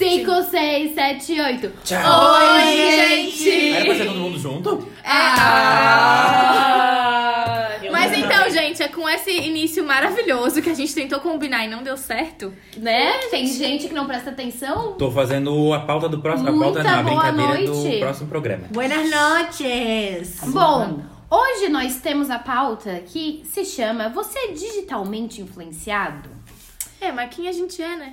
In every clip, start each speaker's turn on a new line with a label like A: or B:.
A: 5, 6, 7, 8.
B: Tchau.
A: Oi,
B: Era pra ser
A: gente!
B: todo mundo junto?
A: Ah.
C: Eu
A: Mas
C: não.
A: então, gente, é com esse início maravilhoso que a gente tentou combinar e não deu certo, né? Tem gente que não presta atenção.
B: Tô fazendo a pauta do próximo. A pauta
A: Muita
B: não, a
A: boa
B: brincadeira
A: noite.
B: do próximo programa.
C: Buenas noches!
A: Bom, hoje nós temos a pauta que se chama Você é digitalmente influenciado?
D: É, mas quem a gente é, né?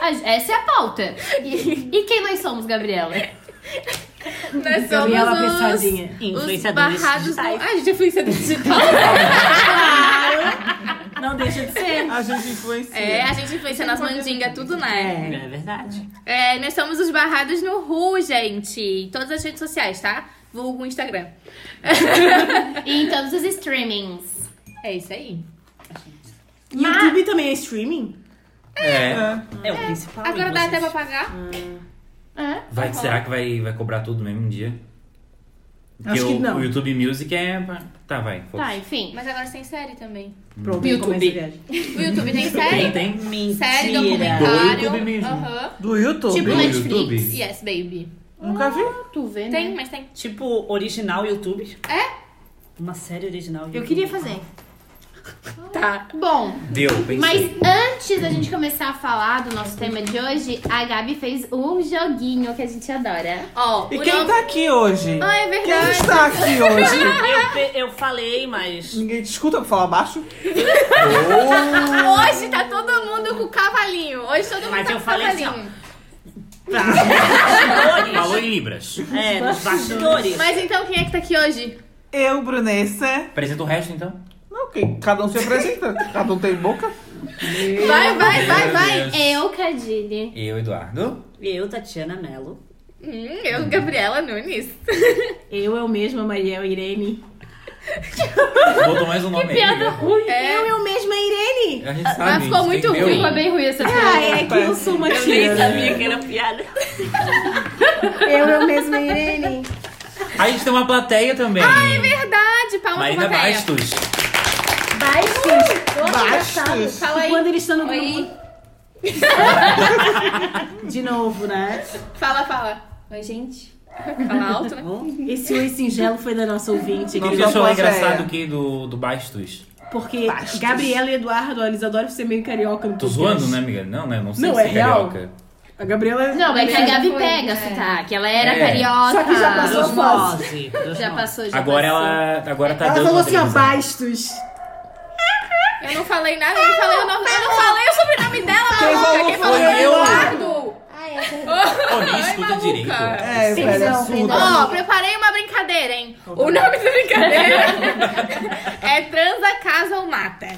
A: A- Essa é a pauta. E, e quem nós somos, Gabriela?
D: Nós
C: Gabriela
D: somos os,
C: Pensadinha.
D: os
C: Influenciadores
D: barrados do...
C: digitais.
D: Ah, a gente é influenciador digital.
C: Não deixa de ser.
B: A gente influencia.
D: é, a gente influencia nas mandingas, tudo, né?
C: É verdade.
D: É, nós somos os barrados no Ru, gente. Em todas as redes sociais, tá? Vulgo Instagram.
A: E em todos os streamings.
D: É isso aí.
C: YouTube também é streaming?
B: É.
C: É o principal.
D: Agora dá até pra pagar?
A: É.
B: Vai, será que vai, vai cobrar tudo no mesmo um dia? Porque
C: Acho que
B: o,
C: não.
B: o YouTube Music é. Tá, vai.
A: Tá,
B: foda-se.
A: enfim.
D: Mas agora tem série também.
C: Pronto,
A: YouTube.
C: começa a viagem.
D: O YouTube
B: Tem,
D: tem série?
B: tem.
D: Série,
C: Mentira.
D: documentário.
B: Do YouTube mesmo.
D: Aham.
E: Do YouTube?
A: Tipo
B: No
A: Netflix.
B: YouTube?
D: Yes, baby.
E: Nunca vi.
A: Tu vê, né?
D: Tem, mas tem.
C: Tipo, original YouTube.
D: É?
C: Uma série original YouTube.
F: Eu queria fazer.
D: Tá.
A: Bom,
B: Deu, pensei.
A: mas antes da gente começar a falar do nosso tema de hoje, a Gabi fez um joguinho que a gente adora.
D: Ó,
E: E
D: o
E: quem
D: nome-
E: tá aqui hoje?
D: Ah, é
E: Quem
D: verdade.
E: está aqui hoje?
C: Eu, pe- eu falei, mas.
E: Ninguém te escuta pra falar baixo?
D: Hoje tá todo mundo com cavalinho. Hoje todo mundo
C: Mas
D: tá
C: eu
D: com
C: falei
D: cavalinho.
C: assim, Pra bastidores.
B: Falou em Libras.
C: É, nos Tá. bastidores.
D: Mas então quem é que tá aqui hoje?
E: Eu, Brunessa.
B: Apresenta o resto então.
E: Não, que cada um se apresenta. Cada um tem boca.
D: Vai, vai, vai, vai.
B: Deus.
A: Eu, Cadile.
B: Eu, Eduardo.
C: É, Eu, Tatiana Mello.
D: Hum, eu, Gabriela Nunes.
F: Eu, eu mesma, Mariel Irene.
B: Botou mais um nome aí. né?
F: ruim.
D: É.
F: Eu, eu mesma, Irene.
B: A gente sabe.
D: Mas ficou
B: isso tem
D: muito
B: que ver
D: ruim,
B: o-
A: Ficou bem ruim essa
F: Ah,
A: piada.
F: é que eu sou uma
C: Eu nem
F: tia.
C: sabia que era piada.
F: Eu, eu mesma, Irene.
B: A gente tem uma plateia também.
A: é
D: Verdade, palma
B: Marina
D: Ah, pra plateia.
B: Bastos.
F: Baixos.
E: Baixos.
D: Fala aí.
F: Quando eles estão no
D: Oi.
F: grupo. De novo, né?
D: Fala, fala. Oi, gente. Fala alto, né?
F: Esse oi singelo foi da nossa ouvinte.
B: O
E: Não,
B: que
E: não,
B: você achou
E: plateia.
B: engraçado que do, do Bastos?
F: Porque Gabriela e Eduardo, ó, eles adoram ser meio carioca no
B: Tô
F: podcast.
B: zoando, né, amiga? Não, né? Não sei
F: Não,
B: se
F: é real.
B: carioca.
F: A Gabriela...
A: Não, é que a
D: Essa
A: Gabi
D: foi,
A: pega
D: é.
A: sotaque. Ela era
B: É.
A: carioca.
F: Só que já passou.
C: Osmose.
A: Já passou, já
B: Agora
A: passou.
B: ela. Agora tá
F: Ela
B: dando. uma
F: falou assim, ó,
B: televisão.
F: Bastos.
D: Eu não falei nada, eu não falei o nome dela, eu não falei o sobrenome dela,
E: Quem
D: maluca.
E: falou
D: Quem falou
E: foi
D: foi
E: eu.
D: Eduardo.
B: Ô, nem escuta direito.
E: É, velho, é
F: Perdão,
E: surda.
D: Ó, preparei uma brincadeira, hein? O nome da brincadeira é transa, casa ou mata.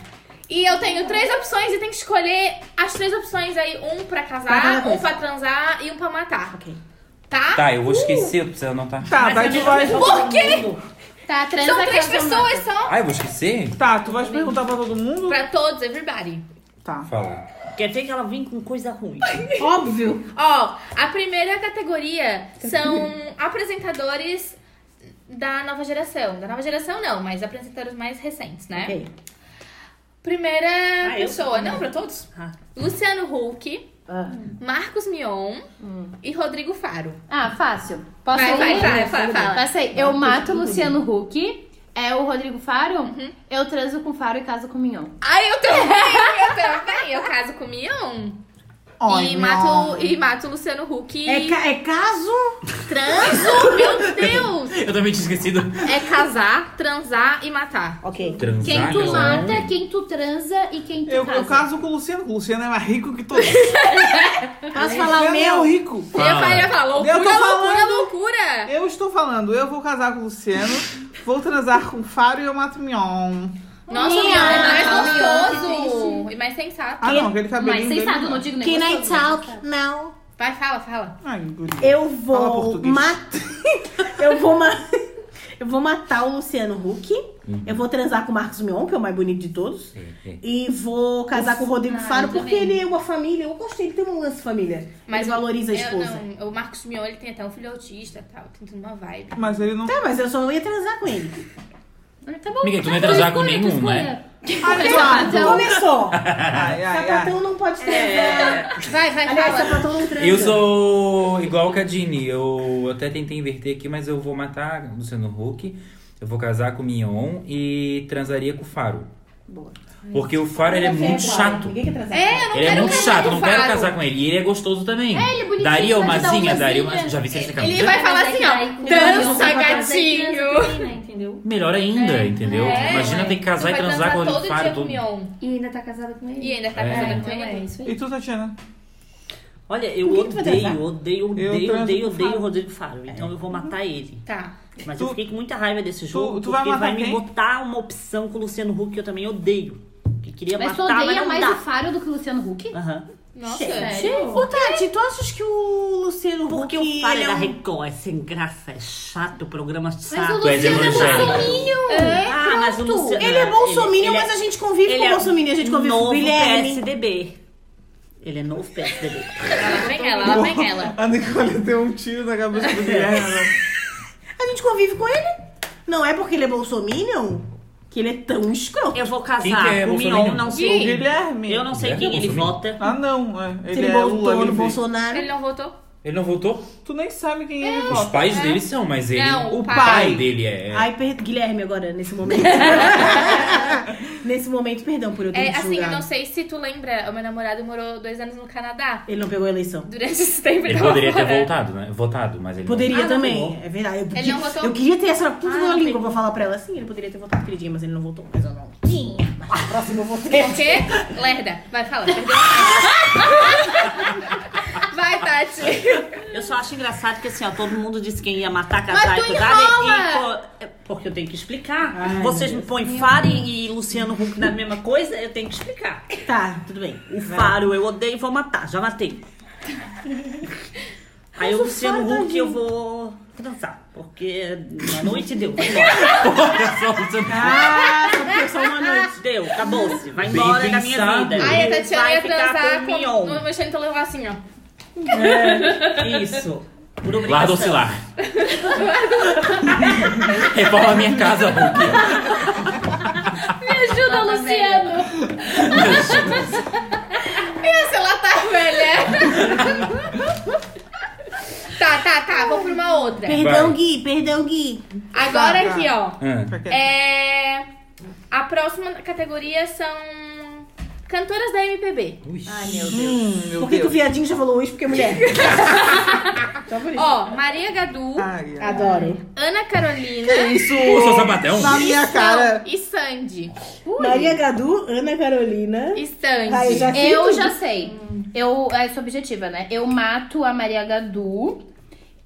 D: E eu tenho três opções e tem que escolher as três opções aí. Um pra
F: Pra cada
D: casar, um
F: coisa.
D: pra transar e um pra matar.
F: Ok.
D: Tá?
B: Tá, eu vou esquecer pra você anotar.
E: Tá, daí tu vai...
D: Por quê?
A: Tá, transa
D: São um. três
A: casa,
D: pessoas só.
B: Ah, eu vou esquecer?
E: Tá, tu vais perguntar pra todo mundo?
D: Pra todos, everybody.
E: Tá.
B: Fala.
C: Quer ver que ela vem com coisa ruim.
F: é. Óbvio.
D: Ó, a primeira categoria são apresentadores da nova geração. Da nova geração não, mas apresentadores mais recentes, né?
F: Ok.
D: Primeira
C: Ah, eu?
D: pessoa. Não, pra todos.
C: Ah.
D: Luciano Huck,
F: Ah.
D: Marcos Mion e Rodrigo Faro.
A: Ah, fácil. Posso
D: Vai,
F: um
A: ir?
D: vai, vai, vai, fala.
A: Passa aí. Eu mato o Luciano Huck. É o Rodrigo Faro? Eu transo com Faro e caso com Mignon.
D: Ai, eu também! eu também! Eu caso com Mion. e,
E: Olha.
D: mato, e mato o Luciano Huck.
F: É, ca- é caso...
D: Transo? Meu Deus!
B: Eu também tinha esquecido.
D: É casar, transar e matar.
C: Ok.
B: Transar.
A: Quem tu
B: casar.
A: mata, quem tu transa e quem tu
E: Eu,
A: casa.
E: eu caso com o Luciano. O Luciano é mais rico que todos.
F: Posso falar o
E: Luciano é
F: meu?
E: rico.
B: Fala.
D: Eu falei, eu falei, loucura,
E: Eu tô
D: loucura,
E: falando.
D: loucura!
E: Eu estou falando, eu vou casar com o Luciano, vou transar com o Faro e eu mato o Mion.
D: Nossa, Mion, é mais gostoso e mais sensato.
E: Ah, não, aquele
A: Mas
E: cabelinho dele
A: sensato,
E: não.
A: não digo nem
F: Can I
A: gostoso, né? não.
F: talk now?
D: Vai, fala, fala.
E: Ai, guria.
F: Eu
E: Fala
F: vou
E: português.
F: matar. eu vou ma... Eu vou matar o Luciano Huck.
B: Uhum.
F: Eu vou transar com o Marcos Mion, que é o mais bonito de todos.
B: É,
F: E vou casar com o Rodrigo Faro, porque ele é uma família. Eu gostei, ele tem um lance família.
D: Mas
F: Mas ele valoriza a
D: eu
F: esposa.
D: não, o Marcos Mion, ele tem até um filho autista e tal, tem toda uma vibe.
E: Mas ele não.
F: Tá, mas É, eu só ia transar com ele.
A: Tá bom.
B: Amiga, tu não ia
A: Tu
B: transar com
A: escolhe, tu
B: nenhum,
A: escolhe.
B: né?
E: Ai, Eduardo.
F: Começou.
E: Ai, ai, ai.
F: Sapatão não pode transar.
D: Vai, vai,
F: Aliás,
D: fala.
F: sapatão não transa.
B: Eu sou igual que a Dini. Eu até tentei inverter aqui, mas eu vou matar o Luciano Huck. Eu vou casar com o Mion e transaria com o Faro.
F: Boa.
B: Porque o Faro ele é
F: Ninguém
B: muito
F: quer
B: chato.
F: Ninguém quer transar.
D: É, eu não
B: Ele é
D: quero
B: muito
D: casar
B: chato,
D: com
B: não
D: o
B: quero
D: Faro.
B: casar com ele. E ele é gostoso também.
A: É, ele é bonitinho,
B: Daria
A: mas dá
B: umazinha,
A: umazinha.
B: daria uma. Já vi se ele fica
D: Ele vai falar assim, ó. Dança, gatinho.
A: Entendeu?
B: é Melhor ainda, entendeu?
D: É,
B: Imagina
A: é.
B: ter que casar e
D: Vai
B: transar com o
D: todo dia
B: Faro.
D: com o
B: Todo...
D: Mion.
A: E ainda tá casada com ele.
D: E ainda tá
B: É.
D: casada com
A: Então é
D: ele.
A: isso aí.
E: E tu, Tatiana?
C: Olha, eu
F: Por que que tu vai É.
C: odeio,
F: transar?
C: odeio,
E: Eu
C: odeio,
E: transo
C: odeio,
E: com
C: odeio
E: Faro.
C: o Rodrigo Faro. Então eu vou matar ele.
D: Tá.
C: Mas
E: Tu-
C: eu fiquei com muita raiva desse jogo,
E: tu vai
C: porque ele
E: matar
C: vai me
E: quem?
C: botar uma opção com o Luciano Huck que eu também odeio. Que queria
A: Tá, Mas tu
C: matar, mas
A: odeia
C: não
A: mais
C: dá.
A: o Faro do que o Luciano Huck?
C: Aham.
D: Nossa.
F: Ô, Tati, tu achas que o Luciano
C: Porque
F: Huck,
C: o Faro
F: ele
C: é
F: é
C: da
F: um-
C: Record, é sem graça, é chato, o programa chato.
B: Tu és evangélico.
A: É,
C: Ah, mas o Luciano...
F: Ele é bolsominion,
C: ele é-
F: mas a gente convive
C: ele
F: com
C: é
F: bolsominion. A gente convive com
C: novo
F: o Guilherme.
C: PSDB. Ele é novo PSDB.
D: Ela vem ela, ela vem ela.
E: A Nicole deu um tiro na cabeça do Guilherme. né?
F: A gente convive com ele. Não é porque ele é bolsominion que ele é tão escroto.
C: Eu vou
B: Quem que
C: casar
B: é
C: com o
B: Bolsonaro?
C: Mion, não
E: O
C: sei.
E: Guilherme.
C: Eu não sei
B: Guilherme é
C: quem ele
B: Bolsonaro?
C: vota.
E: Ah, não. é.
F: Se
E: Ele
F: ele
E: é
F: voltou
E: Lula
F: no
E: livre.
F: Bolsonaro.
D: Ele não voltou?
B: Ele não voltou?
E: Tu nem sabe quem é ele
B: Os
E: vota.
B: pais dele são, mas ele.
D: Não,
B: o
D: o
B: pai,
E: pai.
B: dele é.
F: Ai, per... Guilherme agora, nesse momento. nesse momento, perdão por eu ter
D: É,
F: te
D: assim, eu
F: julgado.
D: não sei se tu lembra, o meu namorado morou dois anos no Canadá.
F: Ele não pegou a eleição.
D: Durante esse tempo
B: Ele
D: tava
B: poderia ter
D: fora.
B: votado, né? Votado, mas ele. não.
F: Poderia
D: Ah, não
F: também,
C: pegou.
F: é verdade. Eu,
D: Ele não votou?
F: eu queria ter essa puta
D: Ah,
F: na
D: não
F: língua
D: pegou.
F: pra falar pra ela. Sim, ele poderia ter votado aquele dia, mas ele não votou. Mas eu não. Sim. Mas próximo eu votei.
D: Porque, Lerda, vai falar. vai, Tati.
C: Eu só acho engraçado que assim, ó, todo mundo disse quem ia matar, casar
D: Mas
C: e
D: tu
C: cuidar.
D: enrola!
C: E, pô, é, porque eu tenho que explicar.
F: Ai,
C: Vocês
F: meu
C: me põem Faro e e Luciano Huck na mesma coisa, eu tenho que explicar.
F: Tá, tudo bem.
C: O Faro eu odeio e vou matar, já matei. Aí o Luciano
D: tá
F: Faro,
C: Huck eu
F: tadinho.
C: vou transar, porque na noite deu, vai embora.
B: é
F: Ah, só porque só uma noite.
C: Deu, acabou-se, vai embora
B: Bem
C: da minha
B: pensado.
C: vida.
D: Aí a Tatiana
C: vai
D: ia
C: ficar
D: transar com
C: com o Mion.
D: o Michel, então levar assim, ó.
C: Isso. Por obrigação.
B: Guarda-se lá. Reforma minha casa, Hulk.
D: Me ajuda,
A: Fala,
D: Luciano. Ia se ela tá velha. tá, tá, tá. Vou pra uma outra.
F: Perdão,
B: Vai.
F: Gui, perdão, Gui.
D: Agora
E: Tá, tá.
D: aqui, ó.
B: Ah,
D: É... A próxima categoria são cantoras da MPB.
B: ui.
E: Hum, meu
F: Por que que o
E: Deus.
F: viadinho já falou isso? Porque é mulher. Só por isso.
D: Ó, Maria Gadu,
E: Ai, ai.
F: Adoro.
D: Ana Carolina
E: Isso!
B: Ô, seu sapatão.
E: Na minha cara.
D: e Sandy.
F: Maria Gadu, Ana Carolina.
D: E Sandy.
F: Ai, já sei
A: Eu
F: tudo.
A: já sei. Eu, é sou objetiva, né? Eu mato a Maria Gadu.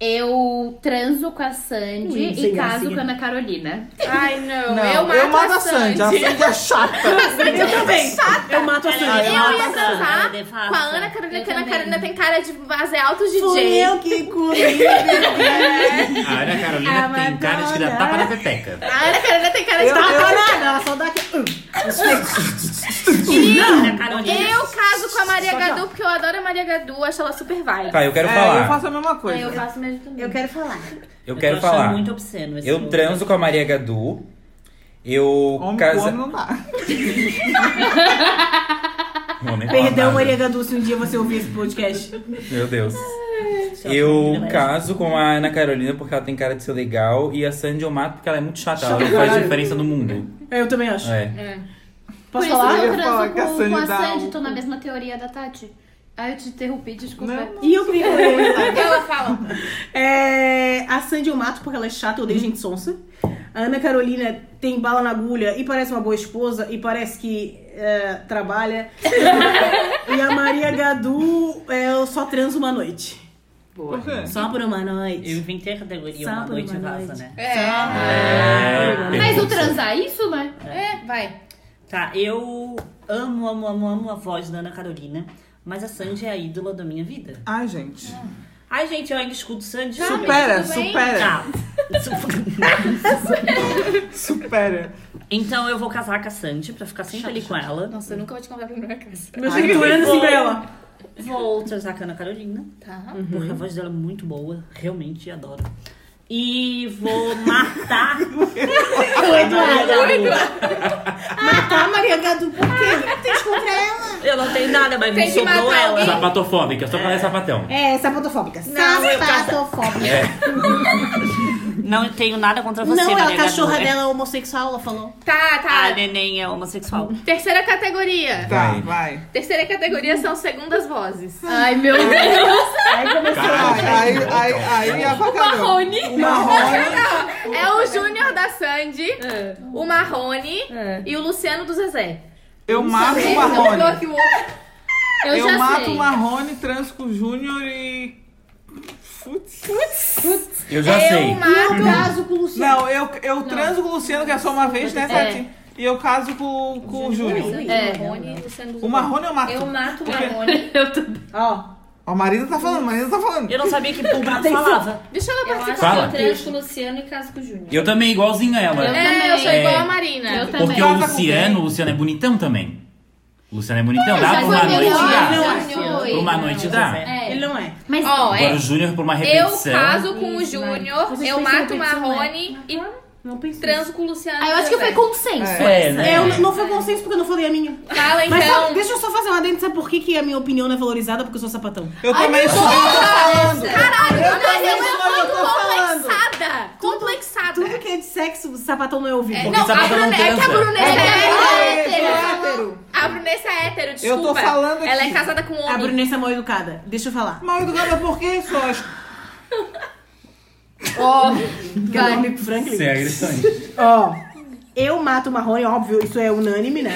A: Eu transo com a Sandy
F: Hum,
A: e
F: sem
A: caso
F: gracinha.
A: com a Ana Carolina.
D: Ai, não.
E: Não,
D: eu mato, a Sandy.
E: A Sandy é chata.
F: Eu também. Eu mato assim. Ah, a
C: Ai,
D: Eu
F: Sandy.
C: Ah,
D: ia
C: mato a Sandy,
D: transar
C: eu defaço.
D: com a Ana Carolina,
A: Eu
D: que a Ana
A: também.
D: Carolina tem cara de fazer altos
F: Fui
D: DJ.
F: eu que cuidei.
B: A Ana Carolina
F: A
B: tem cara de que dá
F: Madonna.
B: tapa na pepeca.
D: A Ana Carolina tem cara de
F: Eu
D: fazer
F: tava nada, ela só dá aquele...
C: Ana Carolina.
D: Eu caso com a Maria
F: Só que, ó.
D: Gadu, porque eu adoro a Maria Gadu, acho ela super vibe.
B: Tá, eu quero
E: É, eu
B: falar.
E: faço a mesma
A: Aí eu
E: coisa.
A: faço mesmo também.
F: Eu quero falar.
B: Eu
C: tô
B: quero
C: achando
B: falar.
C: muito obsceno esse
B: Eu
C: mundo.
B: transo com a Maria Gadu. Eu
E: Homem com
B: casa.
E: homem não dá.
B: Homem com
F: Perdão,
B: amada.
F: Maria Gadu, se um dia você ouvir esse podcast.
B: Meu Deus.
C: Seu
B: Eu
C: apelido,
B: caso com a Ana Carolina porque ela tem cara de ser legal e a Sandy eu mato porque ela é muito chata. Ela não faz diferença no mundo.
F: Eu também acho.
B: É.
A: Por
F: Posso
A: isso
F: falar?
A: que eu
E: Eu falo
A: transo
E: que a
A: com,
E: Sandy
A: com a
E: dá
A: Sandy,
E: um-
A: tô na mesma teoria da Tati. Ah, eu te interrompi, desculpa.
E: Não,
F: E eu queria falar.
D: Ela fala.
F: É, a Sandy eu mato porque ela é chata, eu odeio gente sonsa. A Ana Carolina tem bala na agulha e parece uma boa esposa e parece que é, trabalha. e a Maria Gadu, é, eu só transo uma noite.
E: Por quê?
F: Só por uma noite.
C: Eu inventei a categoria
F: Só
C: uma
F: por
C: noite
F: uma
C: vaza,
F: noite.
C: né?
B: É,
A: Mas o
B: pergunta.
A: transar é isso, né?
D: É, vai.
C: Tá, eu amo, amo, amo, amo a voz da Ana Carolina, mas a Sandy é a ídola da minha vida.
E: Ai, gente.
C: Ai, gente, eu ainda escuto Sandy.
E: Supera,
D: tudo bem?
E: supera,
C: Tá. Su-
E: supera.
C: então eu vou casar com a Sandy pra ficar sempre ali com ela.
D: Nossa, eu nunca vou te contar pra minha casa.
F: Meu filho tá olhando assim pra ela.
C: Vou transar com a Ana Carolina,
D: Tá.
C: porque a voz dela é muito boa, realmente adoro.
F: E vou matar o Eduardo. matar a Maria Gadu, por quê? Ah, Tem contra ela.
C: Eu não tenho nada, mas
D: Tem
C: me
D: que
C: sobrou
D: matar
C: ela.
D: alguém.
B: Sapatofóbica, só falar é sapatão.
F: É, sapatofóbica.
C: Não, eu-
F: Sapatofóbica.
C: Não tenho nada contra você,
F: Não, ela,
C: Maria
F: a cachorra
C: Gadu.
F: dela é homossexual, ela falou.
D: Tá, tá.
C: A neném é homossexual.
D: Terceira categoria.
E: Tá,
B: Vai.
E: vai.
D: Terceira categoria são segundas vozes.
A: Ai, meu Deus.
F: Aí começou.
E: Ai, ai, ai, ai, avacalhou.
D: Marrone.
E: Marrone.
D: É o Júnior da Sandy, o Marrone
A: É.
D: e o Luciano do Zezé.
E: Eu mato o
D: Então,
E: Marrone.
D: aqui o outro.
A: Eu,
E: Eu,
A: já
E: mato
A: sei.
E: o Marrone, transo com o Júnior e. Putz.
B: Eu já sei.
D: Eu mato.
F: Eu caso com o Luciano.
E: Não, eu, eu transo com o Luciano, que é só uma vez, né, Tati? E eu caso com, com o Júnior.
A: É.
D: Marrone, Luciano do
E: O Marrone eu mato.
D: Eu mato o Marrone.
A: Eu tô-
F: Ó,
E: Ó, a Marisa tá falando, a Marisa tá falando.
C: Eu não sabia que público falava.
D: Deixa ela
G: Eu acho
D: participar.
B: Fala.
G: que eu transo com o Luciano e caso com o Júnior.
B: Eu também, igualzinho a ela.
A: Eu
D: É, eu sou
B: É.
D: igual a Marina.
A: Eu também.
B: Porque o
E: Casa com
B: Luciano,
E: quem?
B: o Luciano é bonitão também. O Luciano é bonitão. Dá
A: Mas
B: pra uma
A: foi
B: noite
A: melhor,
B: dá.
A: não,
F: Não,
A: Júnior.
B: Pra uma noite dá.
A: É.
F: ele não é.
A: Mas
D: Ó,
B: Agora o
D: é.
B: Júnior por uma
D: Eu
B: repetição.
D: caso com o
A: Isso,
D: Júnior,
F: Vocês
D: eu
F: pensam
D: mato o
F: em repetição,
D: Marrone e
F: Não pensei.
D: transo com o Luciano.
A: Ah, eu acho que foi consenso.
B: É,
A: essa.
B: né?
F: Eu não- não foi consenso porque eu não falei a minha.
D: Fala
F: Mas sabe-
D: então.
F: deixa eu só fazer uma dentro, sabe por que, que a minha opinião não é valorizada? Porque eu sou sapatão.
E: Eu também sou, eu tô falando.
D: Caralho,
E: eu
D: mas
E: também
D: eu
E: sou, eu
D: muito
E: tô falando.
D: complexada. Complexada.
F: Tudo que é de sexo, o sapatão não é ouvido.
D: É, não, a
B: sapatão não
D: Brune... é que a
B: transa.
D: Brunessa é,
E: É,
D: hétero.
E: sou hétero.
D: A Brunessa é hétero,
E: Eu
D: desculpa.
E: tô falando aqui.
D: Ela é casada com um homem.
F: A Brunessa é mal educada. Deixa eu falar.
E: Mal educada por quê, só?
F: Quer dormir pro Franklin?
B: Você é agressões.
F: Ó, eu mato o Marrone, óbvio, isso é unânime, né?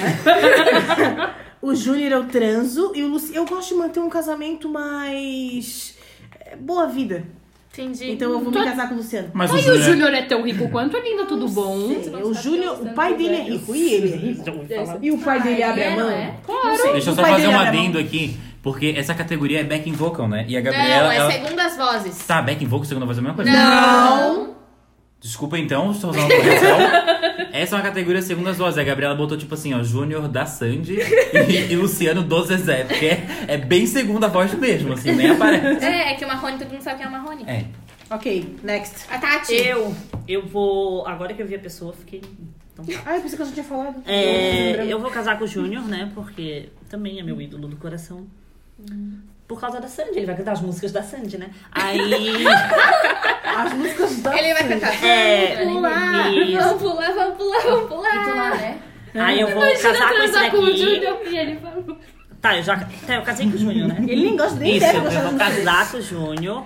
F: o Júnior eu transo e o Luci... Eu gosto de manter um casamento mais... é, Boa vida.
D: Entendi.
F: Então eu vou me casar com o Luciano.
B: Mas o
A: Ai, o
B: Júnior.
A: Júnior é tão rico quanto ainda tudo bom.
F: Sim, o Júnior, o pai dele é rico e ele é rico. E o pai dele abre
A: É,
F: a mão. é,
A: né?
F: né? Claro.
B: Deixa eu só
F: O pai
B: fazer
F: dele
B: um
F: abre a mão.
B: adendo aqui. Porque essa categoria é back in vocal, né? E a
D: Não,
B: Gabriela.
D: é
B: ela-
D: segundas vozes.
B: Tá, back in vocal, segunda voz é a mesma coisa?
D: Não.
B: Desculpa então, estou usando uma correção. Essa é uma categoria segundo as vozes. A Gabriela botou tipo assim, ó, Júnior da Sandy e, e Luciano do Zezé. Porque é, é bem segunda voz mesmo, assim, nem aparece.
D: É, é que o Marrone, todo mundo sabe quem é o Marrone.
B: É.
F: Ok, next.
D: A Tati.
C: Eu, eu vou. Agora que eu vi a pessoa, fiquei. Então, tá.
F: Ah, eu pensei que eu já tinha falado.
C: É, eu vou casar com o Júnior, né? Porque também é meu ídolo do coração. Por causa da Sandy, ele vai cantar as músicas da Sandy, né? Aí.
F: As músicas da...
D: Ele vai cantar.
C: é,
D: Vamos pular,
C: isso.
D: vamos pular, vamos pular, vamos pular.
C: Aí eu vou casar com esse
G: transar com o
C: daqui.
G: Júnior e ele falou.
C: Tá, eu já tá, eu casei com o Júnior, né?
F: Ele nem gosta, nem
C: Isso,
F: deve
C: eu
F: gostar
C: vou
F: das músicas.
C: casar com o Júnior.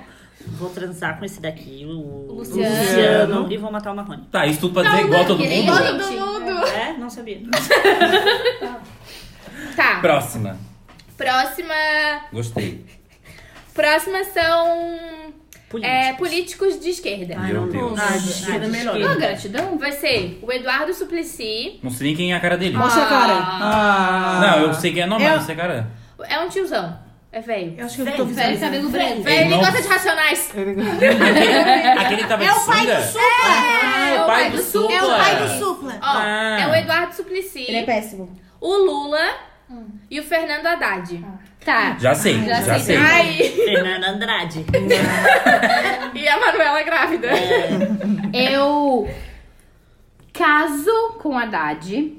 C: Vou transar com esse daqui, o
D: Luciano.
C: Luciano, e vou matar o Marrone.
B: Tá, isso tudo pra dizer igual a todo
G: queria.
B: mundo?
D: Todo mundo.
C: É? Não sabia.
D: Tá.
B: Próxima.
D: Próxima.
B: Gostei.
D: Próxima são é,
C: Político.
D: políticos de esquerda.
B: Meu Deus.
F: Ah, de esquerda é melhor.
D: Ô, gratidão vai ser o Eduardo Suplicy.
B: Não sei nem quem é a cara dele.
F: Mostra a cara.
E: Ah.
B: Não, eu sei quem é normal,
F: Eu-
B: eu sei a cara.
D: É um tiozão. É feio.
F: Eu acho que eu
G: Velho,
F: tô visualizando.
G: cabelo branco.
D: Velho, ele
B: Não.
D: gosta de racionais.
B: Aquele que tava de sunga?
D: É,
B: o pai do é.
D: Supla.
B: Supla.
F: Ai, do supla.
D: Ó,
B: Ah.
D: é o Eduardo Suplicy,
F: Ele é péssimo.
D: o Lula
G: Hum.
D: e o Fernando Haddad.
G: Tá.
B: Já sei, já,
G: Já sei.
B: sei.
D: Ai,
C: Fernando Andrade.
D: e a Manuela grávida.
A: Eu caso com Haddad.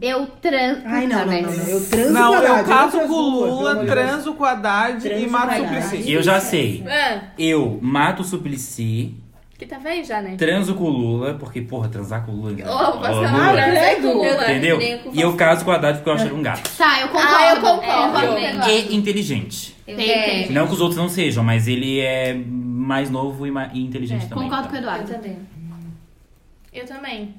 A: Eu trans.
F: Ai,
A: Puta,
F: não, não,
A: velho.
F: não, não. Eu transo
E: Não,
F: com a
E: eu
F: Haddad,
E: caso
F: não
E: com o Lula,
F: pelo amor de Deus.
E: transo com a Haddad e
F: Transo
E: mato
F: com
E: o
F: a Haddad.
E: Suplicy.
B: Eu já sei.
D: Ah,
B: Eu mato o Suplicy,
D: que tá velho já, né?
B: transo com o Lula, porque, porra, transar com o Lula. né?
D: Ô,
B: Ô,
D: passando
B: Lula.
D: pra
F: credo.
D: com o Oh, Lula.
B: Entendeu? E eu caso com a Haddad porque eu acho ele um gato.
A: Tá, eu concordo.
D: Ah, eu concordo.
A: É, eu
B: E inteligente.
G: Eu
A: Tem, tem.
B: Não que os outros não sejam, mas ele é mais novo e, ma- e inteligente
A: É,
B: também.
A: concordo com o
G: Eu
A: Eduardo.
G: também.
D: Eu também.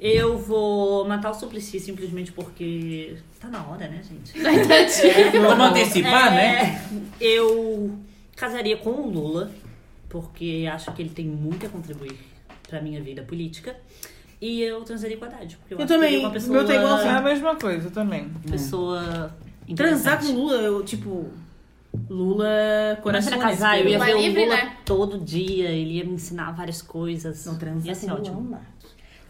C: Eu vou matar o Suplicy simplesmente porque. Tá na hora, né, gente?
B: Então,
C: É,
B: Vamos antecipar, né?
C: Eu casaria com o Lula, porque acho que ele tem muito a contribuir pra minha vida política. E eu transaria com a Haddad, porque eu,
F: Eu
C: acho que
F: também.
C: ele é uma pessoa.
F: Meu tá igual ao
E: É a mesma coisa, eu também.
C: pessoa
F: Transar com o
C: interessante.
F: Lula, eu, tipo... Lula, coração...
C: Imagina casar, eu ia
D: Lula
C: ver o
D: livre,
C: Lula
D: né?
C: todo dia, ele ia me ensinar várias coisas.
F: Não, assim, transar
C: ia ser
F: com Lula,
C: ótimo.
F: não dá.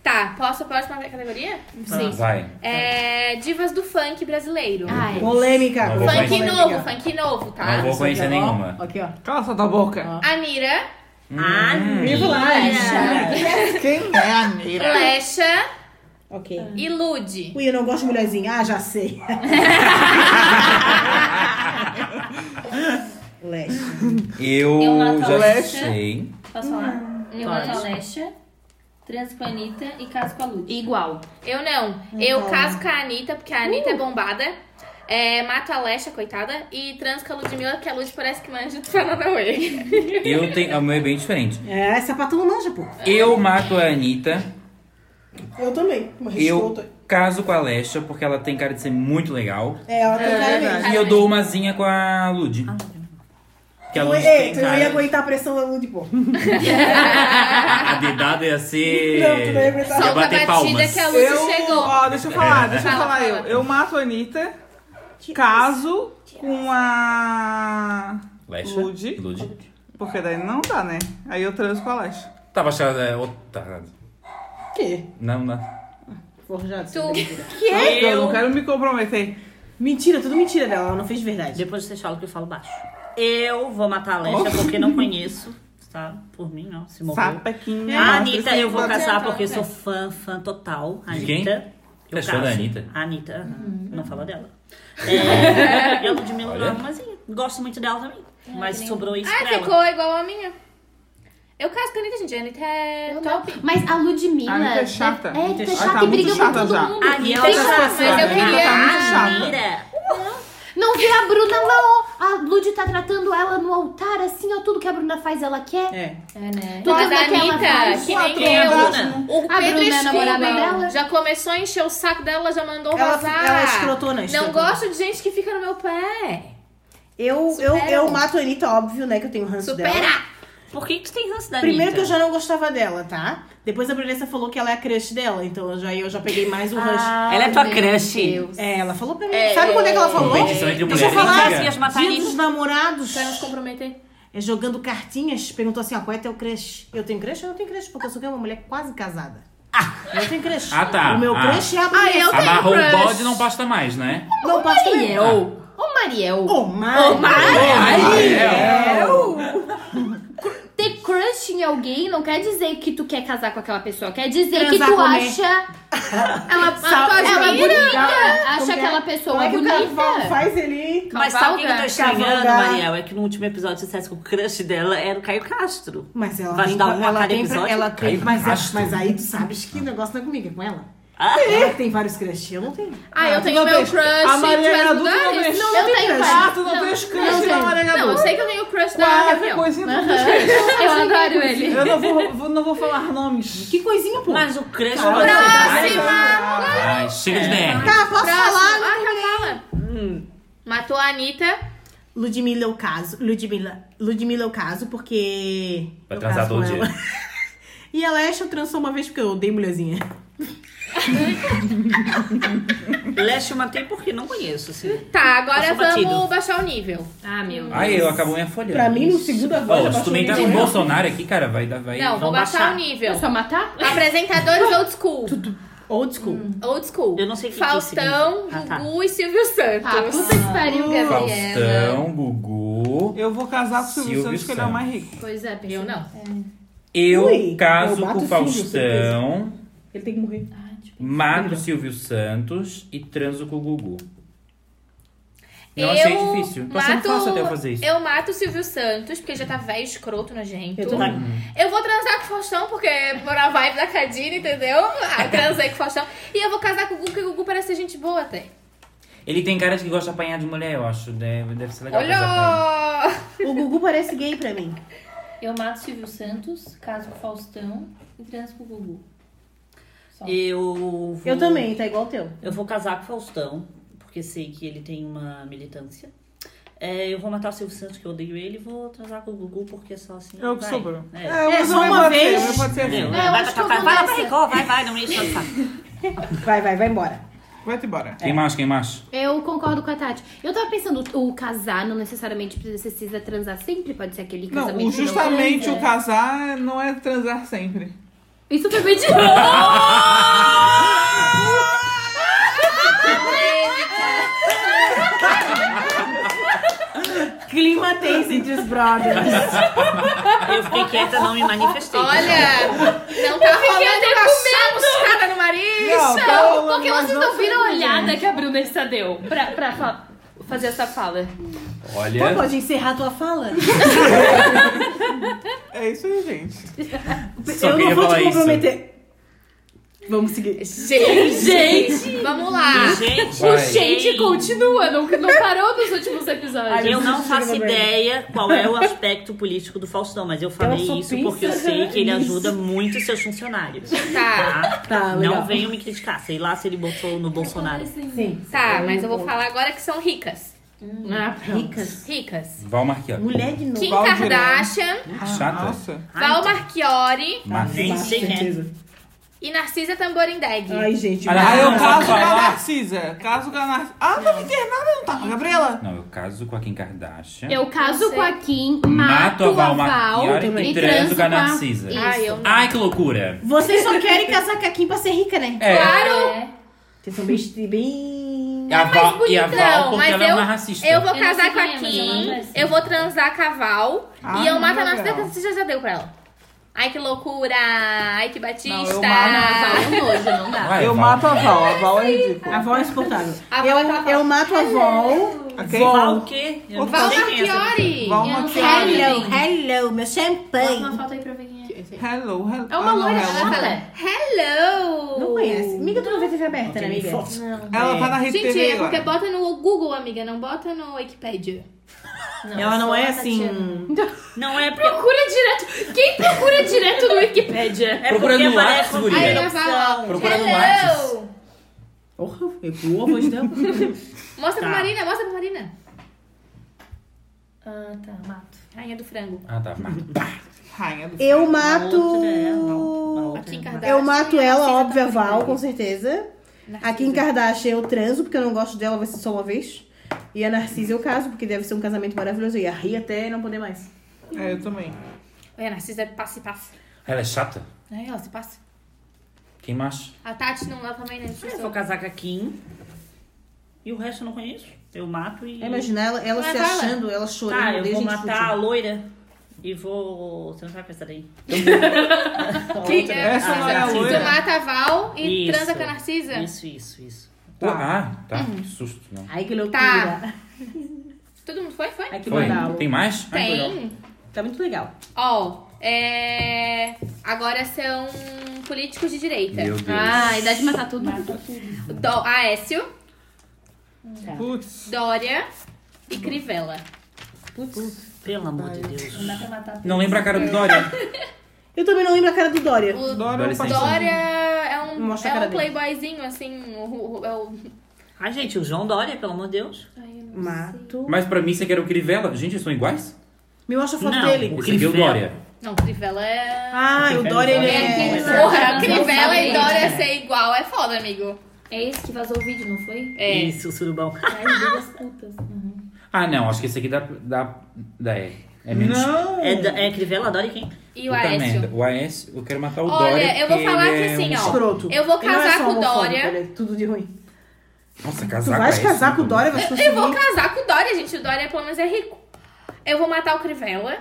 D: Tá, posso a próxima categoria?
B: Sim. Vai.
D: É, divas do funk brasileiro.
A: Ai.
F: Polêmica.
B: Não vou
D: funk
B: conhecer.
D: novo, funk novo, tá?
B: Não vou conhecer
F: Ó,
B: nenhuma.
F: Aqui, ó.
E: Cala essa tua boca.
D: Anira,
C: Ah,
E: Viva lá, Quem é a Neira?
D: Flecha
F: Ok.
D: ilude.
F: Ui, eu não gosto de mulherzinha. Ah, já sei. Leste.
B: Eu,
A: Eu mato
B: já
A: a Leste.
B: sei.
A: Posso falar? Eu
C: Pode.
A: mato a Alexa, transo com a Anitta e caso com a Lud.
G: Igual.
D: Eu não. Eu caso com a Anitta, porque a Anitta é bombada. É, mato a Lecha, coitada. E transo com a Ludmilla, porque a Lud parece que manja do Paranauê.
B: Eu tenho. O meu é bem diferente.
F: É, sapatão não manja, pô.
B: Eu mato a Anitta.
F: Eu também. Mas
B: Eu caso com a Lesha, porque ela tem cara de ser muito legal.
F: É, ela tem cara mesmo.
B: E eu dou uma zinha com a
D: Ah,
B: Lud. Que a Lud
F: Ei,
B: tem
F: tu não ia
B: cara.
F: aguentar a pressão da Lud, pô.
B: A dedada ia ser.
F: Não, tu não ia aguentar.
B: ia
D: Solta a
B: bater
D: batida
B: palmas.
D: que a Lud
E: Eu,
D: chegou.
E: ó, deixa eu falar, deixa eu
D: Fala,
E: falar eu.
D: fala.
E: Eu mato a Anitta, caso com a
B: Lesha.
E: Lud,
B: Lud.
E: porque daí não dá, né? Aí eu transo com a Lash.
B: Tava achando. é, outra- tá.
F: O quê?
B: Não, não.
F: Forjado.
D: Tu.
E: Então, Eu, eu não quero me comprometer.
F: Mentira, tudo mentira dela. Ela não fez de verdade.
C: Depois vocês falam que eu falo baixo. Eu vou matar a Alexa porque não conheço, tá? Por mim, não. Se morreu.
E: Sapequinha.
C: É A
E: mostra
C: Anitta
E: esse
C: eu vou
E: botão.
C: caçar porque sou fã, fã total.
B: De quem?
C: Anitta. Eu
B: Tá achando
C: caço.
B: a Anitta?
C: A Anitta, aham. não fala dela. É, e a Ludmilla
B: Olha.
C: não, mas sim, gosto muito dela também. Mas sobrou isso
D: Ah,
C: pra ela.
D: ficou igual a minha. Eu caso com a Anitta, gente. A Anitta é top.
A: Mas a Ludmilla.
E: A Anitta é
A: né?
E: chata.
A: É, Anitta é
E: Ela
A: chata
E: tá
A: e
E: muito
A: briga
E: chata
A: com todo
E: já.
A: mundo.
C: A Anitta
E: Ela
C: é
E: tá
C: chata,
E: chata,
D: mas eu
E: né? Ela
D: queria-
E: tá muito
C: A
E: chata.
C: Anitta.
A: Não vê a Bruna lá, ó. A Lud tá tratando ela no altar, assim, ó. Tudo que a Bruna faz, ela quer.
F: É.
A: Tudo
D: Mas a
A: naquela
D: Anitta,
A: vibe.
D: que
C: Quem
D: nem
C: é a
D: eu.
C: Bruna?
D: O
A: A
D: Pedro
A: Bruna é namorada
D: Escobar
A: dela?
D: já começou a encher o saco dela, já mandou
F: Ela-
D: vazar.
F: ela escrotou, né?
D: Não
F: Escrotou.
D: gosto de gente que fica no meu pé.
F: Eu, eu,
D: Supera.
F: eu mato a Anitta, óbvio, né? Que eu tenho ranço dela.
D: Supera!
C: Por que que tu tem ranço da
F: Primeiro que
C: Anitta?
F: eu já não gostava dela, tá? Depois a Brunessa falou que ela é a crush dela, então eu já, eu já peguei mais um rush.
C: Ela é tua crush.
F: É, ela falou pra mim. Sabe quando é que ela falou?
B: Competição entre
F: Deixa eu
B: mulheres.
F: falar.
B: Diga.
C: Ias matar a
F: Dia
C: Anitta.
F: dos namorados.
D: Pra não se comprometer.
F: É, jogando cartinhas, perguntou assim, ó, qual é teu crush? Eu tenho crush? Eu não tenho crush, porque eu sou que é uma mulher quase casada. Eu tenho crush.
B: Ah, tá.
F: O meu
B: Ah.
F: crush é a Brunessa.
D: eu tenho
B: Amarrou o
D: crush.
B: bode e não pasta mais, né?
F: Não posso também.
A: Mariel. Ô, Mariel.
F: é? Ô, Mário.
A: Ter crush em alguém não quer dizer que tu quer casar com aquela pessoa. Quer dizer
F: Transar
A: que tu
F: com alguém.
A: acha
D: Ela matou as
A: ela
D: meninas.
A: bonita. Acha aquela
F: é Como
A: pessoa
F: é que o Carvalho
A: bonita.
F: faz ele...
C: Mas sabe o que que eu
D: Cavalgar.
C: tô estranhando,
F: Cavalgar.
C: Mariel? É que no último episódio você dissesse que o crush dela era o Caio Castro.
F: Mas ela
C: Vai
F: tem,
C: dar
B: um
C: uma a
F: ela
C: cada
F: tem, pra,
C: episódio?
F: ela tem
B: Caiu
F: mas, é-
B: rastro.
F: mas aí tu sabes que o negócio não é comigo, é com ela.
C: Ah.
F: Ela tem vários crushes, eu não tenho.
D: Ah, eu tenho
E: não
D: meu
E: tens.
D: crush.
E: A Maria
D: tu vai
E: era adulta,
D: mudar
E: não
D: isso?
E: tens.
D: Não, eu tenho
E: Ah,
D: crush.
E: tu não tens
D: não
E: crush
D: tenho.
E: na Maria
D: Não, eu
E: Gadu.
D: sei que eu tenho crush da
E: Qual é a
D: Raquel.
E: coisinha tu não tens crush?
A: Eu adoro ele.
E: Eu não vou, vou- não vou falar nomes.
F: Que coisinha, pô.
C: Mas o crush...
E: né?
D: Próxima!
B: Ai, chega
D: É.
B: de DR.
F: Tá, posso
D: Ah,
F: falar?
D: Próxima. Ah, fala. Matou a Anitta.
F: Ludmilla é o caso. Ludmilla, Ludmilla é o caso, porque.
B: Vai
F: eu
B: transar
F: caso com
B: todo dia.
F: ela. E a Lesha eu transou uma vez porque eu odeio mulherzinha.
C: Leste eu matei porque não conheço, assim.
D: Tá, agora
C: Passou
D: vamos
C: batido.
D: baixar o nível.
G: Ah, meu.
B: Ai, eu acabou minha folha.
F: Pra mim, no segundo avô.
B: Ó, se tu nem tá com o Bolsonaro aqui, cara, vai dar. Vai...
D: Não, vou
C: vamos
D: baixar,
C: baixar.
D: o nível.
A: Eu só matar?
D: Apresentadores old school.
F: Old school.
A: Hum.
D: Old school.
C: Eu não sei o que que
D: Faustão,
C: significa. Ah, tá.
D: Gugu e Silvio Santos.
A: Ah, puta que pariu, Gabriela.
B: Faustão, Gugu.
E: Eu vou casar com o Silvio
B: Silvio
E: Santos, que ele é o mais rico.
A: Pois é,
D: Eu não.
B: Eu
F: Ui, eu
B: caso
F: mato
B: com o
F: o Silvio, certeza.
B: Faustão,
F: Ele tem que morrer.
B: mato o Silvio Santos e transo com o Gugu. Não
D: eu
B: achei difícil. Tô achando
D: mato,
B: fácil até eu fazer isso.
D: Eu mato o Silvio Santos, porque já tá velho, escroto, nojento.
F: Eu
D: Eu,
F: tô
D: eu vou transar com o Faustão, porque é a vibe da Cadine, entendeu? Ah, transei com o Faustão. E eu vou casar com o Gugu, porque o Gugu parece ser gente boa até.
B: Ele tem cara de que gosta de apanhar de mulher, eu acho. Deve, deve ser legal. casar
D: Olha!
F: O Gugu parece gay pra mim.
A: Eu mato Silvio Santos, caso com Faustão e transo com o Gugu.
C: Eu vou...
F: Eu também, tá igual o teu.
C: Eu vou casar com o Faustão, porque sei que ele tem uma militância. É, eu vou matar o Silvio Santos, que eu odeio ele, e vou transar com o Gugu, porque só assim.
E: É o que
C: vai.
E: sobrou.
C: É.
E: mas
F: É, só
E: o meu
F: uma
E: pode ser,
F: vez.
E: o meu pode ser
F: É,
B: É.
E: assim.
A: eu
C: vai,
A: acho que
C: pra
A: eu
C: cá,
A: vou
C: vai lá pra
A: nessa.
C: Record, vai, vai, não me enche o saco.
F: Vai, vai, vai embora.
E: Vai-te embora.
B: com ele. Quem mais? Quem mais?
A: Eu concordo com a Tati. Eu tava pensando, o casar não necessariamente precisa é transar sempre, pode ser aquele casamento.
E: Não, o-
A: que
E: justamente
A: transa.
E: o casar não é transar sempre.
A: Isso foi mentiroso!
F: clima tenso entre os brothers.
C: Eu fiquei quieta, não me manifestei.
D: Olha, não tá rolando
A: um
D: uma chamuscada no nariz.
E: Não, tá
A: Não,
E: rolando,
A: porque
E: mas
A: Então, vocês não viram a
E: foi,
A: olhada
E: gente.
A: que a Bruna está deu pra, pra fa- fazer essa fala.
F: Então
B: Olha.
F: pode encerrar a tua fala?
E: É isso aí, gente.
B: Só
F: eu
B: queria
F: não vou
B: falar
F: te
B: isso.
F: comprometer. Vamos seguir.
A: Gente,
D: Vamos lá.
C: Gente,
B: Vai.
A: o gente continua, não, não parou nos últimos episódios.
C: Eu não
F: assisti
C: faço
F: Roberto.
C: ideia qual é o aspecto político do Faustão, mas eu falei
F: só
C: isso porque eu
F: penso
C: sei que ele
F: nisso.
C: ajuda muito seus funcionários.
D: Tá,
C: Tá?
F: Tá, legal.
C: Não venham me criticar, sei lá se ele botou no Bolsonaro.
F: Sim.
D: tá, mas eu vou falar agora que são ricas.
A: Ah, pronto.
F: Ricas.
D: Ricas.
B: Val Marquiori.
F: Mulher de novo.
D: Kim
E: Val Direi.
D: Kardashian,
B: Chata.
E: Nossa.
A: tá.
D: Val
C: então.
D: Marchiori
B: Mas-
C: nem sei quem é.
D: e Narcisa Tamborindeg.
F: Ai, gente.
B: Ah,
E: Aí eu
B: não,
E: caso com a
B: vai lá.
E: Narcisa. Caso com a Narcisa. Ah, não me internada, não tá com a Gabriela?
B: Não, eu caso com a Kim Kardashian.
A: Eu caso com a Kim,
B: Mato
A: mato,
B: a Val
A: a Val
B: Marchiori
A: e
B: e transo
A: transo
B: com a Narcisa.
A: Isso.
D: Ai, eu não.
B: Ai, que loucura.
F: Vocês só querem casar com a Kim pra ser rica, né?
B: É.
A: Claro!
F: Vocês são bem... bem...
B: E a Val, e a Val
D: bonitão,
B: porque
D: mas
B: ela é
D: eu-
B: uma racista.
D: Eu vou
A: Eu não sei
D: casar com
A: quem
D: a
A: é, mas ela não
D: Kim,
A: aparece.
D: eu vou transar com a Val
E: Ah,
D: e eu mato a
E: legal.
D: Narcisa que a Narcisa já deu pra ela. Ai, que loucura! Ai, que batista!
E: Não, eu mato
A: Não, nojo, não dá.
B: Vai,
E: eu
B: Val.
E: mato a Val. A Val é
F: A
E: ridícula.
F: avó é insuportável.
D: A avó é
F: Eu,
D: pra-
F: eu mato a avó.
E: A
C: Val
E: Val.
C: o quê? Eu
E: Outra-
C: não
D: Val
C: sei quem é essa.
D: Marchiori!
E: Val
A: Eu não sei.
E: Marchiori.
A: Hello,
F: hello,
A: Bota
F: meu champanhe.
A: uma foto aí pra ver quem é.
E: Hello, hello.
A: É uma
E: Ah, não,
A: loira
E: hello.
D: Ela fala,
A: Olha.
D: hello!
F: Não conhece. Amiga, tu não vê TV aberta, né, amiga?
E: Ela tá na Rede
D: Gente, é
E: TV
D: porque
E: agora.
D: bota no Google, amiga, não bota no Wikipedia.
F: Ela não
A: só
F: é
A: a
F: assim...
A: Tatiana.
C: Não é porque.
A: Procura direto. Quem procura direto no Wikipedia?
C: É
B: Procura
C: porque
B: no
C: aparece
B: Lattes,
C: um
B: guria.
C: primeiro
D: Aí ela
C: opção.
D: fala,
B: Procura no Lattes.
D: Hello!
F: Porra, ecoou a voz dela.
D: Mostra pra
C: Tá.
D: Marina, mostra pra Marina.
A: Ah, tá, mato.
D: Rainha do frango.
B: Ah, tá. Mato.
E: Rainha do
F: Eu
C: A
F: mato...
C: outra é- não, a
D: A Kim
C: outra
D: Kardashian. tá
F: Eu mato ela, óbvio, a Val, com
D: Narcisa.
F: certeza. A Kim Kardashian eu transo, porque eu não gosto dela, vai ser só uma vez. E a Narcisa eu caso, porque deve ser um casamento maravilhoso. Eu ia rir até não poder mais.
E: É, eu também.
D: Olha, Narcisa passa e passa.
B: Ela é chata?
D: Aí, ó, se passa.
B: Quem macho?
D: A Tati não lá também, né? Deixa eu
C: Eu
D: só-
C: vou casar com a Kim. E o resto eu não conheço. Eu mato e.
F: É, Imagina ela, ela
D: Mas
F: se
D: vai lá.
F: achando, ela chorando.
C: Tá, eu
F: desde
C: vou
F: a gente
C: matar a
F: discutir.
C: loira e vou transar com é essa daí.
D: Quem é?
E: Essa não é a
C: Narcisa.
D: Tu
E: loira.
D: mata a Val e
C: Isso.
D: transa com a Narcisa?
C: Isso, isso, isso.
E: Tá.
B: Ah, tá.
F: Hum.
B: Que susto, não.
F: Ai, que loucura.
D: Tá. Todo mundo foi? Foi?
F: Ai, que
B: Foi.
F: legal.
B: Tem mais? Ai, que legal.
D: Tem.
F: Tá muito legal.
D: Ó, é... agora são políticos de direita.
B: Meu Deus.
A: Ah, idade de matar tudo.
D: Dó- Aécio,
E: Putz.
D: Dória e Crivella.
C: Pelo amor de Deus.
A: Dá pra matar tudo.
B: Não lembra a cara do Dória.
F: Eu também não lembro a cara do Dória.
D: O
E: Dória é um
B: Adolescente.
D: Dória é um,
F: Mostra a
D: é
F: cara
D: um
F: dele.
D: playboyzinho, assim, o, o- é o-
C: Ai, gente, o João Dória, pelo amor de Deus.
F: Mato.
B: Mas pra mim, você quer o Crivella? Gente, eles são iguais? é
F: Me mostra a foto
C: Não.
F: dele.
B: O Crivella.
C: Crivella.
B: Dória.
D: Não, Crivella é...
F: Ah, o Dória, ele
D: é
F: é...
A: Não,
D: Porra,
A: não
D: Crivella
A: sabe
D: e Dória
A: gente,
D: ser igual é foda, amigo.
A: É esse que vazou o vídeo, não foi?
D: É.
C: Isso, o surubão.
A: Ai, duas putas. Uhum.
B: Ah, não. Acho que esse aqui dá... dá, dá é. É menos...
E: Não.
C: É, da- é Crivella, Dória e quem?
D: E o
B: Puta merda.
D: Aécio.
B: O AS, eu quero matar o
D: Olha,
B: Dória.
D: eu vou
B: porque
D: falar
B: ele
D: que
B: é
D: assim,
B: um
D: ó.
B: chato.
F: Escroto.
D: Eu vou
F: Ele não é
D: casar
F: só
D: com o
F: homofóbico,
D: Dória.
F: ele é tudo de ruim.
B: Nossa,
F: Tu
B: casar
F: vais
B: com é? a AS,
F: casar com o
B: muito
F: Dória, vai conseguir.
D: Eu vou casar com o Dória, gente. O Dória, pelo menos, é rico. Eu vou matar o Crivella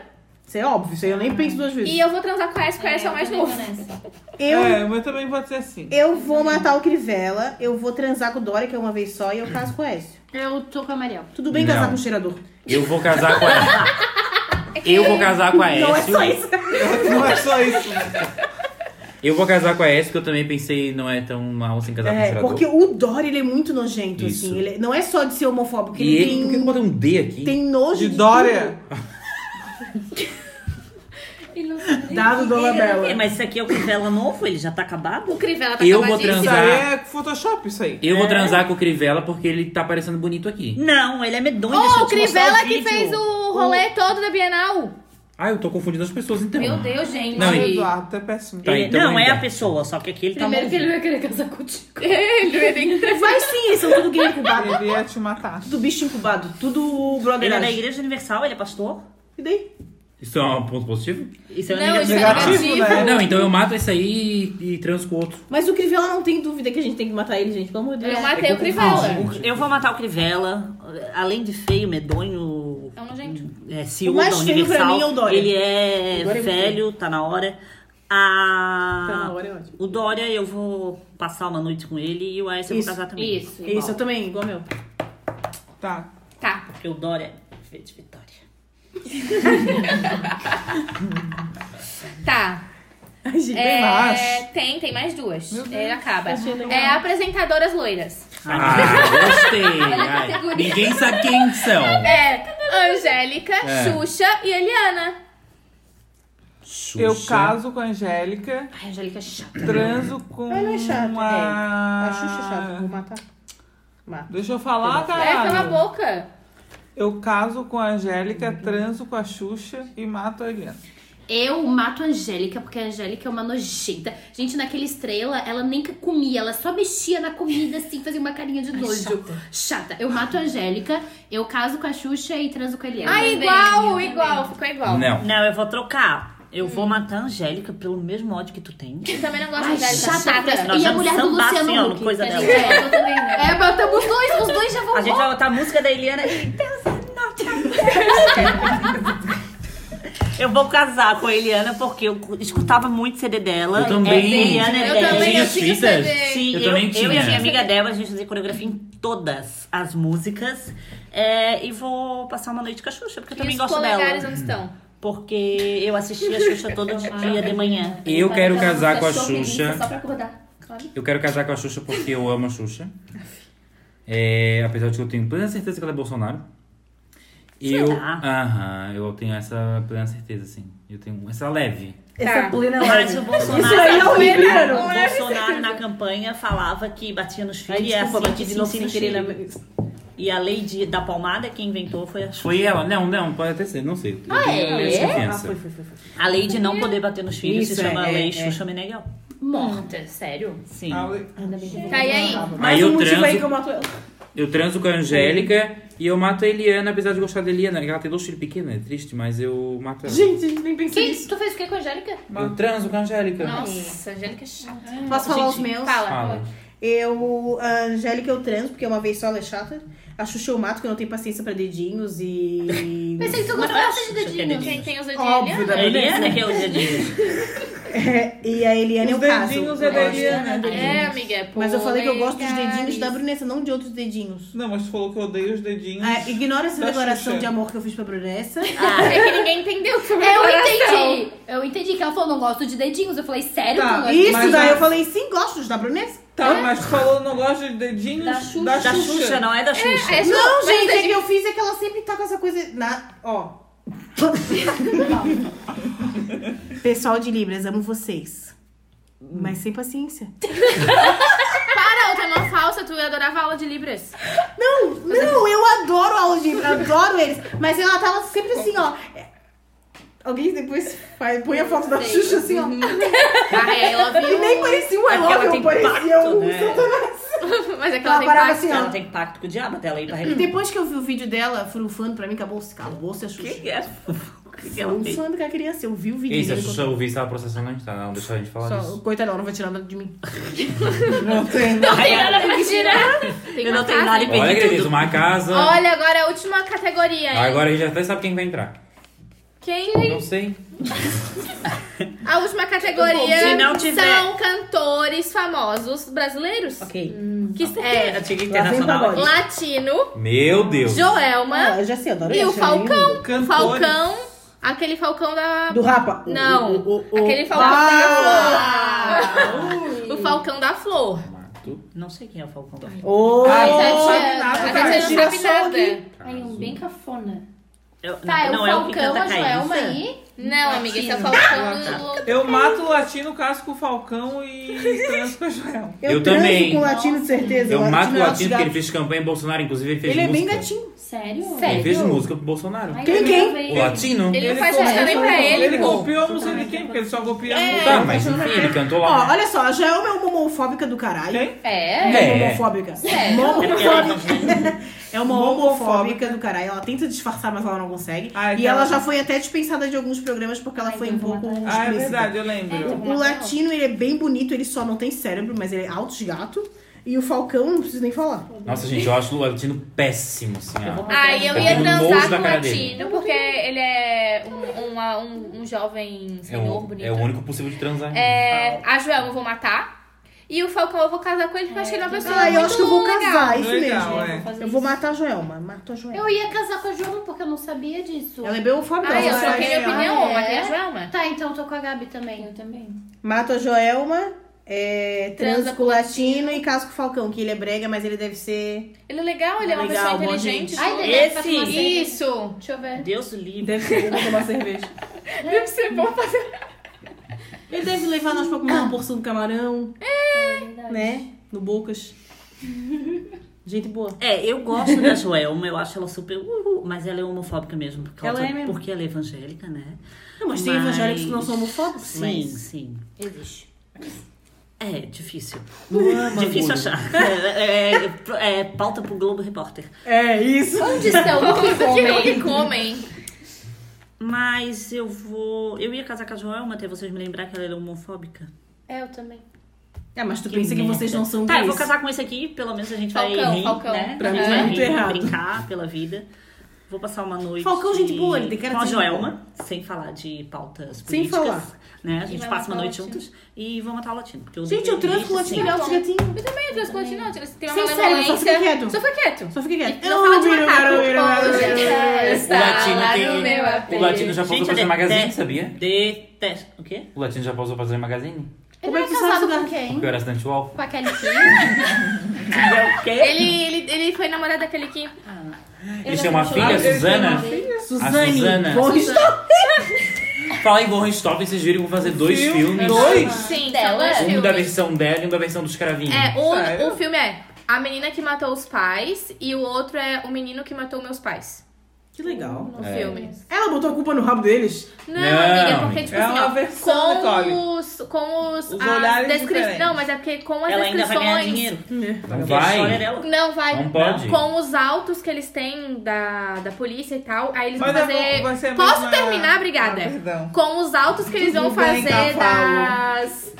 F: Isso é óbvio, isso aí eu nem penso duas vezes.
D: e eu vou transar com a Aécio, porque o Aécio é o mais
A: também
D: novo.
A: vou né? nessa.
F: Eu
E: É, mas também pode ser assim.
F: Eu vou matar o Crivella, eu vou transar com o Dória, que é uma vez só, e eu caso com o Écio.
A: Eu tô com a Mariel.
F: Tudo bem
B: Não.
F: casar com o cheirador.
B: Eu vou casar com a Eu vou casar com a Ah, Aécio.
F: É Não é só isso.
E: Não é só isso. né?
B: Eu vou casar com a Aécio, porque eu também pensei não é tão mal assim casar com o
F: É,
B: cheirador.
F: porque o Dória, ele é muito nojento,
B: Isso.
F: assim. Ele é- não é só de ser homofóbico,
B: E
F: ele,
B: ele, por que eu
F: tem,
B: botei um D aqui?
F: tem nojo
E: De
F: de,
E: Dória.
A: Ele não sabe
F: tudo. Dado Dona
C: É,
F: Bela.
C: mas esse aqui é o Crivella novo, ele já tá acabado?
D: O Crivella tá
B: Eu vou
D: acabadíssimo.
E: Isso
B: transar.
E: aí é Photoshop, isso aí.
B: Eu vou transar com o Crivella porque ele tá parecendo bonito aqui.
C: Não, ele é medonho. deixa
D: Ô,
C: eu
D: o
C: te mostrar
D: Crivella
C: o
D: que
C: vídeo.
D: fez o rolê todo da Bienal.
B: Ah, eu tô confundindo as pessoas então.
A: Meu Deus, gente.
B: Não,
E: Ai,
B: e-
E: Eduardo, tu é péssimo.
B: Tá,
C: Ele-
B: então
C: não, é
B: ainda.
C: a pessoa, só que aqui ele tá
A: Primeiro que ele
C: novinho.
A: vai querer casar contigo.
D: Ele vai ter que
F: Vai sim, eles são tudo gay incubado.
E: Ele ia te matar.
F: Tudo bicho incubado. Tudo
C: Ele é da
F: brotheragem.
C: Igreja Universal, ele é pastor.
F: E daí?
B: Isso é um ponto positivo?
C: Isso é
D: Não,
C: uma
D: isso é
C: negativo.
E: Negativo, né?
B: Não, então eu mato esse aí e, e transo com outro.
F: Mas o Crivella não tem dúvida que a gente tem que matar ele, gente.
B: É
F: Pelo amor de Deus.
D: Eu matei o Crivella.
C: Eu vou matar o Crivella. Além de feio, medonho,
G: É um nojento.
C: é, CEO
F: O mais
C: da
F: feio pra
C: Universal.
F: mim é o Dória.
C: Ele é
F: O Dória é muito
C: velho, tá na hora. A...
F: Tá na hora, é ótimo.
C: O Dória, eu vou passar uma noite com ele e o Aécio eu vou
F: Isso,
C: casar também.
A: isso.
C: Igual.
F: Isso, eu também, igual meu.
E: Tá.
G: Tá.
C: Porque o Dória é de Vitória.
G: Tá.
F: Ai, gente,
G: É,
E: mais?
G: tem, tem mais duas.
E: Meu Deus.
G: Ele acaba.
F: achei legal.
G: É apresentadoras loiras.
B: Ah, gostei. Ai, ninguém sabe quem são.
G: É Angélica,
B: É.
G: Xuxa e Eliana.
E: Eu
B: Xuxa.
E: caso com a Angélica,
A: Ai, Angélica é chata.
E: transo com
F: Ela é chata,
E: a...
F: A Xuxa é chata, vou matar. Mata.
E: Deixa eu falar,
G: É, cala a
E: cara.
G: boca.
E: Eu caso com a Angélica, transo com a Xuxa e mato a Helena.
A: Eu mato a Angélica, porque a Angélica é uma nojenta. Gente, naquela estrela, ela nem comia, ela só mexia na comida assim, fazia uma carinha de nojo. Chata. Eu mato a Angélica, eu caso com a Xuxa e transo com a Eliana.
G: Ah, igual, igual. Ficou igual.
B: Não.
C: Não, eu vou trocar. Eu
G: Hum.
C: vou matar a Angélica pelo mesmo ódio que tu tem.
G: Eu também não gosto
A: Ai,
G: de Angélica.
A: chata,
C: Nós
A: E a
C: vamos
A: mulher do
C: sambar,
A: Luciano
C: assim, ó, no
A: Huck.
C: coisa
A: tá
C: dela.
A: ligado? Eu também, né?
G: É, botamos dois, os dois já vão.
C: A gente vai botar a música da Eliana e Deus é norte. é Eu vou casar com a Eliana porque eu escutava muito CD dela.
B: Eu também.
C: É, Eliana é
G: Eu
C: dez.
G: também,
B: Tinha
G: eu
B: as
G: tinha que
B: fitas?
G: saber.
C: Sim,
B: Eu
C: eu,
B: também
C: eu e
B: tinha.
C: a minha amiga Débora, a gente fazia coreografia em todas as músicas. É, e vou passar uma noite com a Xuxa, porque eu
G: E
C: também
G: os
C: gosto
G: polegares né?
C: dela.
G: onde estão?
C: Porque eu assistia a Xuxa todo dia de manhã.
B: Eu quero
A: Aquela
B: casar com a
H: é
A: música
B: Xuxa.
A: Tá, Só pra acordar. Claro.
B: Eu quero casar com a Xuxa porque eu amo a Xuxa. É, apesar de que eu tenho plena certeza que ela é Bolsonaro. Eu.
C: Será?
B: Aham, eu tenho essa plena certeza, assim. Eu tenho essa leve.
G: Tá.
F: Essa plena
C: Mas
F: leve.
C: o Bolsonaro. Ah,
F: Isso aí é o
C: o
F: primeiro.
C: Bolsonaro na campanha falava que batia nos filhos e assim, que sim, sim, sim.
F: né?
C: E a lei de- da palmada, quem inventou foi a Xuxa.
B: Foi ela? Não, não, pode até ser, não sei. Eu
A: Ah,
B: tenho
A: é?
B: essa
F: Ah,
B: confiança.
F: foi, foi, foi. foi.
C: A lei de não poder bater nos filhos
F: Isso,
C: se chama
F: é,
C: Lei
F: é,
C: Xuxa Meneghel.
A: Morta, sério?
C: Sim.
A: Ainda bem que eu
G: Tá, e aí?
B: Aí
F: Mas
B: eu
F: o motivo
B: transo-
F: aí que eu mato ela.
B: Eu transo com a Angélica e eu mato a Eliana, apesar de gostar da Eliana. Ela tem dois filhos pequenos, é triste, mas eu mato ela.
F: Gente, a gente nem pensou nisso.
A: Que? Tu fez o que com a Angélica?
B: Eu transo com a Angélica.
G: Nossa, Angélica é chata.
F: Posso falar os meus?
G: Fala.
B: Fala.
F: Eu, a Angélica eu transo, porque uma vez só ela é chata. A Xuxa eu mato, que não tem paciência pra dedinhos e...
G: Pensei que tu
C: Mas
G: gostava
C: acho
G: de
C: que é
G: dedinho.
C: dedinho.
G: Quem tem os
F: Óbvio,
G: dedinhos?
F: da
C: A Eliana que é o dia
F: É, e a Eliana eu
E: Os dedinhos
F: caso.
E: é da
F: Eu gosto.
E: Eliana.
G: É, amiga. é
F: Mas eu falei que eu gosto dos
G: polegares.
F: dedinhos da Brunessa, não de outros dedinhos.
E: Não, mas tu falou que eu odeio os dedinhos.
F: Ah, ignora essa
E: Da
F: declaração
E: Xuxa.
F: de amor que eu fiz pra Brunessa.
G: É que ninguém entendeu o que foi
A: Eu
G: meu
A: entendi. Eu entendi que ela falou, não gosto de dedinhos. Eu falei, sério?
E: Tá,
A: tu não gosta de
F: Isso,
E: mas
F: daí
E: a-
F: eu falei, sim, gosto dos da Brunessa.
E: Tá, mas tu falou não gosta de dedinhos
A: Da Xuxa.
E: da
C: Da Xuxa, não é da Xuxa.
G: É, mas
F: Não, gente, é
G: dedinho-
F: que eu fiz é que ela sempre tá com essa coisa na. Ó. Pessoal de Libras, amo vocês. Mas sem paciência.
G: Para, outra mão falsa, tu adorava aula de Libras.
F: Não, não, eu adoro a Libras, adoro eles. Mas ela tava sempre assim, ó. Alguém depois faz, põe a foto da Xuxa assim, ó.
G: Ah, é, ela
F: E
G: viu.
F: nem parecia um
C: É porque ela
F: elogio,
C: tem
F: parecia
C: pacto,
F: um
C: né?
F: satanás.
G: Mas é que
F: Ela
G: ela tem
F: parava
G: pacto.
F: assim,
C: Ela
F: ó.
C: tem pacto com o diabo até ela ir pra religião.
F: Depois que eu vi o vídeo dela furufando pra mim, acabou-se, acabou-se a
C: O
F: Xuxa.
C: que que é? O que que ela fez?
F: Furufando com a criança, eu vi o vídeo
B: Isso, a
F: dele.
B: Xuxa ouvir se ela processando a gente, tá? Não deixa a gente falar
F: Só,
B: disso.
F: coitada, ela não vai tirar nada de mim.
E: Não tem.
G: Não tem nada pra tirar. Tem
C: É. Eu
G: uma
C: não tenho
G: casa.
C: nada e
B: Olha,
C: perdi
B: queridos,
C: tudo.
B: uma casa.
G: Olha, agora a última categoria. hein?
B: Agora a gente até sabe quem vai entrar.
G: Quem?
B: Não sei.
G: A última categoria
C: Se não tiver-
G: são cantores famosos brasileiros.
C: Ok.
G: Que é
C: Eu tinha que
F: Lá vem
C: internacional.
F: pagode.
G: Latino,
B: Meu Deus.
G: Joelma
F: Ah, eu já sei, adoro
G: e
F: ela,
G: o
F: acho ela linda.
G: Falcão.
E: Cantores.
G: Falcão, aquele Falcão da.
F: Do Rapa?
G: Não,
F: O- o- Ah! o- o-
G: aquele Falcão
F: tá
G: da Flor. O Falcão da Flor.
B: Mato.
C: Não sei quem é o Falcão.
F: Ô,
E: Ah,
G: Mas
E: não
G: a
E: sabe
G: gente-
E: nada,
G: a
E: cara.
G: gente não
F: Tira
G: sabe
F: só
G: nada.
F: aqui.
A: Ai, um bem cafona.
C: Eu-
A: Tá, é o
C: não, é o que
A: Falcão,
C: canta
A: a Joelma
C: Caísa.
A: aí.
G: Não, amiga,
A: tá
G: esse é o Falcão do.
E: Eu mato o latino, caso com o Falcão e transo com a Joel.
F: Eu,
B: Eu
F: transo
B: também.
F: com o latino, de certeza.
B: Eu mato o
F: é
B: Latino
F: gato.
B: porque ele fez campanha em Bolsonaro, inclusive ele fez
F: Ele é bem
B: música.
F: gatinho.
A: Sério?
B: Ele fez música pro Bolsonaro.
A: Ai,
F: Quem,
A: eu
F: quem?
A: não vi.
B: O Latino?
G: Ele não faz música nem pra ele,
E: Ele
G: pô.
E: copiou a música de quem? Porque ele só copia a música.
B: Tá, mas enfim, ele cantou lá.
F: Ó, olha só, a Joelma é uma homofóbica do caralho.
E: Quem?
G: É.
F: É uma
B: É.
F: homofóbica.
G: Sério?
F: Homofóbica. É uma homofóbica do caralho. Ela tenta disfarçar, mas ela não consegue.
E: Ah,
F: e
E: então-
F: ela já foi até dispensada de alguns programas porque ela
A: Ai,
F: foi um
A: Deus, eu
F: pouco
B: Ah,
F: explícita.
B: é
E: Ah, é verdade, eu lembro.
F: O latino, ele é bem bonito, ele só não tem cérebro, mas ele é alto de gato. E o Falcão, não preciso nem falar.
B: Nossa, gente, eu acho o Latino péssimo, assim,
C: Eu vou
B: ó.
C: matar
D: Aí
C: ele.
D: eu
B: Tá
D: ia
B: tendo nojo na
D: transar com o
B: cara dele.
D: latino, porque ele é um, uma- um, um jovem
B: É
D: senhor
B: o,
D: bonito.
B: é o único possível de transar.
D: É, a Joelma eu vou matar. E o Falcão eu vou casar com ele, porque eu achei ele uma pessoa
F: Ah, eu acho que eu vou
D: muito legal.
F: casar, isso
E: Legal,
F: mesmo.
E: é.
F: Eu vou matar a Joelma. Mato a Joelma.
A: Eu ia casar com a Joana porque eu não sabia disso.
F: Ela é bem o Fabião.
D: Ah, eu
F: ela
D: troquei
F: é
D: minha
F: Joelma.
D: opinião,
A: Ah,
D: mas
A: é?
D: é a Joelma.
A: Tá, então tô com a Gabi também. Eu também.
F: Mato a Joelma, é, transa
D: Transa
F: com o Latino e casa com o Falcão, que ele é brega, mas ele deve ser...
D: Ele é legal, ele é uma
F: Legal,
D: pessoa
F: bom,
D: inteligente.
F: gente.
A: Ai,
D: tudo.
A: Dedé, faz
C: Esse-
A: uma cerveja.
D: Isso!
A: Deixa eu ver.
C: Deus livre.
E: Deve ser bom tomar cerveja.
D: Deve ser bom fazer.
F: Ele deve levar nós pra comer uma porção do camarão, né? No Bocas. Gente boa.
C: É, eu gosto da Joelma, eu acho ela super. uhul, mas ela é homofóbica mesmo. Porque
F: Ela
C: ela,
F: é mesmo.
C: Porque ela é evangélica, né?
F: Não, mas tem
C: Mas-
F: evangélicos que não são homofóbicos.
C: Sim,
F: mas-
C: sim.
A: Existe.
C: É, difícil.
F: Luan
C: difícil
F: Magulho.
C: achar. É, é, é, pauta pro Globo Repórter.
F: É isso.
A: Onde estão o que
D: O
A: comem?
D: que comem?
C: Mas eu vou. Eu ia casar com a Joelma até vocês me lembrar que ela era homofóbica.
A: É, eu também.
F: É, mas tu
C: Que
F: pensa
C: merda.
F: que vocês não são
C: Tá,
F: gays.
C: eu vou casar com esse aqui, pelo menos a gente
D: Falcão,
C: vai rir,
D: Falcão.
C: né?
F: Pra
C: a
F: mim
C: gente
F: tá
C: vai
F: muito errado.
C: brincar pela vida. Vou passar uma noite.
F: Falcão, gente boa, ele tem cara de
C: Com a
F: gente boa.
C: Joelma, sem falar de pautas políticas.
F: Sem falar.
C: Né? A gente
A: vai
C: passa uma
A: matar o
C: noite
A: latino.
C: juntos e vou matar o latino. porque
F: Gente, eu transo com o Latino.
C: latino.
F: ele é um gatinho.
D: Eu também, duas continentes. né? Tem uma
F: Sim, sério, só fica quieto.
D: Só fica quieto.
F: Só fica quieto.
D: Não fala de
F: viro,
D: macaco.
F: viro, viro, viro,
B: O
F: viro.
B: latino tem. O latino já
C: Gente,
B: passou
C: é. eu
B: pra fazer magazine,
C: detesto.
B: sabia?
C: Detesto. O quê?
B: O latino já passou pra fazer magazine?
F: Como
A: Ele
F: é
A: é
F: que tu sabe
A: casado
F: do
A: com
F: gato?
A: quem?
B: Porque eu era assinante UOL.
A: Com aquele que?
C: É o quê?
D: Ele, ele, ele foi namorado daquele que.
B: Eles têm uma filha, a
E: Ele tem um
B: Suzana.
E: uma filha?
B: A Suzana.
F: Suzane. Bom, está-
B: Fala em Gorra Stop, vocês viram que vão fazer dois filmes.
E: Dois?
D: Sim,
A: Dela?
D: dela.
B: Um da versão dela e um da versão dos cravinhos.
D: É, um,
E: Sério?
D: um filme é A Menina que Matou os Pais e o outro é O Menino que Matou Meus Pais.
E: Que legal.
D: No
B: É.
D: filme.
F: Ela botou a culpa no rabo deles?
D: Não,
B: Não,
D: amiga, porque, tipo
E: é
D: assim,
E: uma
D: ó,
E: versão, Nicole.
D: com os, com os,
E: Os
D: as
E: olhares
D: descri-
E: diferentes.
D: Não, mas é porque com as
C: Ela ainda vai
D: descrições.
C: ganhar dinheiro.
B: Não
C: Porque a história é
B: vai.
C: dela.
D: Não, vai.
B: Não pode.
D: Com os autos que eles têm da, da polícia e tal, aí eles
E: Mas
D: vão
E: eu
D: fazer.
E: vou- você é
D: Posso
E: mesma-
D: terminar, obrigada?
E: Ah, perdão.
D: Com os autos que eles
E: Tudo
D: vão
E: bem,
D: fazer
E: cavalo.
D: das.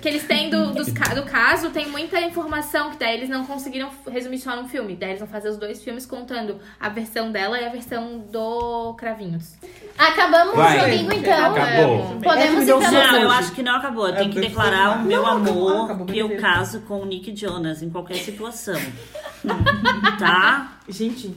D: Que eles têm do, dos ca- do caso, tem muita informação que daí eles não conseguiram resumir só num filme. Daí eles vão fazer os dois filmes contando a versão dela e a versão do Cravinhos.
A: Acabamos
B: Vai.
A: o joguinho então.
B: Acabou.
F: É que me
A: Podemos
F: deu
A: então.
F: sono.
C: Não, eu acho que não acabou. Tem
E: É,
C: que
E: porque
C: declarar
E: foi-
C: o meu
E: Não, acabou,
C: amor
E: acabou,
C: que eu
E: beleza.
C: caso com o Nick Jonas em qualquer situação. tá?
F: Gente,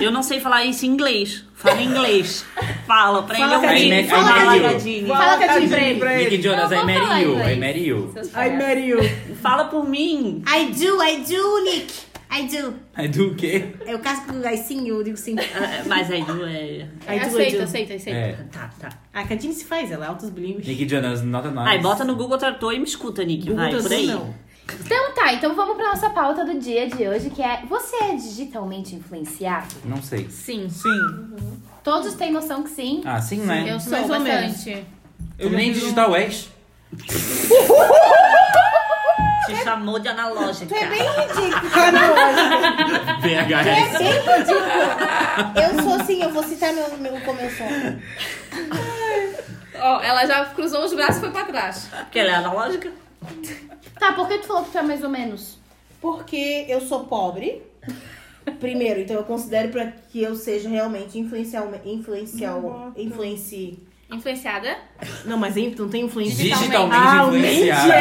C: Eu não sei falar isso em inglês. Fala em inglês. Fala pra ele
F: Fala,
C: ouvir.
B: Cadine,
C: né? Fala,
B: fala,
C: Cadine.
F: Fala,
E: Cadinho,
F: Cadinho, pra ele.
B: Nick Jonas, I
A: Eu vou
B: marry
A: falar
B: you. I
A: inglês.
B: marry you.
F: I marry you.
C: Fala por mim.
I: I do, I do, Nick. I do.
B: Aí do o quê?
I: Eu caso com I sim, eu digo sim.
C: Ah, Mas aí não é.
F: I do, I
D: aceita,
F: do.
D: aceita, aceita.
B: É.
C: Tá, tá.
F: A Cadine se faz, ela é altos bilíngues.
B: Nick Jonas, nota nós.
C: Aí bota no Google Tradutor e me escuta, Nick.
F: Google
C: Vai, por
F: Tradutor,
C: aí.
F: não.
A: Então tá, então vamos pra nossa pauta do dia de hoje, que é você é digitalmente influenciado?
B: Não sei.
D: Sim.
E: Sim.
A: Todos têm noção que sim.
B: Ah, sim, né?
D: Eu sou
F: Mais ou menos.
D: bastante.
B: Tu nem digital é és.
C: Te chamou de analógica.
I: É bem ridículo.
B: VHS.
I: Bem ridículo. Eu sou assim, eu vou citar meu, meu começo.
D: Ó, ela já cruzou os braços e foi pra trás.
C: Porque ela é analógica.
A: Tá, por que tu falou que tu é mais ou menos?
F: Porque eu sou pobre. Primeiro, então eu considero pra que eu seja realmente influencial. influencial influencie.
D: Influenciada?
F: Não, mas hein, não tem influência.
B: Digitalmente
F: Ah, o
B: influenciada.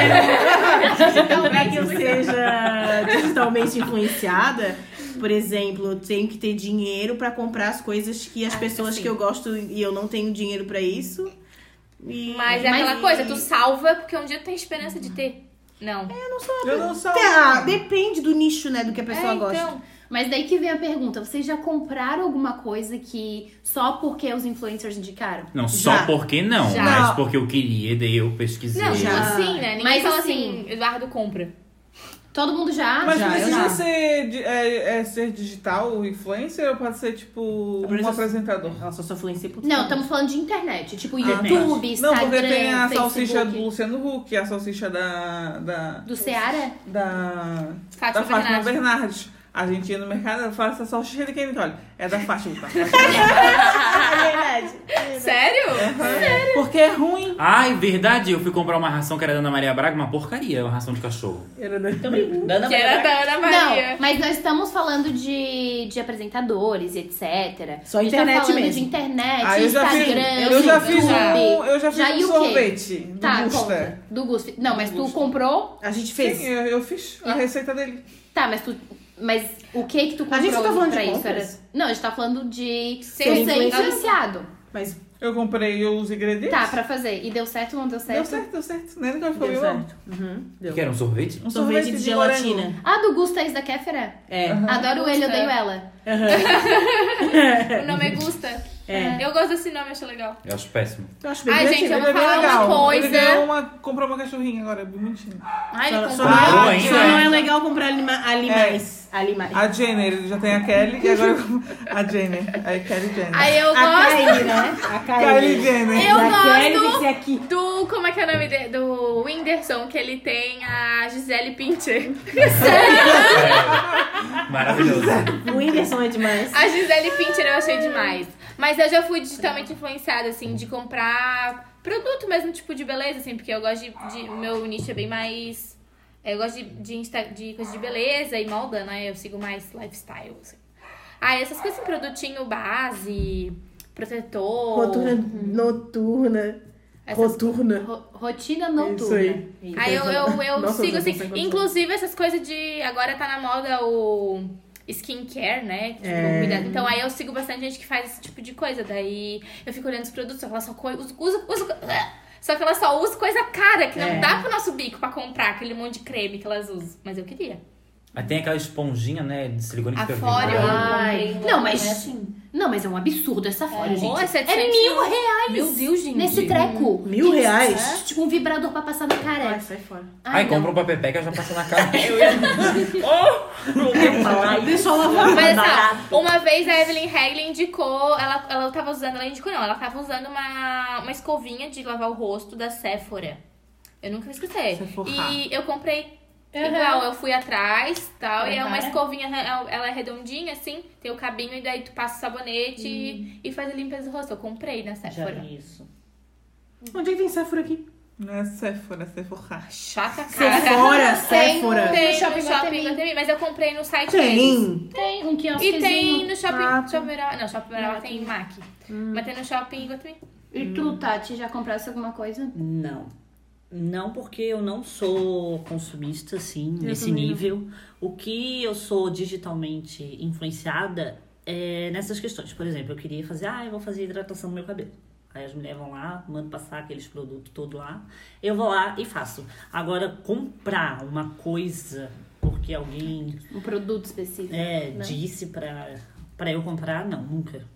F: Então, pra que eu seja digitalmente influenciada, por exemplo, eu tenho que ter dinheiro pra comprar as coisas que as pessoas que eu gosto e eu não tenho dinheiro pra isso. E-
D: Mas é aquela coisa, tu salva porque um dia tu tem esperança de ter. Não.
E: Eu não sou. um
F: Tá, depende do nicho, né, do que a
D: É,
F: pessoa gosta.
A: Mas daí que vem a pergunta, vocês já compraram alguma coisa que só porque os influencers indicaram?
B: Não,
F: Já.
B: só porque não,
D: Já.
B: mas
F: Não.
B: porque eu queria, daí eu pesquisei.
D: Não,
F: Já.
D: assim, né? Ninguém
A: Mas
D: fala
A: assim-
D: assim, Eduardo compra.
A: Todo mundo já?
E: Mas
A: já, eu já.
E: precisa ser, di- é, é ser digital, influencer, ou pode ser, tipo, um
F: Apresenta-
E: apresentador?
F: Ela só só influencia por
A: Não,
F: tudo.
A: estamos falando de internet, tipo
C: Internet.
A: YouTube, Instagram,
E: Não, porque tem a
A: Facebook.
E: salsicha do Luciano Huck, a salsicha da. da.
A: Do Ceará?
E: da,
D: Fátima
E: da Fátima
D: Bernardes.
E: Bernardes. A gente ia no mercado, ela fala essa salsicha de quem olha. É da Fátima, tá?
F: É
D: Sério?
E: Porque é ruim.
B: Ai, verdade, eu fui comprar uma ração que era da Ana Maria Braga, uma porcaria, uma ração de cachorro.
C: Dana
D: Que é era da Ana Maria.
A: Não, mas nós estamos falando de, de apresentadores e etc.
F: Só
A: A gente tá
F: internet
A: falando
F: mesmo.
A: de internet,
E: Ah, eu já fiz,
A: Instagram,
E: eu já fiz
A: YouTube.
E: um, eu já fiz
A: Já e
E: um
A: o quê?
E: sorvete do
A: Tá,
E: Gusta.
A: conta. Do Gusto. Não, mas tu comprou.
F: A gente fez.
E: Sim, eu, eu fiz a receita dele.
A: Tá, mas tu. Mas o que que tu comprou
F: A gente tá falando
A: pra
F: de
A: isso?
F: compras?
A: Não, a gente tá falando de
D: Ser
A: ser
D: influenciado.
A: influenciado.
F: Mas
E: Eu comprei os ingredientes.
A: Tá, pra fazer. E deu certo ou não deu certo?
E: Deu certo, deu certo. Nem que eu
F: deu
E: comi um.
F: certo. Uhum, deu.
B: Que era um sorvete?
E: Um
F: Sorvete de gelatina.
A: Ah, do Gusta é isso da Kéfera?
F: É.
A: Adoro ele,
D: Gusta.
A: odeio ela.
D: O nome é Gusta.
F: É.
D: Eu gosto desse nome, acho legal.
B: Eu acho péssimo.
F: Eu acho bem
D: Ai,
F: divertido.
D: gente, eu
E: Ele
D: vou
E: é bem
D: falar
E: legal.
D: uma coisa.
E: Ele ganhou uma, comprou uma cachorrinha agora, é bem bonitinho.
D: Ai,
F: Só-
D: ele
F: só
D: comprou.
F: não- é
B: Comprou
F: só
B: ainda,
F: não
B: hein?
F: é legal comprar animais. Animais. Animais.
E: A Jenner, ele já tem a Kelly e agora a Jenner. A Kelly Jenner.
D: Aí eu
F: A
D: gosto
F: Kylie, né? A
E: Kylie
F: Kylie.
E: Jenner.
D: Eu
F: da Kylie
D: gosto.
F: tem que ser aqui.
D: do. Como é que é o nome dele? Do Whindersson, que ele tem a Gisele Pinter.
B: Maravilhoso.
F: O Whindersson é demais.
D: A Gisele Pinter eu achei demais. Mas eu já fui digitalmente influenciada, assim, de comprar produto mesmo, tipo, de beleza, assim, porque eu gosto de. de- meu nicho é bem mais. Eu gosto de, de, Insta- de coisa de beleza e moda, né? Eu sigo mais lifestyle, assim. Ah, essas coisas, assim, produtinho base, protetor.
F: Roturna noturna.
D: essas-
F: Roturna.
A: Ro- rotina
F: Isso
A: noturna.
F: aí.
D: Aí eu, eu, eu
F: Nossa,
D: sigo
F: eu
D: assim.
F: não sei quantos
D: Inclusive, essas coisas de. Agora tá na moda o skincare, né? Tipo,
F: É.
D: cuidado. Então aí eu sigo bastante gente que faz esse tipo de coisa. Daí eu fico olhando os produtos, só que ela só co- usa. usa, usa- só que ela só usa coisa cara, que não
F: É.
D: dá pro nosso bico pra comprar aquele monte de creme que elas usam. Mas eu queria.
B: Aí tem aquela esponjinha, né, de silicone que fica
D: Afora,
B: vibrando.
D: ah,
A: Ai, não, mas. Não, mas é um absurdo essa fora, gente.
D: Ou assim. é 700
A: É mil
D: reais.
A: reais
G: Meu Deus, gente.
A: nesse treco.
F: Mil reais?
A: Tipo um vibrador pra passar na cara.
F: sai fora.
B: Ai, compra um papel peca já passa na cara.
F: Deixa eu lavar.
D: Mas assim, ó, uma vez a Evelyn Hagley indicou, ela, ela tava usando, ela indicou não, ela tava usando uma, uma escovinha de lavar o rosto da Sephora. Eu nunca me escutei.
F: Sephora.
D: E eu comprei igual, eu fui atrás tal, e é uma
A: Prepara.
D: escovinha, né, ela é redondinha assim, tem o cabinho, e daí tu passa o sabonete
A: Hum.
D: e, e faz a limpeza do rosto. Eu comprei na
C: Já
D: Sephora.
C: vi isso.
F: Onde é que tem Sephora aqui?
E: Não é Sephora, é Sephora.
D: Chata cara.
F: Sephora,
D: Tem, um
F: Sephora.
D: tem no
A: No
D: shopping,
A: shopping
D: shopping
A: Guatemi.
D: Guatemi, mas eu comprei no
C: é
D: site deles.
F: Tem.
A: Tem um
D: E
A: quiosquezinho.
D: tem no shopping.
F: Ah, tá.
D: shopping Guatemi- não, shopping Guatemi tem MAC.
A: Hum.
D: Mas tem no shopping Guatemi.
A: E tu, Tati, já comprasse alguma coisa?
C: Não. Não porque eu não sou consumista, assim, nesse nível. O que eu sou digitalmente influenciada é nessas questões. Por exemplo, eu queria fazer, ah, eu vou fazer hidratação no meu cabelo. Aí as mulheres vão lá, mandam passar aqueles produtos todo lá. Eu vou lá e faço. Agora, comprar uma coisa porque alguém
A: Um produto específico?
C: é,
A: Não.
C: disse pra, pra eu comprar, não, nunca.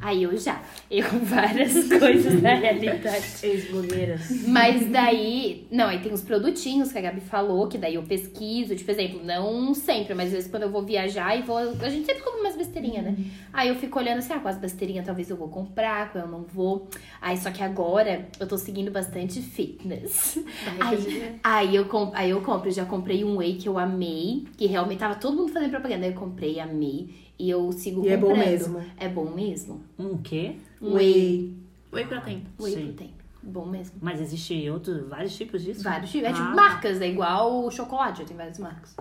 A: Aí eu já. Eu com várias coisas
C: é,
A: na realidade.
F: Ex-blogueiras.
A: Mas daí, não, aí tem os produtinhos que a Gabi falou, que daí eu pesquiso, tipo, exemplo, não sempre, mas às vezes quando eu vou viajar e vou. A gente sempre compra umas besteirinhas,
F: Uhum.
A: né? Aí eu fico olhando assim, ah, quais besteirinhas talvez eu vou comprar, qual eu não vou. Aí só que agora eu tô seguindo bastante fitness. Aí, aí, eu comp, aí eu compro, eu já comprei um whey que eu amei, que realmente tava todo mundo fazendo propaganda. Aí eu comprei, amei, e eu sigo
F: E é bom
A: comprando.
F: mesmo.
A: É bom mesmo.
C: Um quê?
A: Um whey.
D: Oi, proteína.
A: Whey
C: Sim.
A: protein. Bom mesmo.
C: Mas existe outros, vários tipos disso?
A: Vários tipos. É tipo
C: Ah,
A: marcas, é igual o chocolate, tem várias marcas.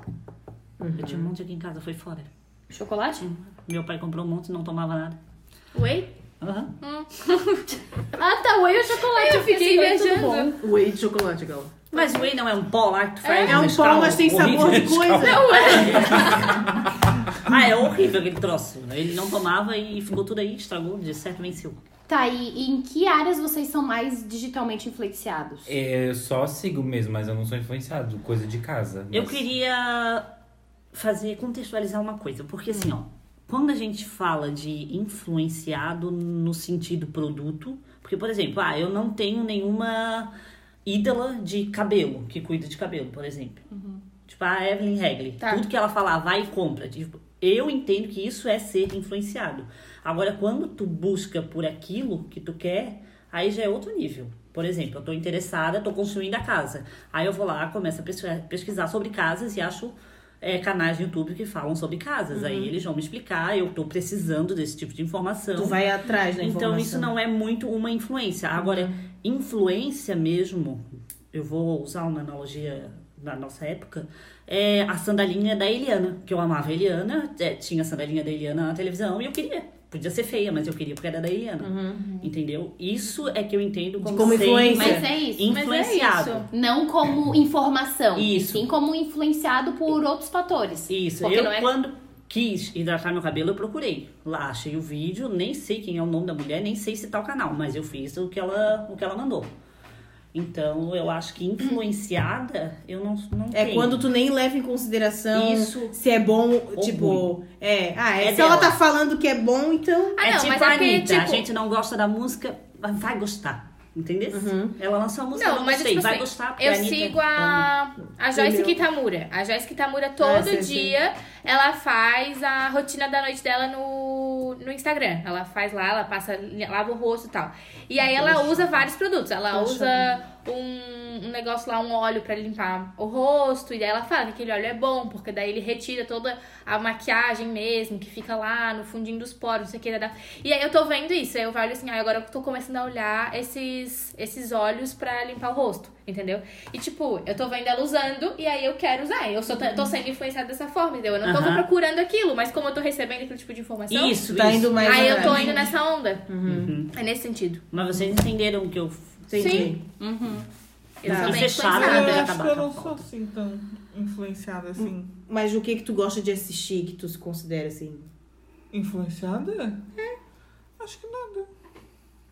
C: Eu tinha um monte aqui em casa, foi fora.
A: Chocolate?
C: Meu pai comprou um monte e não tomava nada.
D: Oi?
C: Aham.
A: Ah, tá, whey ou chocolate?
D: Eu
A: pensei,
D: fiquei
A: whey, tudo
D: viajando.
F: Whey de chocolate, gal.
C: Mas o whey não é um pó lá que tu faz
F: É um
C: Nescau,
F: pó, mas tem sabor de
B: horrível.
D: é
F: coisa.
D: um
C: Ah, é horrível aquele troço. Ele não tomava e ficou tudo aí, estragou, de certo venceu.
A: bom. Tá, e, e em que áreas vocês são mais digitalmente influenciados?
B: É, eu só sigo mesmo, mas eu não sou influenciado. Coisa de casa.
C: Eu
B: mas-
C: queria fazer, contextualizar uma coisa, porque assim,
F: Hum.
C: ó, quando a gente fala de influenciado no sentido produto, porque, por exemplo, ah, eu não tenho nenhuma ídola de cabelo, que cuida de cabelo, por exemplo. Tipo, a Evelyn Regli.
D: Tá.
C: Tudo que ela falar, vai e compra. Tipo, eu entendo que isso é ser influenciado. Agora, quando tu busca por aquilo que tu quer, aí já é outro nível. Por exemplo, eu tô interessada, tô construindo a casa. Aí eu vou lá, começo a pesqui- pesquisar sobre casas e acho é, canais no YouTube que falam sobre casas. Aí eles vão me explicar, eu tô precisando desse tipo de informação.
F: Uhum. Tu vai atrás da informação.
C: Então isso não é muito uma influência. Agora,
A: Uhum.
C: influência mesmo, eu vou usar uma analogia da nossa época, é a sandalinha da Eliana, que eu amava a Eliana, é, tinha a sandalinha da Eliana na televisão e eu queria. Podia ser feia, mas eu queria porque era da Eliana.
A: Uhum.
C: Entendeu? Isso é que eu entendo como,
F: como
C: ser
F: influência.
A: Mas é isso.
C: Influenciado.
A: Não como informação.
C: Isso.
A: Sim como influenciado por outros fatores.
C: Isso,
A: Porque
C: eu
A: não é-
C: quando quis hidratar meu cabelo, eu procurei. Lá achei o vídeo, nem sei quem é o nome da mulher, nem sei se tá o canal, mas eu fiz o que ela, o que ela mandou. Então, eu acho que influenciada, eu não, não
F: É
C: tenho.
F: quando tu nem leva em consideração
C: Isso.
F: se é bom,
C: Ou
F: tipo. É, ah, é,
C: É
F: se
C: dela.
F: ela tá falando que é bom, então.
D: Ah,
C: é
D: não,
C: tipo
D: mas
C: a
D: é porque,
C: Anitta, a
D: tipo-
C: gente não gosta da música, mas vai gostar. Entendeu? Ela lançou uma música,
D: Uhum. Não,
C: não,
D: mas é
C: gostei,
D: tipo
C: vai
D: assim,
C: gostar. porque
D: Eu
C: a Anitta-
F: tá
D: sigo a, a Joyce Kitamura. A Joyce Kitamura, todo
F: Ah, sim, sim.
D: dia, ela faz a rotina da noite dela no, no Instagram. Ela faz lá, ela passa, lava o rosto e tal. E aí ela usa vários produtos. Ela usa um, um negócio lá, um óleo pra limpar o rosto. E daí ela fala que aquele óleo é bom, porque daí ele retira toda a maquiagem mesmo, que fica lá no fundinho dos poros, não sei o que. dadá. E aí eu tô vendo isso, aí eu olho assim, ah, agora eu tô começando a olhar esses, esses óleos pra limpar o rosto, entendeu? E tipo, eu tô vendo ela usando e aí eu quero usar. Eu sou, tô sendo influenciada dessa forma, entendeu? Eu não tô
C: Aham.
D: procurando aquilo, mas como eu tô recebendo aquele tipo de informação,
C: Isso, Uhum.
F: tá
C: isso.
F: indo mais.
D: aí Ah, eu
F: atrás.
D: tô indo nessa onda. É nesse sentido.
C: Mas vocês entenderam que eu
F: Entendi.
D: Sim. Eu
C: Tá.
D: sou bem
C: Fechado,
E: Eu
F: Ah,
D: influenciada.
C: né? vai
E: acho
C: acabar
E: que eu
F: tá
C: com a
E: não sou
C: pauta.
E: assim tão influenciada assim.
F: Mas o que que tu gosta de assistir que tu se considera assim?
E: Influenciada? Acho que nada.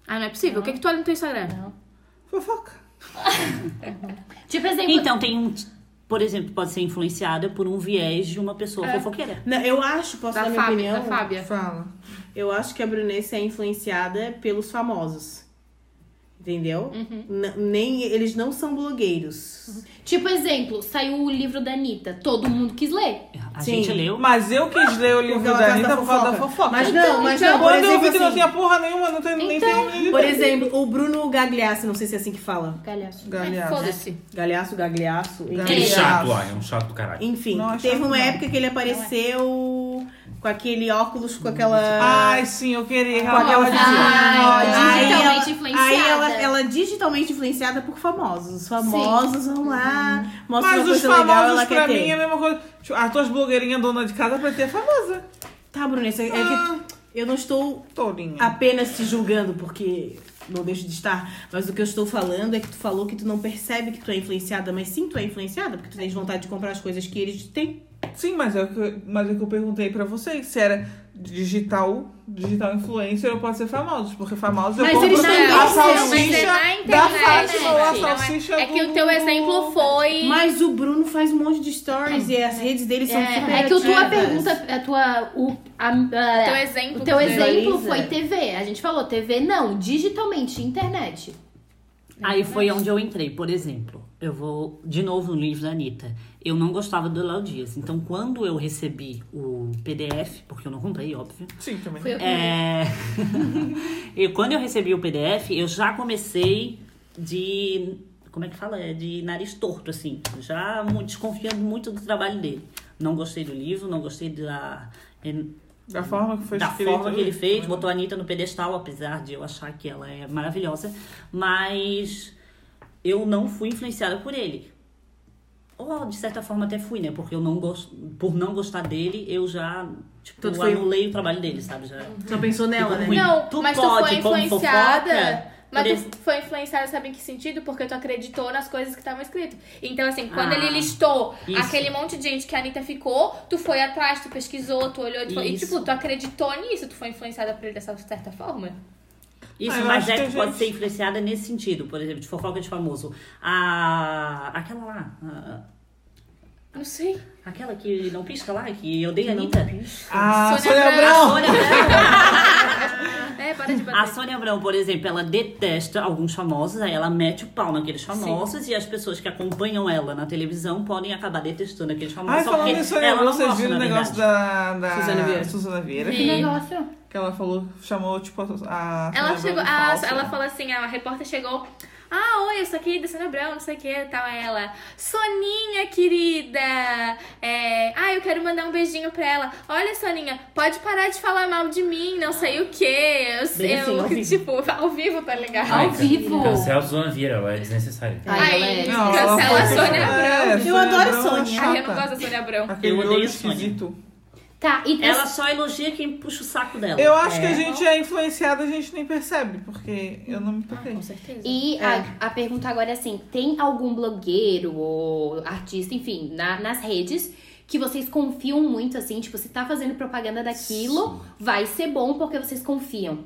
D: Ah, não é possível. O que, é que tu olha no teu Instagram?
E: Fofoca.
A: Tipo, exemplo,
C: Então, tem um. Por exemplo, pode ser influenciada por um viés de uma
D: É.
C: pessoa fofoqueira.
F: Não, eu acho, posso
D: Da
F: dar minha
D: Fábia, da
F: opinião?
D: Fábia.
E: Fala.
F: Eu acho que a Brunessa é influenciada pelos famosos. Entendeu?
D: Uhum.
F: N- nem eles não são blogueiros.
A: tipo exemplo, saiu o livro da Anitta, todo mundo quis ler.
C: A
F: Sim.
C: gente leu.
E: Mas eu quis ler o
F: Por
E: livro
F: causa
E: da
F: da
E: Anitta por causa da
F: fofoca.
E: fofoca.
F: Mas
D: Então,
F: não, mas não, por
E: Quando eu vi que
F: exemplo,
E: não
F: assim,
E: tinha porra nenhuma, não tem, nem tem um livro.
F: por exemplo, o Bruno Gagliasso, não sei se é assim que fala.
A: Galhaço.
E: Galhaço.
D: Foda-se.
F: Galhaço, Gagliasso.
E: Gagliasso.
B: Aquele
E: É.
B: chato lá, é um chato do caralho.
F: Enfim,
E: Não é
F: teve
E: chato,
F: uma
E: não.
F: época que ele apareceu com aquele óculos, com
D: é.
F: aquela.
E: Ai, sim, eu queria.
F: com aquela
A: Ai,
F: Aí ela-
A: digitalmente influenciada.
F: Aí ela, ela é digitalmente influenciada por famosos. Os famosos vão lá, mostra
E: Uhum. Mas
F: uma
E: os
F: coisa legal,
E: famosos
F: ela
E: pra
F: quer
E: mim é
F: ter.
E: a mesma coisa. Tipo, As tuas blogueirinhas dona de casa pra ter é famosa.
F: Tá, Brunessa, é
E: Ah.
F: que eu não estou
E: Tolinha.
F: apenas te julgando porque não deixo de estar, mas o que eu estou falando é que tu falou que tu não percebe que tu é influenciada, mas sim tu é influenciada porque tu tens vontade de comprar as coisas que eles têm.
E: Sim, mas é, o que, eu- mas é o que eu perguntei pra vocês. Se era digital, digital influencer ou pode ser famosos. Porque famosos eu
F: Mas
E: compro
F: eles não
E: a
F: são,
D: mas é
E: salsicha
D: na
E: da
D: internet,
E: Fátima ou a
D: não é-
E: salsicha
D: É que
E: do-
D: o teu exemplo foi.
F: Mas o Bruno faz um monte de stories e as redes dele são super
A: É que a tua
F: ativas.
A: pergunta, a tua. O, a, a-
D: Teu exemplo.
A: o teu
D: que tu
A: exemplo
F: Visualiza.
A: foi TV. A gente falou TV, não, digitalmente, internet.
C: Aí foi onde eu entrei, por exemplo. Eu vou de novo no livro da Anitta. Eu não gostava do Léo Dias. Então, quando eu recebi o PDF, porque eu não comprei, óbvio.
E: Sim, também.
A: Foi eu que
C: É... e quando eu recebi o PDF, eu já comecei de. Como é que fala? É De nariz torto, assim. Já mu- desconfiando muito do trabalho dele. Não gostei do livro, não gostei da.
E: Da forma que foi
C: da
E: escrito.
C: forma que ele fez, botou a Anitta no pedestal, apesar de eu achar que ela é maravilhosa, mas eu não fui influenciada por ele. Ou de certa forma até fui, né? Porque eu não gosto, por não gostar dele, eu já tipo,
F: Então tu foi-
C: anulei o trabalho dele, sabe? Já
F: Só pensou nela, né?
C: Ui,
D: Não,
C: tu
D: mas
C: pode,
D: tu foi
C: como
D: influenciada.
C: fofoca, por
D: Mas
C: esse-
D: tu foi influenciada, sabe em que sentido? Porque tu acreditou nas coisas que estavam escritas. Então, assim, quando
C: Ah,
D: ele listou
C: isso.
D: aquele monte de gente que a Anitta ficou, tu foi atrás, tu pesquisou, tu olhou, tu foi- e
C: Isso.
D: tipo, tu acreditou nisso, tu foi influenciada por ele dessa certa forma.
C: Isso,
E: Ah, eu
C: mas
E: acho
C: é
E: que
C: que,
E: a
C: pode
E: gente-
C: ser influenciada nesse sentido, por exemplo, de fofoca de famoso. A... Aquela lá, a-
D: Não sei.
C: aquela que não pisca lá, que eu dei a Anitta.
E: Ah,
D: Sônia
E: Sônia
D: Abrão.
E: Abrão!
C: Olha,
D: É, para de
C: A
D: bater.
C: Sônia Abrão, por exemplo, ela detesta alguns famosos, aí ela mete o pau naqueles famosos e as pessoas que acompanham ela na televisão podem acabar detestando aqueles famosos.
E: Ai,
C: só
E: falando
C: porque
E: em Sônia
C: é. ela
E: Abrão,
C: não
E: vocês
C: gosta,
E: viram o
C: na
E: negócio
C: verdade.
E: da, da
F: Suzana Vieira.
E: Suzana Vieira,
A: Que negócio.
E: que ela falou, chamou, tipo, a.
D: Ela
E: Sônia Abrão
D: chegou,
E: de
D: a-
E: falsa.
D: ela falou assim, a repórter chegou. Ah, oi, eu sou a querida Sônia Abrão, não sei o que, tal. Aí ela, Soninha, querida. É... Ah, eu quero mandar um beijinho pra ela. Olha, Soninha, pode parar de falar mal de mim, não sei o quê. Eu,
F: Bem
D: eu-
F: assim, ao vivo.
D: tipo, ao vivo, tá ligado?
B: Ai,
A: Ao
B: cara,
A: vivo.
B: Cancela a Suzana Vieira, ela é desnecessária.
A: Ai,
D: Aí,
A: galera.
E: Não,
D: cancela
E: ela
D: a
E: foi-
D: Sônia Abrão.
E: É,
F: Eu adoro
E: Abrão é
F: Sônia. Então,
D: Ai, eu não
E: chata.
D: gosto da Sônia Abrão.
E: Aquele
C: Eu odeio
E: olho
C: Sônia.
E: esquisito.
A: Tá, e
C: Ela só elogia quem puxa o saco dela.
E: Eu acho que a gente é influenciado, a gente nem percebe, porque eu não me
D: Ah,
E: toquei. Tá,
A: E a, a pergunta agora é assim: tem algum blogueiro ou artista, enfim, na- nas redes que vocês confiam muito, assim, tipo, se tá fazendo propaganda daquilo, vai ser bom porque vocês confiam.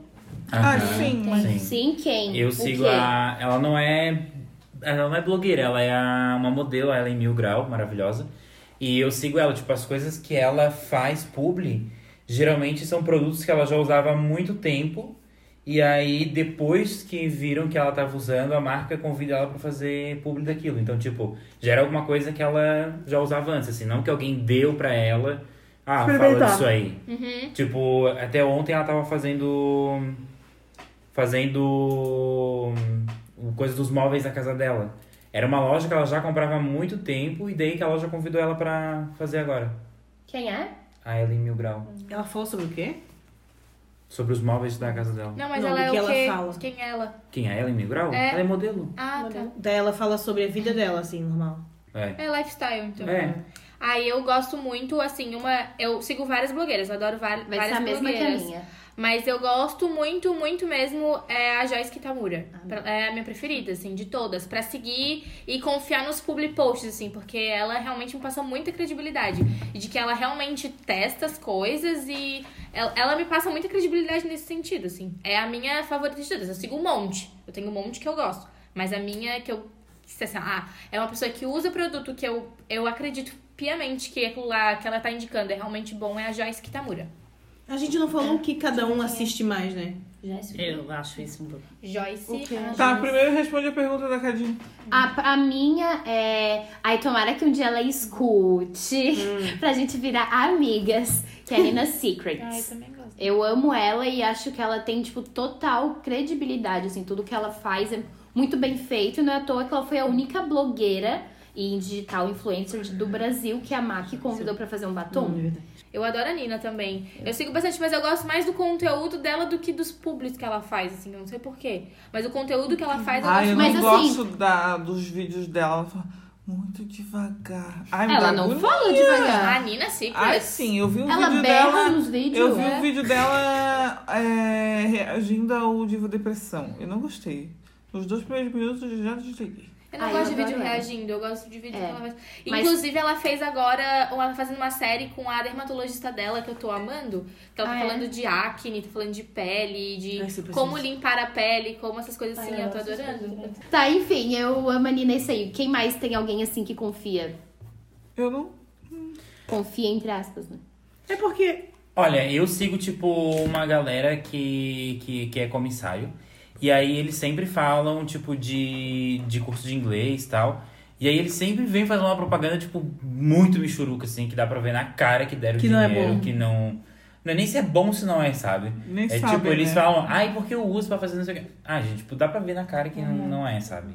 E: Ah,
B: Aham.
E: sim, mas.
B: Sim.
A: Sim, quem?
B: Eu
A: O
B: sigo
A: quê?
B: a. Ela não é. Ela não é blogueira, ela é a- uma modelo, ela é em mil grau, maravilhosa. E eu sigo ela, tipo, as coisas que ela faz publi, geralmente são produtos que ela já usava há muito tempo. E aí, depois que viram que ela tava usando, a marca convida ela pra fazer publi daquilo. Então, tipo, já era alguma coisa que ela já usava antes, assim, não que alguém deu pra ela. Ah, fala
F: Experimentar.
B: disso aí.
A: Uhum.
B: Tipo, até ontem ela tava fazendo. Fazendo. hum, Coisa dos móveis da casa dela. Era uma loja que ela já comprava há muito tempo e daí que a loja convidou ela pra fazer agora.
A: Quem é?
B: A Ellen Mil Grau.
F: Ela falou sobre o quê?
B: Sobre os móveis da casa dela.
D: Não, mas
F: Não,
D: ela
F: do
D: é
F: que
D: o
F: ela
D: quê?
F: fala.
D: Quem é ela?
B: Quem? A Ellen Mil Grau?
D: É.
B: Ela é modelo.
D: Ah, tá.
F: Daí ela fala sobre a vida dela, assim, normal.
B: É.
D: É lifestyle, então.
B: É.
D: Aí eu gosto muito, assim, uma. Eu sigo várias blogueiras, eu adoro va-
A: Vai ser
D: várias
A: a mesma que a
D: blogueiras.
A: minha.
D: Mas eu gosto muito, muito mesmo é a Joyce Kitamura. Pra- É a minha preferida, assim, de todas. Pra seguir e confiar nos public posts, assim, porque ela realmente me passa muita credibilidade. E de que ela realmente testa as coisas e ela, ela me passa muita credibilidade nesse sentido, assim. É a minha favorita de todas. Eu sigo um monte. Eu tenho um monte que eu gosto. Mas a minha é que eu. se- assim, ah, é uma pessoa que usa produto que eu, eu acredito piamente que aquilo lá que ela tá indicando é realmente bom, é a Joyce Kitamura.
F: A gente não falou o que cada um assiste mais, né?
C: Eu acho isso um pouco.
D: Joyce.
E: Tá, primeiro responde a pergunta da Cadinha.
A: A, a minha é. Ai, tomara que um dia ela escute.
D: Hum.
A: pra gente virar amigas. Que é a Nina Secrets.
D: também gosto.
A: Eu amo ela e acho que ela tem, tipo, total credibilidade, assim, tudo que ela faz é muito bem feito. Não é à toa que ela foi a única blogueira e digital influencer do Brasil que a MAC convidou pra fazer um batom.
D: Hum, Eu adoro a Nina também. Eu sigo bastante, mas eu gosto mais do conteúdo dela do que dos públicos que ela faz, assim, eu não sei porquê. Mas o conteúdo que ela faz, eu
E: Ai,
D: gosto
E: eu não
D: mais.
A: mas assim-
E: gosto da, dos vídeos dela. Ela fala muito devagar.
D: é
E: Ai,
D: um
E: me
A: Ela
E: dá
A: não
E: agonia.
A: fala devagar.
D: A Ah, Nina Secrets.
E: Ai, sim, eu vi um
A: Ela
E: vídeo
A: berra
E: dela.
A: nos vídeos.
E: Eu vi
A: né?
D: É.
E: um vídeo dela é, reagindo ao Diva Depressão. Eu não gostei. Nos dois primeiros minutos eu já desliguei.
D: Eu não
A: Ai,
D: gosto
A: eu
D: de vídeo
A: adoro ela.
D: reagindo, eu gosto de vídeo
A: É,
D: que ela faz.
A: mas-
D: Inclusive, ela fez agora, ela fazendo uma série com a dermatologista dela, que eu tô amando. Que ela tá
A: Ah, é?
D: falando de acne, tá falando de pele, de
F: Ai, super
D: como
F: sim.
D: limpar a pele, como essas coisas assim, eu tô adorando.
A: Tá, enfim, eu amo a Nina, é isso aí. Quem mais tem alguém, assim, que confia?
E: Eu não.
A: Confia, entre aspas, né?
F: É porque
B: Olha, eu sigo, tipo, uma galera que, que, que é comissário. E aí eles sempre falam, tipo, de, de curso de inglês e tal. E aí eles sempre vêm fazendo uma propaganda, tipo, muito michuruca, assim, que dá pra ver na cara que deram
F: Que não é
B: dinheiro,
F: bom.
B: que não. Não é nem se é bom se não é, sabe?
E: Nem
B: é
E: sabe.
B: tipo, eles
E: né?
B: falam, ai, porque eu uso pra fazer não sei o quê. Ah, gente, tipo, dá pra ver na cara que não, não é, sabe?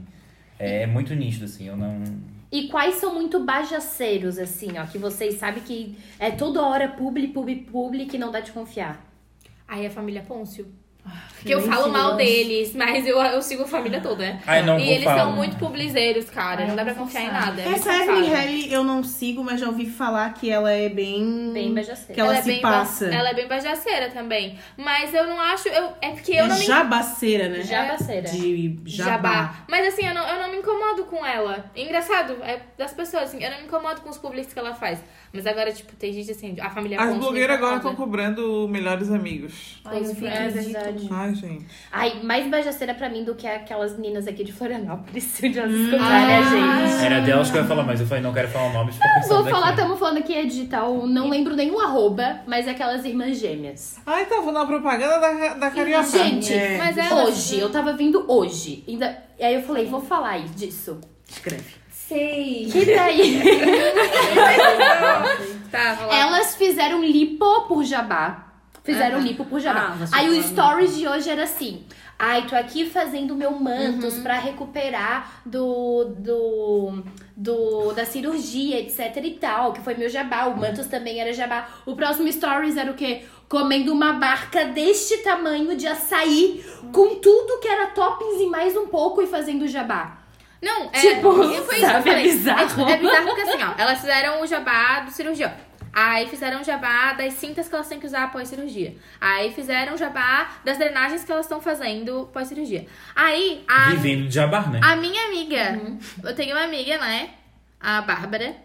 B: É, é muito nítido, assim, eu não.
A: E quais são muito bajaceiros, assim, ó, que vocês sabem que é toda hora publi, publi, publi, que não dá de confiar?
D: Aí a família Pôncio. Porque eu
F: nem
D: falo
F: sigo
D: mal
F: elas.
D: deles, mas eu, eu sigo a família toda, né?
B: Ai, não
D: e
B: vou
D: eles
B: falar.
D: são muito publizeiros, cara.
A: Ai,
D: não dá pra
A: não
D: confiar em
A: sabe.
D: nada. é
F: essa
D: muito
F: Evelyn
D: safada.
F: Haley eu não sigo, mas já ouvi falar que ela é bem.
A: Bem bajaceiro.
F: que ela,
D: é
F: se
D: bem ba-
F: passa.
D: Ela é bem bajaceira também. Mas eu não acho. Eu, é porque eu
F: é
D: não me
F: jabaceira,
A: É.
F: né?
A: Jabaceira.
F: De jabá.
D: Mas assim, eu não, eu não me incomodo com ela. Engraçado, é das pessoas, assim, eu não me incomodo com os públicos que ela faz. Mas agora, tipo, tem gente assim, a
A: é
D: família
E: As
D: Ponce me
E: blogueiras agora estão
D: incomoda.
E: cobrando melhores amigos.
A: Ai, eu fico
D: É
A: ridículo.
E: Ai, gente.
A: Ai, mais bajaceira pra mim do que aquelas meninas aqui de Florianópolis, onde elas
D: Ah,
A: escutarem a né, gente.
B: Era delas que eu ia falar, mas eu falei, não quero falar nomes porque são
A: Vou
B: daqui.
A: falar, estamos falando que é digital, não lembro nenhum arroba, mas é aquelas irmãs gêmeas.
E: Ai, tava na propaganda da, da Carioca.
A: Gente,
F: É.
D: Mas assim. elas-
A: hoje, eu tava vindo hoje. Ainda... E aí eu falei, vou falar aí disso.
F: Escreve.
D: Sei.
A: Que daí?
D: Tá, vou lá.
F: É,
A: elas fizeram lipo por jabá. Fizeram lipo por geral.
C: Ah, você
A: Aí o
C: falando.
A: stories de hoje era assim. Ai, tô aqui fazendo meu mantos
C: Uhum.
A: pra recuperar do, do, do- da cirurgia, etc e tal, que foi meu jabá. O mantos também era jabá. O próximo stories era o quê? Comendo uma barca deste tamanho de açaí, com tudo que era toppings e mais um pouco e fazendo jabá.
D: Não, é.
A: Tipo,
D: e foi isso que eu
A: sabe, é
D: falei.
A: bizarro.
D: É, é bizarro porque assim, ó, elas fizeram o jabá do cirurgião. Aí fizeram o jabá das cintas que elas têm que usar após cirurgia. Aí fizeram o jabá das drenagens que elas estão fazendo pós cirurgia. Aí a,
B: Vivendo de jabar, né?
D: a minha amiga, eu tenho uma amiga, né? A Bárbara.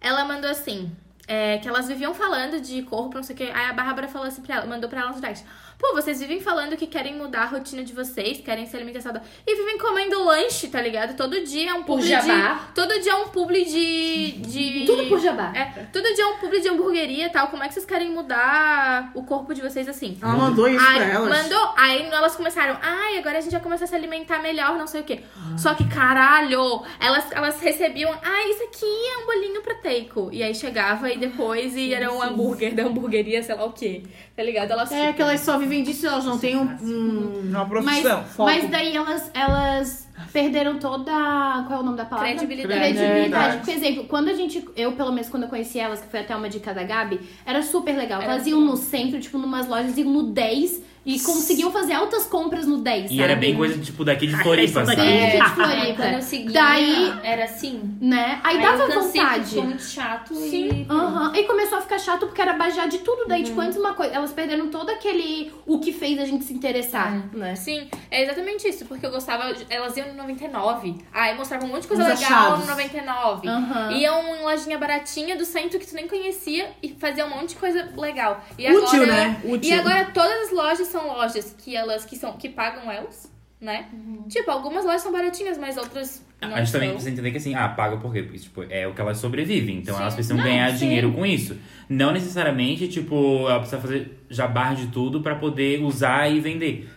D: Ela mandou assim. é, que elas viviam falando de corpo, não sei o que. Aí a Bárbara falou assim pra ela, mandou pra ela no direct. Pô, vocês vivem falando que querem mudar a rotina de vocês, querem se alimentar saudável. E vivem comendo lanche, tá ligado? Todo dia é um
A: Por
D: publi
A: jabá.
D: de... Todo dia é um publi de... de...
A: Tudo por jabá.
D: É, todo dia é um publi de hamburgueria e tal. Como é que vocês querem mudar o corpo de vocês assim?
F: Ela mandou isso
D: Aí,
F: pra elas.
D: Mandou. Aí elas começaram. Ai, agora a gente vai começar a se alimentar melhor, não sei o quê. Só que, caralho, elas, elas recebiam. Ah, isso aqui é um bolinho proteico. E aí chegava e depois e era um hambúrguer da hamburgueria, sei lá o quê. Tá ligado? Elas.
F: É que elas só vivem disso, elas não têm um. um-
E: Uma
A: Mas,
E: profissão.
F: foco.
A: mas daí elas, elas perderam toda. a- Qual é o nome da palavra?
D: Credibilidade.
A: Credibilidade. Por exemplo, quando a gente. Eu, pelo menos, quando eu conheci elas, que foi até uma dica da Gabi, era super legal.
D: Era
A: elas iam no centro, tipo, numas lojas, iam no 10 e conseguiam fazer altas compras no 10.
B: E
A: sabe?
B: era bem coisa, tipo, daqui de Floripa,
C: Isso daqui.
B: sabe?
A: É, de
H: Aí, quando eu
A: Floripa.
H: seguia,
A: Daí-
H: era assim.
A: Né? Aí, dava
H: eu cansei,
A: vontade.
H: Ficou muito chato e...
A: Aham. E começou a ficar chato porque era bajar de tudo. Daí, tipo, antes uma coisa. Elas perderam todo aquele. O que fez a gente se interessar, né?
D: Sim, é exatamente isso, porque eu gostava. Elas iam no 99. Aí mostravam um monte de coisa
F: Os
D: legal
F: achados.
D: no 99.
A: Aham.
D: Iam em lojinha baratinha do centro que tu nem conhecia e fazia um monte de coisa legal. E
F: Útil,
D: agora,
F: né? Útil.
D: E agora todas as lojas são lojas que elas que são que pagam elas, né?
F: Uhum.
D: Tipo, algumas lojas são baratinhas, mas outras não
B: Ah, A gente também
D: são.
B: precisa entender que assim, ah, paga por quê? Porque, tipo, é o que elas sobrevivem. Então
D: Sim.
B: elas precisam
D: Não,
B: ganhar
D: sim.
B: dinheiro com isso. Não necessariamente, tipo, ela precisa fazer jabar de tudo pra poder usar e vender.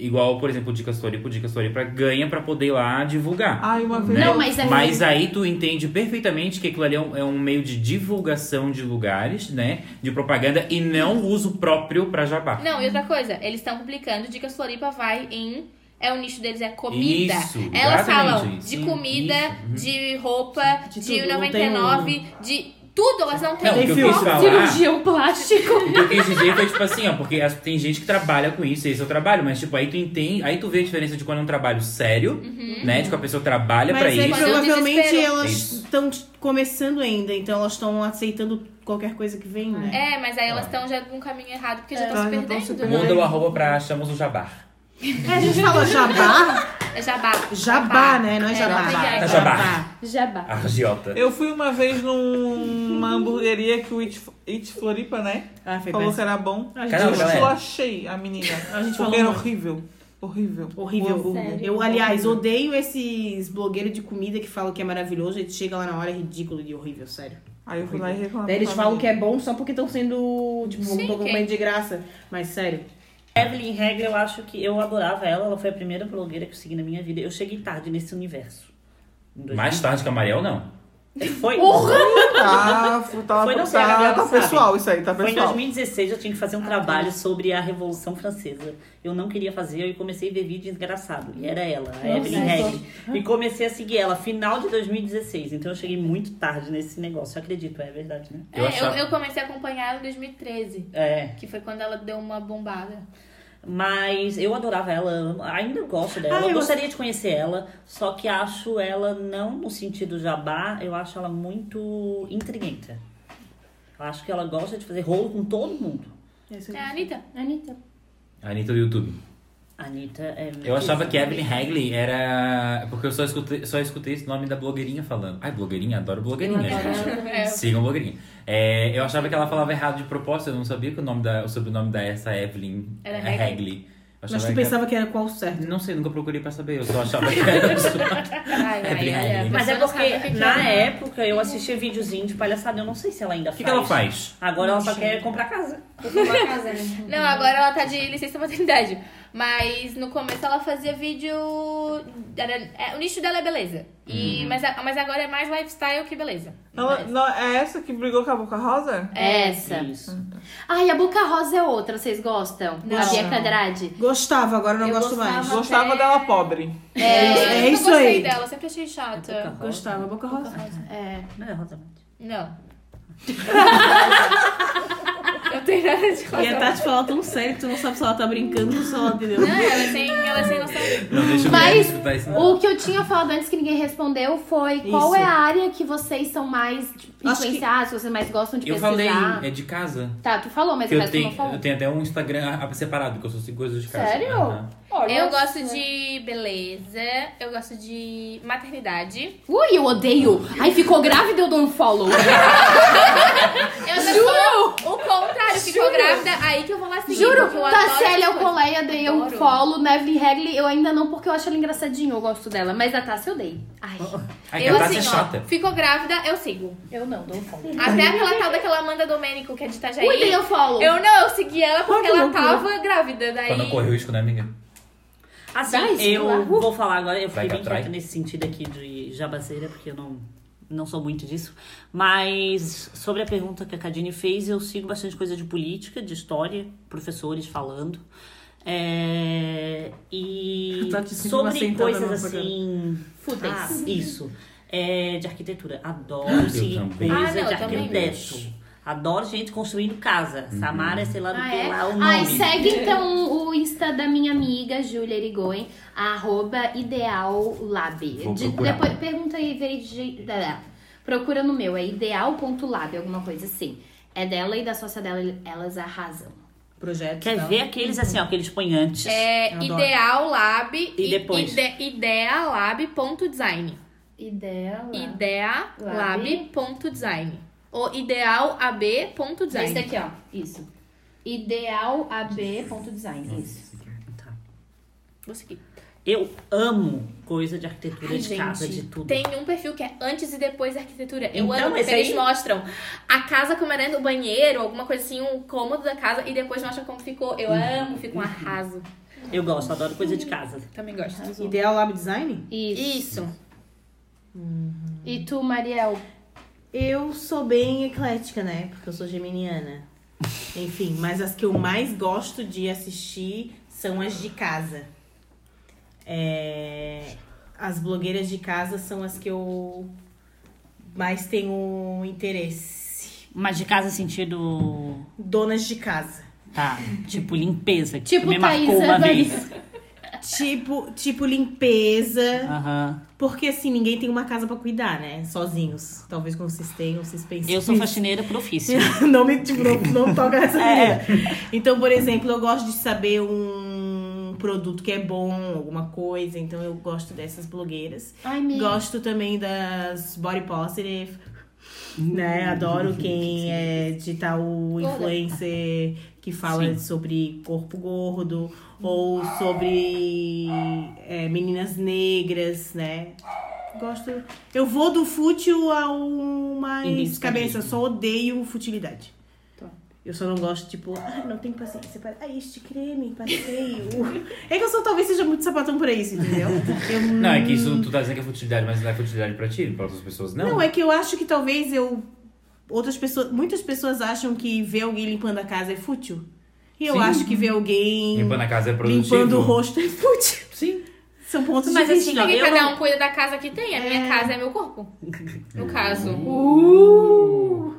B: Igual, por exemplo, o Dicas Floripa, o Dicas Floripa ganha pra poder ir lá divulgar.
D: Ah,
E: Ai, uma vez.
B: né?
A: Não, mas é-
B: aí tu entende perfeitamente que aquilo ali é um, é um meio de divulgação de lugares, né? De propaganda e não uso próprio pra jabá.
D: Não, e outra coisa, eles estão publicando Dicas Floripa vai em. É o nicho deles, é comida.
B: Isso,
D: Elas
B: exatamente,
D: falam de
B: sim,
D: comida,
B: isso, uhum.
D: de roupa,
F: De
D: de,
F: tudo, não tem um-
D: 99, de tudo. Elas não têm
B: Não, o que eu quis falar.
A: Cirurgião plástico.
B: O que eu quis dizer foi tipo assim, ó, porque as- tem gente que trabalha com isso, esse é o trabalho, mas tipo, aí tu entende, aí tu vê a diferença de quando é um trabalho sério,
D: Uhum.
B: né? De que a pessoa trabalha pra
F: Mas é que
B: isso.
F: provavelmente
D: desespero.
F: elas
B: Isso.
F: estão começando ainda, então elas estão aceitando qualquer coisa que vem, né?
D: É, mas aí elas
B: Ah.
D: estão já num caminho errado porque já
F: Elas
D: estão se
F: já tão
D: perdendo.
F: se perdendo.
B: Muda o arroba pra achamos o jabá.
F: É, a gente fala jabá,
D: É jabá.
F: jabá, né? Não é
D: não
F: jabá.
D: tem
B: Tá
D: jabá.
B: jabá.
A: Jabá.
B: Argiota.
E: Eu fui uma vez numa hamburgueria que o It, It Floripa, né?
F: Ah, foi
E: falou que
F: péssimo.
E: era bom.
F: A
B: Caramba,
E: Eu
F: gente-
B: galera.
E: esculachei a menina.
F: A gente falou
E: porque era
F: muito.
E: horrível. Horrível.
F: Horrível.
H: Sério?
F: Eu, aliás, odeio esses blogueiros de comida que falam que é maravilhoso, eles chegam lá na hora é ridículo e horrível, sério.
E: Aí eu fui lá e reclamei.
F: Daí eles
E: pra
F: falam que
E: menina.
F: é bom só porque estão sendo, tipo,
D: Sim,
F: estão
D: quem-
F: comendo de graça. Mas sério.
C: Evelyn Regler, eu acho que eu adorava ela. Ela foi a primeira blogueira que eu segui na minha vida. Eu cheguei tarde nesse universo. Em dois-
B: Mais tarde que a Mariel, não.
C: Foi.
E: Tá, fu- tá,
C: Foi, não sei, a
E: tá,
C: Gabriela
E: tá
C: sabe.
E: pessoal isso aí, tá
C: Foi em
E: pessoal.
C: 2016, eu tinha que fazer
F: Ah,
C: um
F: tá.
C: trabalho sobre a Revolução Francesa. Eu não queria fazer, eu comecei a ver vídeo engraçado. E era ela, a Evelyn Regler. E comecei a seguir ela, final de 2016. Então eu cheguei muito tarde nesse negócio. Eu acredito, é verdade, né?
D: É, eu,
B: Eu achava-
D: eu comecei a acompanhar ela em 2013,
C: É.
D: que foi quando ela deu uma bombada.
C: Mas eu adorava ela, amo- ainda gosto dela.
F: Ah, eu
C: eu gostaria de conhecer ela, só que acho ela não no sentido jabá, eu acho ela muito intriguenta. Eu acho que ela gosta de fazer rolo com todo mundo.
D: É a Anitta.
A: Anitta.
B: A Anitta do YouTube.
C: A Anitta é.
B: Eu achava que Evelyn Hagley era. Porque eu só escutei, só escutei esse nome da blogueirinha falando. Ai, blogueirinha? Adoro blogueirinha.
D: É.
B: Sigam blogueirinha. um É, eu achava que ela falava errado de propósito, eu não sabia que o, nome da, o sobrenome da essa Evelyn
D: Era
B: é
D: Hagley.
B: Hagley. Eu achava
F: Mas tu
B: que- é.
F: pensava que era qual o certo.
B: Não sei, nunca procurei pra saber. Eu só achava que era o sobrenome.
D: Ai, ai,
B: Evelyn
D: ai,
B: Hagley.
D: a
C: Mas é
D: pessoa não sabe o
C: porque
D: que que
C: na
D: é.
C: época eu assistia videozinho de palhaçada, eu não sei se ela ainda
B: O
C: faz.
B: que, que ela faz?
C: Agora ela só quer comprar casa.
H: Vou pra casa, né?
D: Não, agora ela tá de licença maternidade. Mas no começo ela fazia vídeo. era- é, o nicho dela é beleza. E, mas, a- mas agora é mais lifestyle que beleza.
E: Ela- não, é essa que brigou com a Boca Rosa?
A: Essa.
C: Isso.
A: Ai, a Boca Rosa é outra, vocês gostam?
D: Não.
A: A Bia Cadrade.
F: Gostava, agora não
H: Eu
F: gosto
H: gostava.
F: mais.
E: Gostava dela pobre.
D: É,
F: é
D: eu
F: isso
D: nunca gostei
F: aí.
D: dela, sempre achei chata.
F: Gostava, Boca Rosa.
A: É.
C: é Não é Rosamund.
D: Não. eu tenho nada de
F: E a
D: razão.
F: Tati fala tão sério que tu não sabe se ela tá brincando ou se ela entendeu.
D: Não, ela é sem, ela é sem noção.
B: Não, deixa eu
A: Mas
B: escutar isso. não.
A: O que eu tinha falado antes que ninguém respondeu foi qual é
F: Isso.
A: a área que vocês são mais tipo,
F: Acho que-
A: influenciados, que... vocês mais gostam de
B: Eu falei,
A: pesquisar.
B: é de casa.
A: Tá, tu falou, mas
B: Que
A: o
B: eu
A: resto tu não
B: tenho,
A: falou.
B: eu tenho até um Instagram a- separado, que eu sou cinco coisas de casa.
A: Sério?
B: Aham.
D: Eu gosto de beleza, eu gosto de maternidade.
A: Ui, eu odeio. Ai, ficou grávida, eu dou um follow.
D: Eu já sou o contrário, ficou grávida, aí que eu vou lá seguir.
A: Juro, tá
D: porque eu
A: da
D: adoro
A: Célia
D: essas coisas.
A: Alcoleia dei um
D: Adoro.
A: follow, Neville Hagley eu ainda não, porque eu acho ela engraçadinha, eu gosto dela. Mas a Tassi eu dei. Ai,
B: Ai, que
D: Eu
B: a Tati
D: assim,
B: é
D: ó,
B: chata.
D: ficou grávida, eu sigo.
A: eu não dou um follow.
D: Até aquela tal daquela Amanda Domênico, que é de Itajaí.
A: Ui, dei um follow.
D: Eu não, eu segui ela porque
F: Olha,
D: ela
F: loucura.
D: tava grávida, daí...
B: Pra não correr o risco, né, amiga?
C: Assim,
A: Dá isso,
C: eu
A: claro.
C: vou falar agora, eu
B: Vai que
C: fiquei bem
B: atrai.
C: quieta nesse sentido aqui de jabaceira, porque eu não, não sou muito disso. Mas sobre a pergunta que a Cadine fez, eu sigo bastante coisa de política, de história, professores falando. É, e
E: Tá te sentindo
C: sobre
E: assentada
C: coisas
E: no
C: assim.
A: Fúteis.
C: Ah, isso. É, de arquitetura. Adoro seguir
B: também.
C: coisa
D: Ah, não,
C: de
D: eu também
C: arquiteto. Adoro gente construindo casa. Samara, sei lá do
A: Ah,
C: que
A: é?
C: lá o nome.
A: Ai, segue então o Insta da minha amiga, Júlia Ah, Erigoyen, arroba ideallab.
B: Vou
A: De-
B: procurar.
A: depois pergunta aí, veri- de- da- da- procura no meu, é ideal.lab, alguma coisa assim. É dela e da sócia dela, elas arrasam.
F: Projeto.
C: Quer ver aqueles assim, ó, que eles põem antes.
D: É
C: Eu adoro.
D: Ideal Lab
C: E depois?
D: ide, idealab.design.
A: Ideal.
D: Idealab.design. Ou idealab.design.
A: Esse daqui, ó. Isso. Idealab.design. Isso.
C: Tá.
D: Vou seguir.
C: Eu amo coisa de arquitetura de casa, de tudo.
D: Tem um perfil que é antes e depois da arquitetura. Eu
C: Então,
D: amo
C: esse
D: porque eles
C: aí-
D: mostram a casa como era o banheiro, alguma coisa assim, um cômodo da casa, e depois mostra como ficou. Eu
C: Uhum.
D: amo, fica um arraso.
C: Eu gosto, adoro coisa de casa.
D: Também gosto.
F: Ideal Lab Design?
A: Isso.
D: Isso.
A: E tu, Mariel?
F: Eu sou bem eclética, né? Porque eu sou geminiana. Enfim, mas as que eu mais gosto de assistir são as de casa. É, As blogueiras de casa são as que eu mais tenho interesse.
C: Mas de casa assim, sentido.
F: Donas de casa.
C: Tá, tipo limpeza. que
A: Tipo
C: me marcou
A: Thaísa
C: uma
A: da-
C: vez.
F: Tipo, tipo limpeza.
C: Aham.
F: Porque assim, ninguém tem uma casa pra cuidar, né? Sozinhos. Talvez quando vocês tenham, vocês pensem.
C: Eu sou faxineira pro ofício.
F: não me tipo, não, não toca nessa
C: É.
F: menina. Então, por exemplo, eu gosto de saber um produto que é bom, alguma coisa. Então, eu gosto dessas blogueiras.
A: Ai, minha.
F: Gosto também das body positive. Né? Adoro quem é digital influencer que fala sobre corpo gordo ou sobre é, meninas negras, né? Gosto. Eu vou do fútil ao mais
C: Indiscutível.
F: cabeça, eu só odeio futilidade. Eu só não gosto, tipo, ah, não tenho paciência para. Ah, este creme, passeio. é que eu sou talvez seja muito sapatão pra isso, entendeu? Eu
B: Não, é que isso tu tá dizendo que é futilidade, mas não é futilidade pra ti, pra outras pessoas não.
F: Não. é que eu acho que talvez eu. Outras pessoas. Muitas pessoas acham que ver alguém limpando a casa é fútil. E eu
B: Sim.
F: acho que ver alguém
B: Limpando
F: limpando,
B: a casa é produtivo.
F: o rosto é fútil.
C: Sim.
F: São pontos
D: Mas
F: de
D: assim,
F: vista.
D: porque
C: eu
D: cada
C: não- Uhum.
D: um cuida da casa que tem. A minha casa é meu corpo. No caso.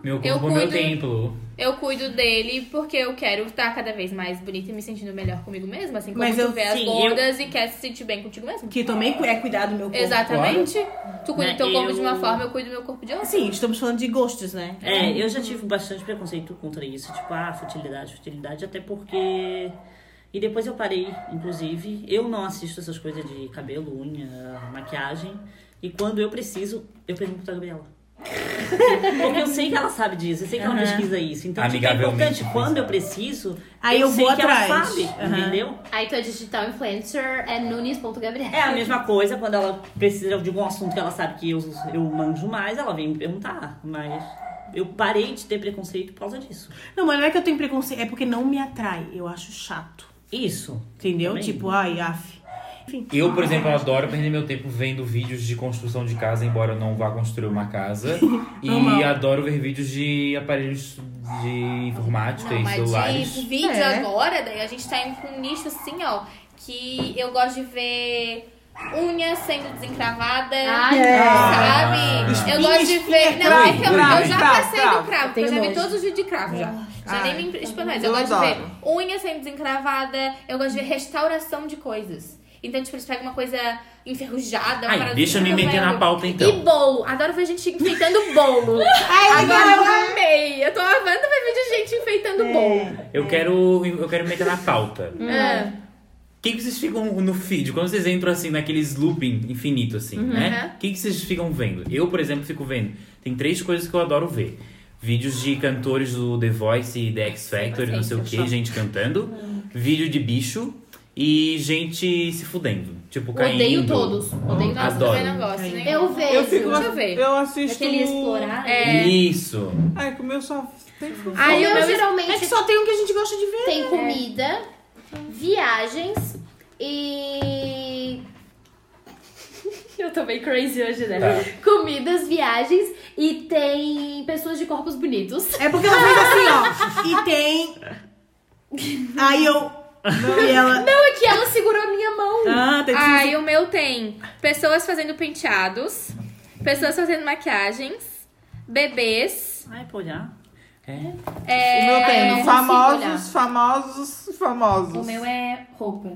B: Meu
D: Eu
B: corpo, é meu
D: cuido-
B: templo.
D: Eu cuido dele porque eu quero estar cada vez mais bonita e me sentindo melhor comigo mesma. Assim como
F: Mas
D: tu
F: eu-
D: vê as
C: sim,
D: gordas e quer se sentir bem contigo mesmo.
F: Que também cu- é cuidar do meu corpo.
D: Exatamente. Tu cuida
C: Né,
D: do teu corpo de uma
C: eu-
D: forma, eu cuido do meu corpo de outra.
F: Assim, estamos falando de gostos, né?
C: É, eu já tive bastante preconceito contra isso. Tipo, ah, futilidade, futilidade. Até porque. E depois eu parei, inclusive. Eu não assisto essas coisas de cabelo, unha, maquiagem. E quando eu preciso, eu pergunto pra Gabriela. Porque eu sei que ela sabe disso, eu sei que ela pesquisa isso. Então, tipo, é
B: Amigavelmente,
C: importante, quando eu preciso,
F: Aí eu
C: sei
F: vou
C: que ela
F: atrás.
C: sabe,
F: Aham.
C: entendeu?
A: Aí tu é digital influencer, é nunes.gabriel.
C: É a mesma coisa quando ela precisa de algum assunto que ela sabe que eu, eu manjo mais, ela vem me perguntar. Mas eu parei de ter preconceito por causa disso.
F: Não, mas não é que eu tenho preconceito. É porque não me atrai. Eu acho chato.
C: Isso.
F: Entendeu?
C: Também.
F: Tipo, ai, af. Enfim.
B: Eu, por exemplo, adoro perder meu tempo vendo vídeos de construção de casa, embora eu não vá construir uma casa. e
F: Normal.
B: adoro ver vídeos de aparelhos de informática
D: Não,
B: e
D: mas de
B: celulares.
D: vídeo
E: É.
D: agora, daí a gente tá indo pra um nicho assim, ó, que eu gosto de ver unha sendo desencravada.
A: Ai,
D: Sabe? Eu gosto de ver.
E: espinha,
D: Não, é
E: cravo,
D: que eu,
E: cravo,
D: eu já
E: cravo,
D: passei
E: cravo. Ah,
D: do cravo, porque eu já
H: Tenho
D: vi
H: nojo.
D: todos os dias de cravo já. Já nem me impressiona mais. Eu
E: tá eu
D: gosto de ver
E: adoro.
D: unha sendo desencravada, eu gosto de ver restauração de coisas. Então, tipo, eles pegam uma coisa enferrujada, uma
B: Ai,
D: parada assim,
B: deixa eu me
D: super
B: meter na
D: velha.
B: pauta, então.
D: E bolo. Adoro ver gente enfeitando bolo. Agora eu amei. Eu tô amando ver vídeo de gente enfeitando
A: É.
D: bolo.
B: Eu quero, eu quero me meter na pauta.
A: Hum.
B: O
D: É.
B: que, que vocês ficam no feed? Quando vocês entram assim naqueles looping infinito, assim, né? O que, que vocês ficam vendo? Eu, por exemplo, fico vendo. Tem três coisas que eu adoro ver. Vídeos de cantores do The Voice e The X Factor, e não sei o que, gente cantando. Vídeo de bicho e gente se fudendo. Tipo, caindo.
A: Odeio todos. Odeio todos.
D: Eu
B: Adoro.
D: também não gosto, né?
A: Eu
E: Eu
A: vejo.
E: fico.
D: Deixa eu ver.
E: Eu assisto.
H: Aquele explorar.
D: É.
B: Isso.
E: Ai, com o meu só tem fofoca.
A: O
D: Aí
A: meu,
D: eu
A: geralmente
F: É que só tem um que a gente gosta de ver.
A: tem comida, viagens e. Eu tô bem crazy hoje, né?
F: Tá.
A: Comidas, viagens e tem pessoas de corpos bonitos.
F: É porque ela fez assim, ó. E tem. Aí eu. E ela.
A: Não, é que ela segurou a minha mão.
F: Ah, tem que
D: Ah, e o meu tem pessoas fazendo penteados, pessoas fazendo maquiagens, bebês.
C: Ai, pô, já.
E: O meu tem
H: não
E: famosos, famosos, famosos.
H: O meu é roupa.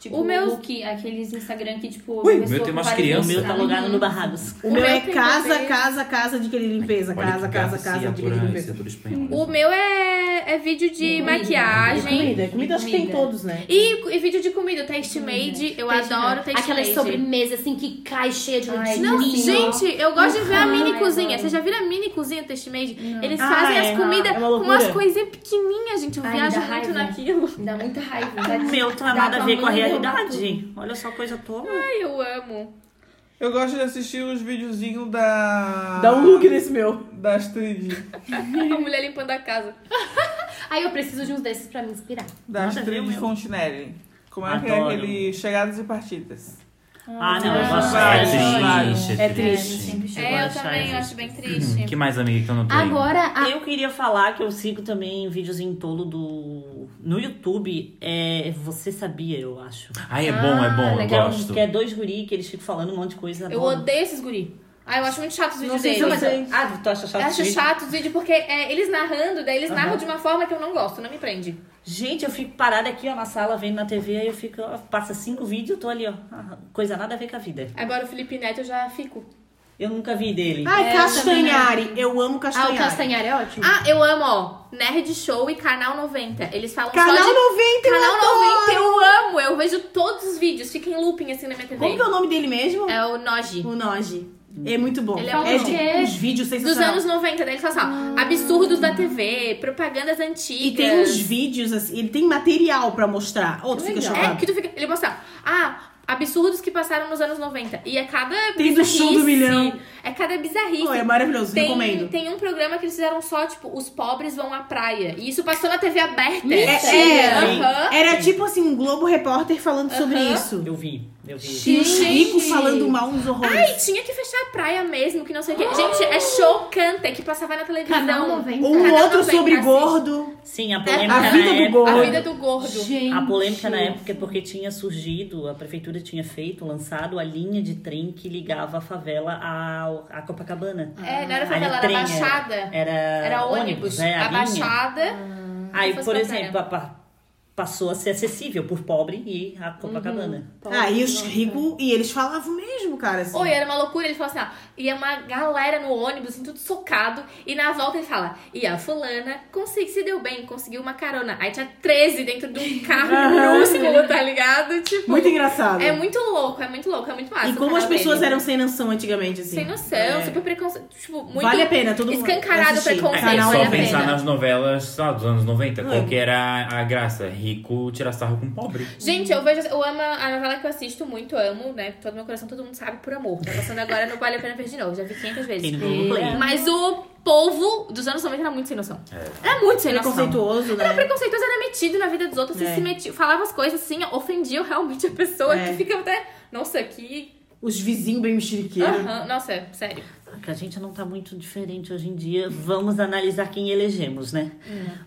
H: Tipo,
D: O
H: o
D: meu-
H: meu... look, aqueles Instagram que, tipo,
B: Ui,
H: a
B: o
H: pessoa
B: meu tem umas
H: vai
B: crianças.
C: O meu tá
H: postar.
C: logado no Barrados.
F: O meu é
D: tem
F: casa,
D: também.
F: casa, casa de querer limpeza.
B: Olha
F: Casa,
B: que
F: casa,
B: gato,
F: casa de
B: ciatura,
F: querer limpeza.
B: ciatura espanhola.
D: O meu é, é vídeo de
H: Comida.
D: maquiagem.
F: É Comida, comida acho que tem todos, né?
D: E, e vídeo de comida, taste made. Eu
A: Taste
D: adoro
A: made.
D: taste
A: Aquelas
D: made.
A: sobremesas assim que cai cheia de
H: Ai,
A: lentilha.
D: Não,
H: Sim,
D: gente, eu gosto de ver a
H: Ai,
D: mini
H: eu
D: cozinha.
H: amo.
D: Vocês já viram a mini cozinha do Taste Made? Eles
F: Ah,
D: fazem
F: é.
D: as comidas
F: É uma
D: com
F: loucura.
D: umas coisinhas pequenininhas, gente. Eu
H: Ai, me
D: viajo
H: dá
D: muito
H: raiva.
D: naquilo.
H: Me Dá muita raiva.
D: Tá
H: dá-
C: O meu não
H: dá
C: é nada a ver com a
H: tamanho
C: realidade. Olha só a coisa toda.
D: Ai, eu amo.
E: Eu gosto de assistir os videozinhos da.
F: Dá um look nesse meu.
E: Da Astrid.
D: A mulher limpando a casa.
A: Aí eu preciso de uns desses pra me inspirar.
E: Da
C: Nada a ver,
E: Astrid
C: meu.
E: Fontenelle. Como é que é
C: Adoro.
E: aquele Chegadas e Partidas?
C: Ah, não, eu gosto
E: Ah,
B: É
E: é
C: dessa.
B: triste, é
F: É
B: triste.
H: Sempre chega.
C: vou
D: tá. É, eu
C: achar
D: também, eu
C: essa.
D: acho bem triste.
B: O que mais, amiga, que eu não tô indo?
A: Agora, a...
C: Ah. Eu queria falar que eu sigo também videozinho tolo do. No YouTube, é. Você sabia, eu acho.
B: Ai, é bom, é bom, eu
C: Que é, um-
B: gosto.
C: que é dois guri que eles ficam falando um monte de coisa.
D: Ah, Eu
C: adoro.
D: odeio esses guri. Ah, eu acho muito chato os vídeos
F: sei se
D: deles.
F: eu
C: Ah, tu acha
D: Eu
C: chato?
D: acho
C: isso?
D: chato os vídeos porque é, eles narrando, daí eles narram de uma forma que eu não gosto, não me prende.
C: Gente, eu fico parada aqui, ó, na sala, vendo na TV, aí eu fico, ó, passa cinco vídeos, eu tô ali, ó. Ah, Coisa nada a ver com a vida.
D: Agora o Felipe Neto eu já fico.
C: Eu nunca vi dele.
D: é,
F: Ai, Ah, Castanhari. Eu amo
A: Ah, o
F: Castanhari.
A: castanhar é ótimo.
D: Ah, eu amo, ó, Nerd Show e Canal 90. Eles falam
F: Canal
D: só de
F: 90, eu
D: Canal
F: adoro.
D: 90 eu amo, eu vejo todos os vídeos, fica em looping assim na minha TV.
F: Como que é o nome dele mesmo?
D: É o Noji.
F: O Noji. É muito bom.
D: Ele é um
F: de
A: quê?
F: uns vídeos
D: Dos
F: sensacionais.
D: anos 90, daí eles falam assim, ó, absurdos da TV, propagandas antigas.
F: E tem uns vídeos, assim, ele tem material pra mostrar. Ou tu fica
D: É,
F: chocado.
D: que tu fica... Ele mostra, ah, absurdos que passaram nos anos 90. E é cada
F: Tem do show
D: bizarrice,
F: do milhão.
D: É cada bizarrice.
F: Pô, é maravilhoso,
D: tem,
F: recomendo.
D: tem um programa que eles fizeram só, tipo, os pobres vão à praia. E isso passou na TV aberta.
F: É, é.
D: Aham.
F: Era tipo assim, um Globo Repórter falando sobre
D: Aham.
F: isso.
C: Eu vi, eu vi.
F: E o Chico falando mal uns horrores.
D: Ai, tinha que fechar a praia mesmo, que não sei o quê. Gente, é chocante, é que passava na televisão.
A: Canal 90.
F: Ou um
D: Cada
F: outro
D: noventa,
F: sobre
D: assiste.
F: gordo.
C: Sim, a
D: É,
C: polêmica
F: A
C: na
F: vida do
C: época.
D: A
F: gordo.
D: vida do gordo.
A: Gente.
C: A polêmica na época é porque tinha surgido, a prefeitura tinha feito, lançado a linha de trem que ligava a favela ao- à Copacabana.
D: É, não era
C: Ah,
D: favela, era
C: trem, era.
D: baixada.
C: Era,
D: Era ônibus,
C: né, a
D: a
C: linha.
D: baixada.
C: Aí,
D: fosse
C: por
D: pra
C: exemplo, a pa- passou a ser acessível por pobre e
D: Uhum.
C: a Copacabana.
F: Ah, e os ricos, e eles falavam mesmo, cara. Assim.
D: Oi, era uma loucura. Ele falou assim: ó, ia uma galera no ônibus, assim, tudo socado. E na volta ele fala: e a fulana consegui, se deu bem, conseguiu uma carona. Aí tinha 13 dentro de um carro minúsculo, tá ligado? Tipo,
F: Muito engraçado.
D: é muito louco, é muito louco, é muito massa.
F: e
D: o
F: como
D: canal
F: as pessoas
D: dele.
F: eram sem noção antigamente, assim.
D: né? Sem noção,
F: É.
D: super preconceito. Tipo, muito.
F: Vale a pena, todo mundo.
D: Escancarado
F: assistir.
D: preconceito,
B: É
D: Não
B: só
D: vale a
B: pensar
D: pena.
B: nas novelas, sei lá, dos anos 90, qual que era a graça? rico tirar sarro com pobre.
D: Gente, eu vejo. Eu amo a novela que eu assisto muito, amo, né? Todo meu coração, todo mundo sabe por amor. Tá passando agora, não vale a pena ver de novo. Já vi 500 vezes.
C: Tem no
F: É.
C: Globoplay.
D: Mas o povo dos anos 90 era muito sem noção. Era muito sem noção.
F: Preconceituoso,
D: Era
F: né?
D: preconceituoso, era metido na vida dos outros, assim,
F: É.
D: se metia, falava as coisas assim, ofendia realmente a pessoa.
F: É.
D: Que fica até. Nossa, que.
F: Os vizinhos bem mexeriqueiros.
D: Aham, Nossa, sério.
C: Que a gente não tá muito diferente hoje em dia. Vamos analisar quem elegemos, né?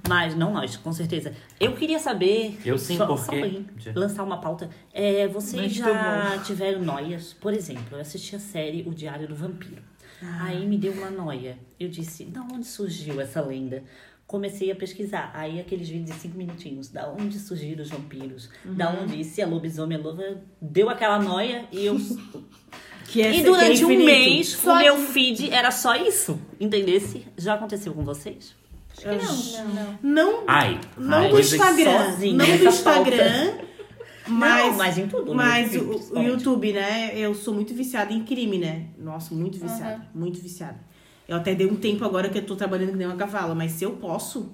C: Mas não nós, com certeza. Eu queria saber.
B: Eu sim,
C: só,
B: porque-
C: só pra lançar uma pauta. É, vocês
E: Mas tá
C: já tiveram noias? Por exemplo, eu assisti a série O Diário do Vampiro. Aí me deu uma noia. Eu disse, da onde surgiu essa lenda? Comecei a pesquisar. Aí aqueles vídeos de cinco minutinhos. Da onde surgiram os vampiros? Da onde? Se a lobisomem é louva? Deu aquela noia e eu
F: Que é
C: e durante
F: que é
C: um
F: infinito.
C: mês,
F: Só
C: o meu feed era só isso. Entendesse? Já aconteceu com vocês?
F: Não,
B: Ai.
F: não
B: ai,
F: do
B: dizem-
F: Instagram.
C: sozinha,
F: Não
C: essa
F: do
C: falta.
F: Instagram. Mas,
C: não, mas em tudo. né?
F: mas
C: Sim,
F: o, o
C: principalmente.
F: YouTube, né? Eu sou muito viciada em crime, né? Nossa, muito viciada. Muito viciada. Eu até dei um tempo agora que eu tô trabalhando que nem uma cavala, mas se eu posso.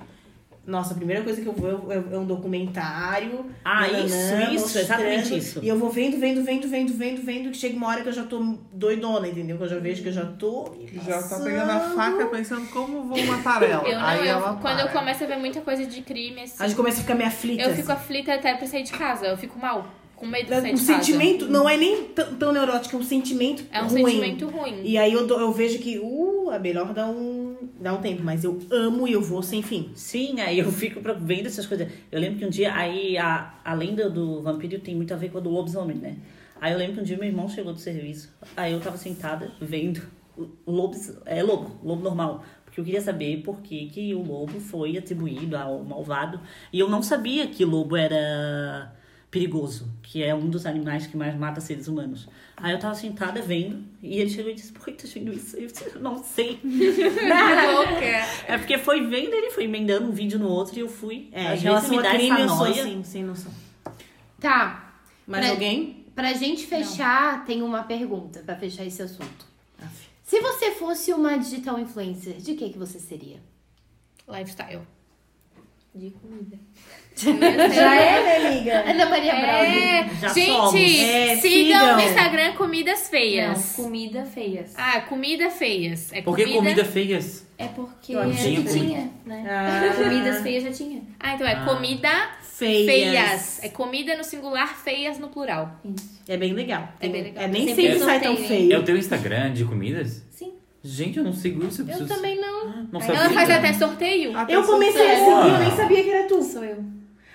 F: Nossa, a primeira coisa que eu vou é- é, é um documentário.
C: Ah, isso, isso,
F: mostrando,
C: exatamente isso.
F: E eu vou vendo, vendo, vendo, vendo, vendo, vendo, que chega uma hora que eu já tô doidona, entendeu? Que eu já vejo que eu já tô.
E: Já tá pegando a faca pensando como vou matar ela.
D: Eu não,
E: Aí
D: eu,
E: ela
D: quando eu
E: para.
D: começo a ver muita coisa de crime,
F: A
D: assim,
F: gente começa a ficar meio aflita.
D: eu fico aflita até pra sair de casa. Eu fico mal, com medo de sair
F: O
D: de casa.
F: É, um sentimento não é nem tão, tão neurótico, é um sentimento
D: É um
F: ruim.
D: sentimento ruim.
F: E aí eu, dou- eu vejo que, uh, é melhor dar um, dar um tempo, mas eu amo e eu vou sem fim.
C: Sim, aí eu fico pra- vendo essas coisas. Eu lembro que um dia, aí a, a lenda do vampiro tem muito a ver com a do lobisomem, né? Aí eu lembro que um dia meu irmão chegou do serviço, aí eu tava sentada vendo o lobis, é lobo, lobo normal. Porque eu queria saber por que, que o lobo foi atribuído ao malvado. E eu não sabia que lobo era perigoso, que é um dos animais que mais mata seres humanos. Aí eu tava sentada vendo, e ele chegou e disse, por que tá vendo isso? Eu disse, eu não sei.
D: Louca.
C: É porque foi vendo, ele foi emendando um vídeo no outro e eu fui. Às
F: É, em
C: vezes
F: relação
C: me
F: a
C: dá
F: crime,
C: essa
F: eu sou
C: noia.
F: assim, sem noção.
A: Tá.
F: Mas
A: Pra-
F: alguém?
A: Pra gente fechar, tem uma pergunta pra fechar esse assunto. Se você fosse uma digital influencer, de que que você seria?
D: Lifestyle.
H: De comida.
I: Já é, né, amiga?
A: Ana Maria Braga.
D: É,
C: Já
D: gente,
C: somos.
F: É,
D: sigam,
F: sigam.
D: no Instagram Comidas Feias.
H: Não, comida feias.
D: Ah, comida feias. É
B: Por que comida feias?
H: É porque
B: Eu
H: já
B: tinha
H: tinha,
B: comi-
H: né?
F: Ah.
H: Comidas feias já tinha.
D: Ah, então é comida
F: Feias.
D: feias. É comida no singular, feias no plural.
H: Isso.
F: É bem legal.
D: É bem legal.
F: É nem
H: Sempre
F: sempre
H: são
F: sai tão
H: feio, hein?
B: É o
F: feio.
B: teu Instagram de comidas?
H: Sim.
B: Gente, eu não sigo isso. Eu, preciso...
D: também não.
B: Não sabia.
D: Ela faz até sorteio.
E: Até
F: Eu
E: sou
F: comecei a
E: feia.
F: seguir, eu nem sabia que era tu.
H: Sou eu.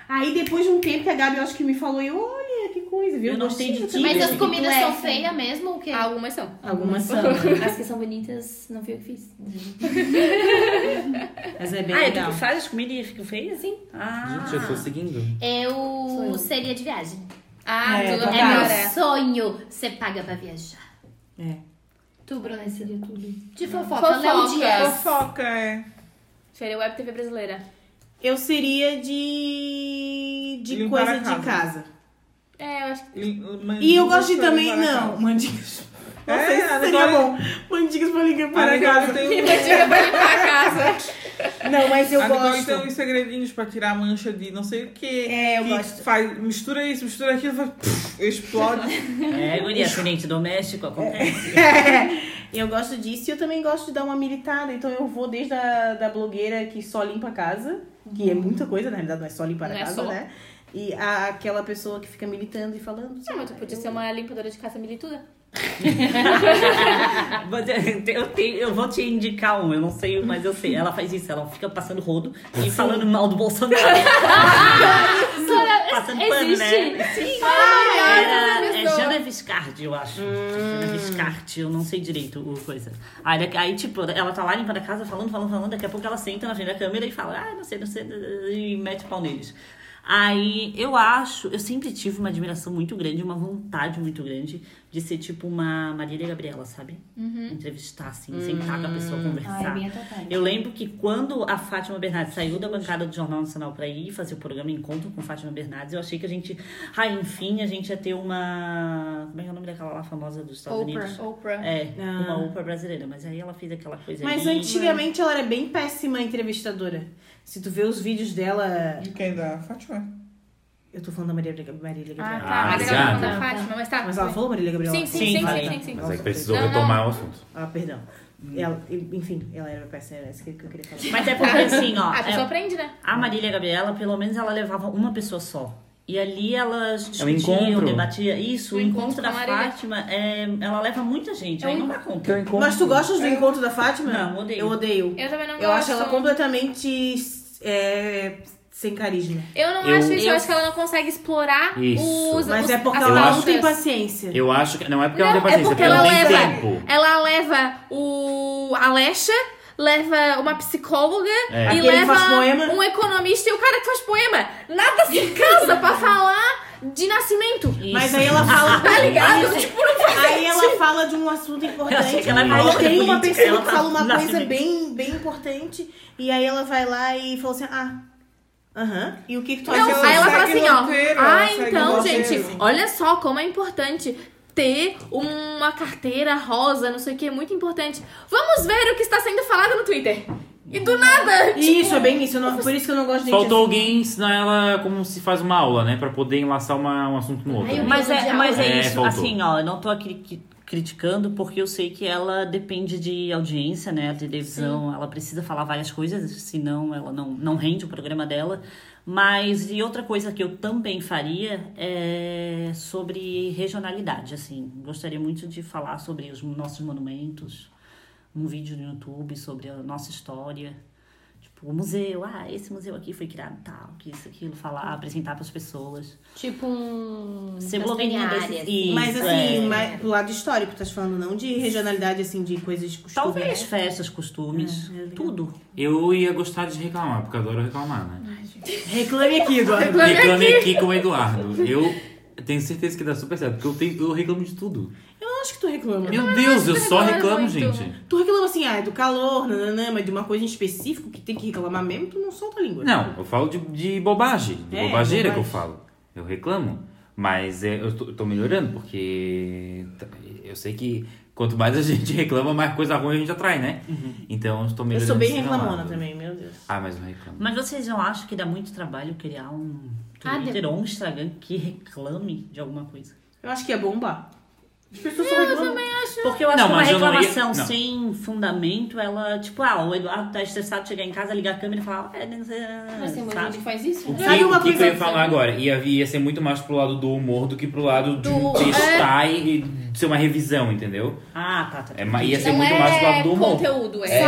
F: Aí depois de um tempo que a Gabi, eu acho que me falou, eu, olha, que coisa, viu?
C: Eu não sei de
F: Gostei
C: ti,
A: Mas as
C: Sim.
A: comidas
H: Tu é
A: são
H: essa.
A: feias mesmo
F: É.
A: ou quê?
D: Algumas são.
F: Algumas são.
H: As que são bonitas, não fui eu que fiz.
F: Mas é bem
C: ah, é tu
F: legal.
C: que faz as comidas e fica feia assim? Ah.
B: Gente, eu tô seguindo.
A: Eu seria de viagem.
D: Ah,
F: É,
D: tudo
F: tá
A: É meu
D: cara.
A: sonho. Você paga pra viajar.
H: Tu, Bruna, seria tudo.
A: De fofoca, né? Léo
D: Fofoca.
A: Dias.
E: Fofoca, é.
D: Seria Web TV brasileira.
F: Eu seria de. de
E: Limpar
F: coisa
E: a
F: de
E: casa.
F: casa.
D: É, eu acho que.
F: E eu gosto de também. Não, mandingas. Não
E: É,
F: sei se seria
E: agora-
F: bom. Mandingas pra ligar
E: Para
F: para
E: a Nicole
F: casa.
E: tem um-
D: Dica pra limpar a casa.
F: Não, mas eu
E: a Nicole tem
F: gosto.
E: uns segredinhos pra tirar a mancha de não sei o que.
F: É, eu
E: que
F: gosto.
E: Faz, mistura isso, mistura aquilo, faz, pff, explode.
C: É, guria, acidente doméstico acontece.
F: Eu gosto disso e eu também gosto de dar uma militada. Então eu vou desde a da blogueira que só limpa a casa, que é
E: Uhum.
F: muita coisa, na realidade, não é só limpar
D: Não
F: a
D: é
F: casa,
D: só.
F: né? E a- aquela pessoa que fica militando e falando.
D: Não, mas tu podia ser uma limpadora de casa milituda.
C: Mas eu- eu, tenho, eu vou te indicar um, eu não sei, mas eu sei. Ela faz isso, ela fica passando rodo e falando mal do Bolsonaro. passando pano, né? Sim, era, é Jana Viscardi, eu acho. Jana Viscardi, eu não sei direito o coisa. Aí, daqui- aí, tipo, ela tá lá limpando a casa, falando, falando, falando. Daqui a pouco ela senta na frente da câmera e fala, ah, não sei, não sei, e mete o pau neles. Aí eu acho, eu sempre tive uma admiração muito grande, uma vontade muito grande de ser tipo uma Marília Gabriela, sabe?
D: Uhum.
C: Entrevistar, assim, sentar com a pessoa,
D: Hum.
H: Ah, é
C: conversar.
H: bem a tua cara.
C: Eu lembro que quando a Fátima Bernardes saiu da bancada do Jornal Nacional para ir fazer o programa Encontro com Fátima Bernardes, eu achei que a gente. Ah, enfim, a gente ia ter uma. Como é que é o nome daquela lá famosa dos Estados Unidos?
D: Oprah.
C: É,
F: Ah.
C: uma Oprah brasileira, mas aí ela fez aquela coisa
F: Mas
D: né?"
C: ali.
F: antigamente ela era bem péssima entrevistadora. Se tu vê os vídeos dela.
E: De quem? Da Fátima?
F: Eu tô falando da Maria Gab- Marília
D: Ah,
F: Gabriela.
D: tá.
B: Ah,
D: mas
B: já.
D: ela não da Fátima, mas tá.
F: Ah, Mas ela falou Marília Gabriela?
D: Sim, sim,
C: Sim,
D: sim,
C: falei.
D: sim, sim,
B: Mas é que
D: sim.
B: precisou
D: Não, não.
B: retomar o assunto.
F: Ah, perdão. Ela, enfim, ela era péssima, era isso que eu queria falar.
C: Mas é porque assim, ó.
D: Ah, a
C: é-
D: pessoa aprende, né?
C: A Marília Gabriela, pelo menos, ela levava uma pessoa só. E ali elas
B: É um
C: discutiam,
B: encontro.
C: debatia. Isso, o,
D: O
C: encontro,
D: Um encontro
C: da
D: com a Marília. É um
C: Fátima, é, ela leva muita gente, aí não dá conta.
F: Mas tu gostas do encontro da Fátima?
C: Não, odeio.
F: Eu odeio.
D: Eu também não
F: Eu
D: gosto.
F: acho ela completamente é, sem carisma.
D: Eu não
B: Eu-
D: acho isso, eu
B: eu-
D: acho que ela não consegue explorar
B: Isso.
D: os.
F: Mas
D: os-
F: é porque
D: as
F: ela não
D: pautas.
F: tem paciência.
B: Eu acho que. Não é porque ela
D: Não,
B: não tem paciência,
D: é porque
B: porque
D: ela
B: não tem
D: leva.
B: tempo.
D: Ela leva o Alexa, leva uma psicóloga
B: É.
D: e
F: Aquele que
D: leva
F: faz poema.
D: um economista e o cara que faz poema. Nada se casa pra falar de nascimento.
F: Mas aí ela fala.
D: Tá ligado? Tipo, não faz
F: Aí ela fala de um assunto
C: Ela-
F: importante.
C: ela
F: aí
C: fala
F: tem
C: de
F: uma
C: política,
F: pessoa
C: ela
F: que
C: tá
F: fala uma
C: na
F: coisa
C: política.
F: bem, bem importante. E aí ela vai lá e falou assim: ah, aham. E o que, que tu acha?
D: Não,
F: Ela
D: aí ela
F: sai-
D: fala
E: segue
D: assim, ó.
E: roteiro, ela
D: Ah,
E: segue
D: então,
E: roteiro."
D: gente, olha só como é importante ter uma carteira rosa, não sei o que, é muito importante. Vamos ver o que está sendo falado no Twitter. E do nada, tipo,
F: Isso, é bem isso. eu não- por isso que eu não gosto de gente
B: Faltou
F: assim.
B: alguém ensinar ela como se faz uma aula, né? Pra poder enlaçar uma- um assunto no outro.
A: Ai, eu
B: né?
C: Mas é, mas é
B: É,
C: isso,
B: faltou.
C: assim, ó, eu não tô aqui cri- criticando porque eu sei que ela depende de audiência, né? A televisão, ela precisa falar várias coisas, senão ela não, não rende o programa dela. Mas, e outra coisa que eu também faria é sobre regionalidade, assim. Gostaria muito de falar sobre os nossos monumentos, um vídeo no YouTube sobre a nossa história. Tipo, o museu, ah, esse museu aqui foi criado tal, que isso, aquilo, falar, apresentar para as pessoas.
A: Tipo um.
C: Ser blogueirinha desses.
A: Castanhari,
C: Isso,
F: Mas assim,
C: é.
F: mais pro lado histórico, tu tá falando não de regionalidade, assim, de coisas costumes.
C: Talvez
F: né?
C: festas,
F: É,
C: costumes, tudo.
B: Eu ia gostar de reclamar, porque eu adoro reclamar, né?
F: Reclame aqui agora.
B: Reclame aqui com o Eduardo. Eu tenho certeza que dá super certo, porque eu, tenho, eu reclamo de tudo.
F: Eu não acho que tu reclama.
B: Meu Deus, eu só
D: reclamo
B: reclamo,
D: muito.
B: gente.
F: Tu reclama assim, ah, é do calor, nananã, mas de uma coisa em específico que tem que reclamar mesmo, tu não solta a língua.
B: Não, eu falo de, de bobagem, de
F: É,
B: bobageira que eu
F: bobagem.
B: falo. Eu reclamo. Mas é, eu, tô, eu tô melhorando, porque t- eu sei que quanto mais a gente reclama, mais coisa ruim a gente atrai, né? Então eu tô
F: Uhum. Eu
B: melhorando.
F: sou bem
B: nesse
F: reclamona
B: lado.
F: também, meu Deus.
B: Ah, mas eu reclamo.
C: Mas vocês não acham que dá muito trabalho criar um
A: Ah,
C: Twitter ou um Instagram que reclame de alguma coisa?
F: Eu acho que é bombar. As pessoas só reclamam.
C: Porque eu acho
B: Não,
C: que uma
B: mas eu não ia-
C: reclamação
B: não.
C: sem fundamento, ela, tipo, ah, o Eduardo tá estressado, chegar em casa, ligar a câmera e falar, é, não sei,
H: Mas tem muita
C: sabe?
H: gente que faz isso.
B: O que,
F: Sabe uma
B: o que que
F: coisa-
B: eu ia falar agora? Ia, ia ser muito mais pro lado do humor do que pro lado de um testar
F: é.
B: e e ser uma revisão, entendeu?
C: Ah, tá, tá.
B: É, ma- ia ser
D: não
B: muito mais pro lado
D: é
B: do humor.
D: conteúdo, é.
B: É.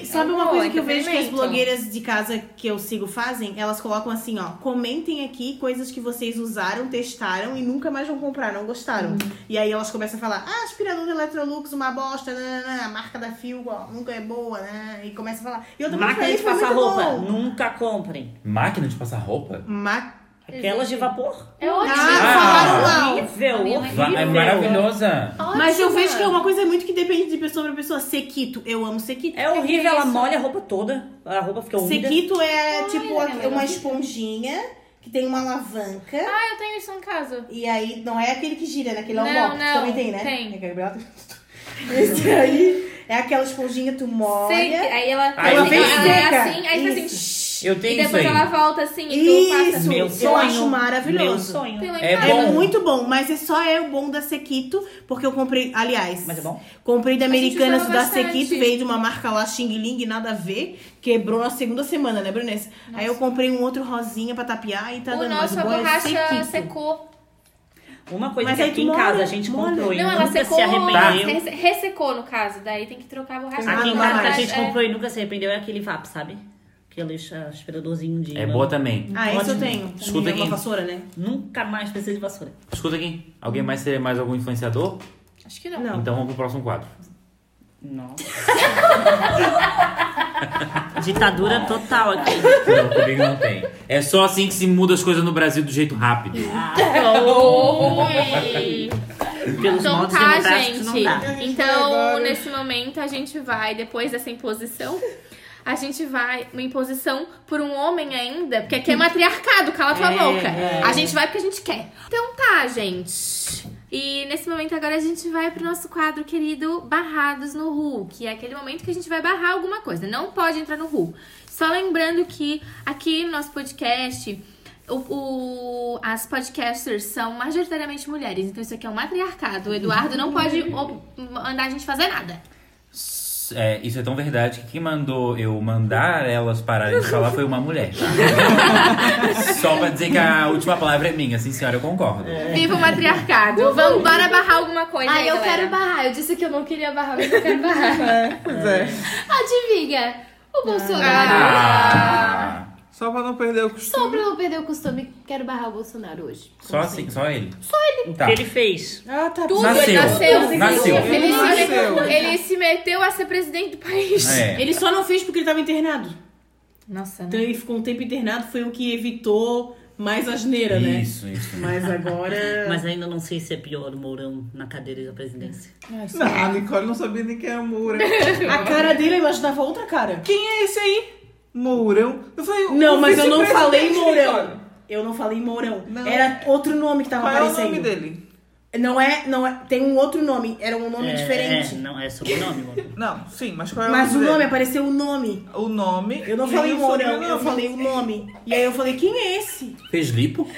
F: Sabe, sabe uma coisa que eu vejo que as
D: Experimento.
F: blogueiras de casa que eu sigo fazem? Elas colocam assim, ó, comentem aqui coisas que vocês usaram, testaram e nunca mais vão comprar, não gostaram. E aí elas começam a falar, ah, aspirador da Electrolux, uma bosta, nananã, a marca da Philco, ó, nunca é boa, né? E começa a falar. E eu também
C: Máquina
F: falei,
C: de
F: foi
C: passar
F: muito
C: roupa,
F: Bom.
C: nunca comprem.
B: Máquina de passar roupa?
F: Ma...
C: Aquelas de vapor.
H: É
F: Ah,
H: ótimo.
D: Tá
F: falaram mal.
C: Horrível,
H: A minha mãe-
B: Va-
C: horrível.
B: é maravilhosa.
F: Mas eu vejo que é uma coisa muito que depende de pessoa pra pessoa. Sequito, eu amo sequito.
C: É horrível, ela molha a roupa toda, a roupa fica úmida.
F: Sequito é tipo
H: minha mãe
F: uma
H: não
F: esponjinha que tem uma alavanca.
D: Ah, eu tenho isso em casa.
F: E aí, não é aquele que gira, né? Aquele é um
D: Não,
F: bloco.
D: não,
F: Também tem, né?
D: tem.
F: É que a Gabriela tem. Esse aí é aquela esponjinha que tu
D: Sei que-
F: molha.
D: aí ela,
B: Aí
D: ela,
B: vem
D: ela é
F: seca.
D: assim, aí faz
F: Isso.
D: assim. shh,
B: Eu tenho
D: e depois
B: isso aí.
D: ela volta assim e tu passa.
F: Isso,
C: Meu
F: eu
C: sonho.
F: acho é maravilhoso.
C: Meu sonho.
D: Tem lá em
B: É
D: casa.
F: É
B: Bom.
F: muito bom, mas é só é o bom da Sequito, porque eu comprei, aliás,
C: Mas é bom?
F: comprei da Americanas
D: usava
F: da
D: bastante.
F: Sequito, veio de uma marca lá, Xing Ling, nada a ver, quebrou na segunda semana, né, Brunessa? Aí eu comprei um outro rosinha pra tapear e tá
D: O
F: dando mais
D: nosso, a
F: bom é
D: borracha
F: Sequito.
D: secou.
C: Uma coisa
F: Mas
C: que
F: aí
C: aqui
F: tu
C: em casa
F: molha,
C: a gente
F: molha.
C: comprou e
D: Não, ela
C: nunca
D: secou.
C: se arrependeu.
D: res- Ressecou, no caso. Daí tem que trocar a borracha.
F: Ah,
C: Aqui em
F: não dá
C: casa que a
F: mais.
C: gente
D: É.
C: comprou e nunca se arrependeu é aquele VAP, sabe? Aquele cha- aspiradorzinho de.
B: É
C: mão.
B: boa também.
F: Ah, isso eu
C: Ótimo.
F: tenho.
B: Escuta
F: é uma
B: aqui.
F: vassoura, né?
C: Nunca mais precisa de vassoura.
B: Escuta aqui. Alguém mais seria mais algum influenciador?
D: Acho que não.
F: Não.
B: Então vamos pro próximo quadro.
C: Nossa. Ditadura total aqui.
B: Não, comigo não tem. É só assim que se muda as coisas no Brasil do jeito rápido.
C: Pelos
D: Então
C: modos
D: tá,
C: democráticos
D: gente.
C: não dá.
D: Então, nesse momento, a gente vai, depois dessa imposição, a gente vai uma imposição por um homem ainda, porque aqui é matriarcado, cala
C: É,
D: tua boca. A gente vai porque a gente quer. Então tá, gente. E nesse momento agora a gente vai pro nosso quadro querido Barrados no Ru, que é aquele momento que a gente vai barrar alguma coisa. Não pode entrar no Ru. Só lembrando que aqui no nosso podcast o- o- as podcasters são majoritariamente mulheres, então isso aqui é um matriarcado. O Eduardo não pode o- mandar a gente fazer nada.
B: S- é, isso é tão verdade que quem mandou eu mandar elas pararem de falar foi uma mulher. Só pra dizer que a última palavra é minha, sim senhora, eu concordo.
F: É.
D: Viva o matriarcado. Vamos, bora barrar alguma coisa.
A: Ah,
D: aí,
A: eu
D: galera.
A: quero barrar. Eu disse que eu não queria barrar, mas eu quero barrar.
E: Pois é.
A: Adivinha? O Bolsonaro.
B: Ah,
E: Só pra não perder o costume.
A: Só pra não perder o costume, quero barrar o Bolsonaro hoje.
B: só assim, só ele. Só ele. Tá.
C: que ele fez?
F: Ah, tá.
D: Tudo,
B: Nasceu.
D: ele nasceu.
B: Nasceu.
D: Ele, se
E: Nasceu.
D: meteu, ele se meteu a ser presidente do país.
B: É.
F: Ele só não fez porque ele tava internado.
D: Nossa,
F: Então
D: né?
F: ele ficou um tempo internado, foi o que evitou mais asneira, né?
B: Isso, isso.
F: Mas agora.
C: Mas ainda não sei se é pior o Mourão na cadeira da presidência.
E: Não, a Nicole não sabia nem quem era Mourão.
F: A cara dele eu imaginava outra cara.
E: quem é esse aí? Mourão? Eu falei,
F: Não,
E: o
F: mas eu não falei
E: vice-presidente,
F: Mourão.
E: Nicole.
F: Eu não falei Mourão.
E: Não.
F: Era outro nome que tava
E: Qual é o
F: aparecendo.
E: nome dele?
F: Não é, não é. Tem um outro nome. Era um nome
C: é,
F: diferente.
C: É, não, é sobrenome, Mourão.
E: Não, sim, mas qual é
F: Mas o
E: dele?
F: nome apareceu o nome.
E: O nome.
F: Eu não
E: e
F: falei
E: o
F: Mourão,
E: sobrenome.
F: eu falei o nome. E aí eu falei, quem é esse?
B: Fez lipo?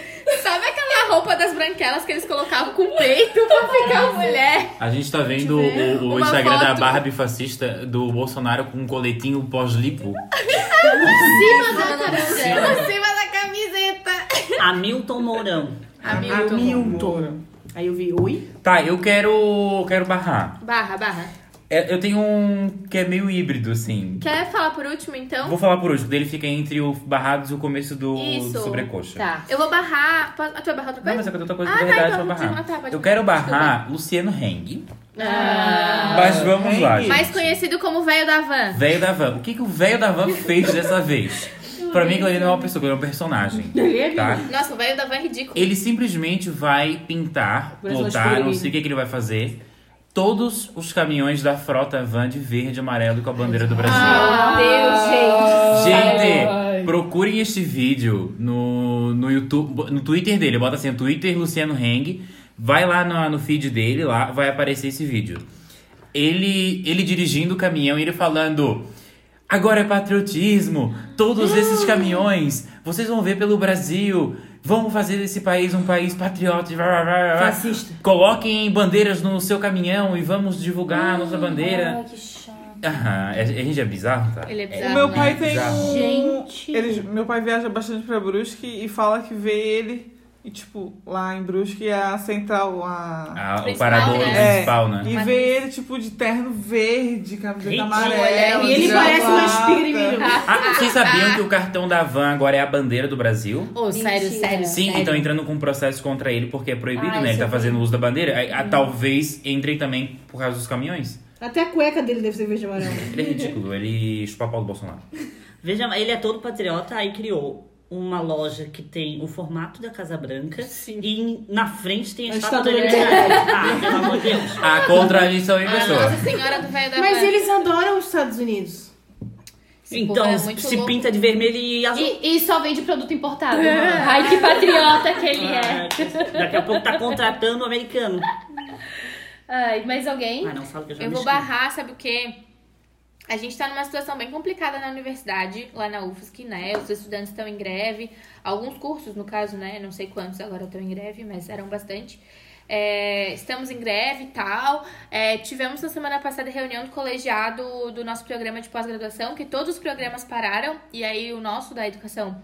D: Sabe aquela roupa das branquelas que eles colocavam com peito pra ficar mulher?
B: A gente tá vendo o, o
D: Uma
B: Instagram da
D: foto.
B: Barbie fascista do Bolsonaro com um coletinho pós-lipo.
D: Por cima da camiseta.
C: Hamilton Mourão.
D: Hamilton.
F: Hamilton. Aí eu vi, oi?
B: Tá, eu quero. quero barrar.
D: Barra, barra.
B: É, Eu tenho um que é meio híbrido, assim.
D: Quer falar por último, então?
B: Vou falar por último, dele fica entre o barrados e o começo do,
D: Isso.
B: do sobrecoxa.
A: Tá.
D: Eu vou barrar... Po- Ah, Tu vai barrar
B: Não,
D: outra coisa?
B: mas é que eu tô outra coisa
D: Ah,
B: de
D: tá,
B: verdade
D: então
B: pra
D: pode
B: barrar.
D: matar, pode
B: eu
D: matar,
B: quero
D: desculpa. Ah,
B: barrar Luciano Heng. mas vamos lá,
E: Heng.
B: gente.
D: Mais conhecido como Velho da Van.
B: Velho da van. O que, que o velho da van fez dessa vez? pra mim, ele não é uma pessoa, ele é um personagem. Tá?
D: Nossa, o Velho da Van é ridículo.
B: Ele simplesmente vai pintar,
F: Brasil
B: lotar, não
F: escolhido.
B: sei o que, que ele vai fazer. Todos os caminhões da frota van de verde e amarelo com a bandeira do Brasil. Gente, procurem este vídeo no, no YouTube, no Twitter dele. Bota assim, Twitter Luciano Heng. Vai lá no, no feed dele, lá vai aparecer esse vídeo. Ele, ele dirigindo o caminhão e ele falando... Agora é patriotismo! Todos esses caminhões, vocês vão ver pelo Brasil. Vamos fazer desse país um país patriota. blá, blá, blá, blá.
F: Fascista.
B: Coloquem bandeiras no seu caminhão e vamos divulgar a nossa bandeira.
H: que chato.
B: Aham, a gente é bizarro, tá?
D: Ele é
E: O
D: bizarro.
E: meu pai tem
B: Bizarro.
E: um.
H: Gente.
E: Eles, meu pai viaja bastante pra Brusque e fala que vê ele. E, tipo, lá em Brusque é a central, a. É,
B: Ah, o
D: Principal,
B: parador
D: né?
B: principal, né?
E: E
D: Mas-
E: vê ele, tipo, de terno verde,
C: Gente,
E: camiseta
D: olha,
E: amarela.
D: um
F: E ele
E: de
F: parece uma
E: gravata.
F: espiga de milho.
B: Ah, vocês sabiam que o cartão da van agora é a bandeira do Brasil?
D: Ô, sério,
H: Mentira.
D: sério.
B: Sim, então entrando com um processo contra ele porque é proibido,
H: Ai,
B: né? Ele tá
H: isso
B: fazendo uso da bandeira. Aí, ah, talvez entrem também por causa dos caminhões.
F: Até a cueca dele deve ser verde e amarelo.
B: Ele é ridículo, ele chupa pau do Bolsonaro.
C: Veja, ele é todo patriota, aí criou uma loja que tem o formato da Casa Branca e em- na frente tem a,
F: A
C: estátua da
F: estátua da
C: Liberdade. Ah, pelo amor de Deus.
B: A contradição em
D: A
B: pessoa.
D: Nossa Senhora do Velho da Van.
F: Mas eles adoram os Estados Unidos.
D: Esse povo
C: Então,
D: é muito
C: se
D: louco.
C: pinta de vermelho e azul.
A: E, e só vende produto importado.
F: É.
A: Ai, que patriota que ele é.
C: Daqui a pouco tá contratando o americano.
A: Ai, mais alguém?
C: Ah, não, fala que eu já
D: Eu
C: me
D: vou
C: esqueci.
D: barrar, sabe o quê? A gente tá numa situação bem complicada na universidade, lá na UFSC, né? Os estudantes estão em greve. Alguns cursos, no caso, né? Não sei quantos agora estão em greve, mas eram bastante. É, estamos em greve e tal. É, tivemos na semana passada reunião do colegiado do nosso programa de pós-graduação, que todos os programas pararam. E aí o nosso da educação,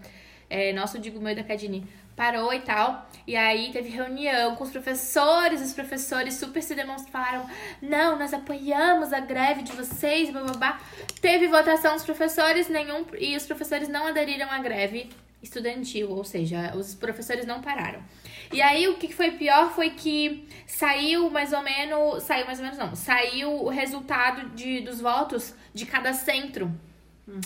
D: é, nosso, digo meu, da Cadine, parou e tal. E aí teve reunião com os professores, os professores super se demonstraram, não, nós apoiamos a greve de vocês, blá blá blá. Teve votação dos professores, nenhum, e os professores não aderiram à greve estudantil, ou seja, os professores não pararam. E aí o que foi pior foi que saiu mais ou menos, saiu mais ou menos não, saiu o resultado de, dos votos de cada centro. Hum.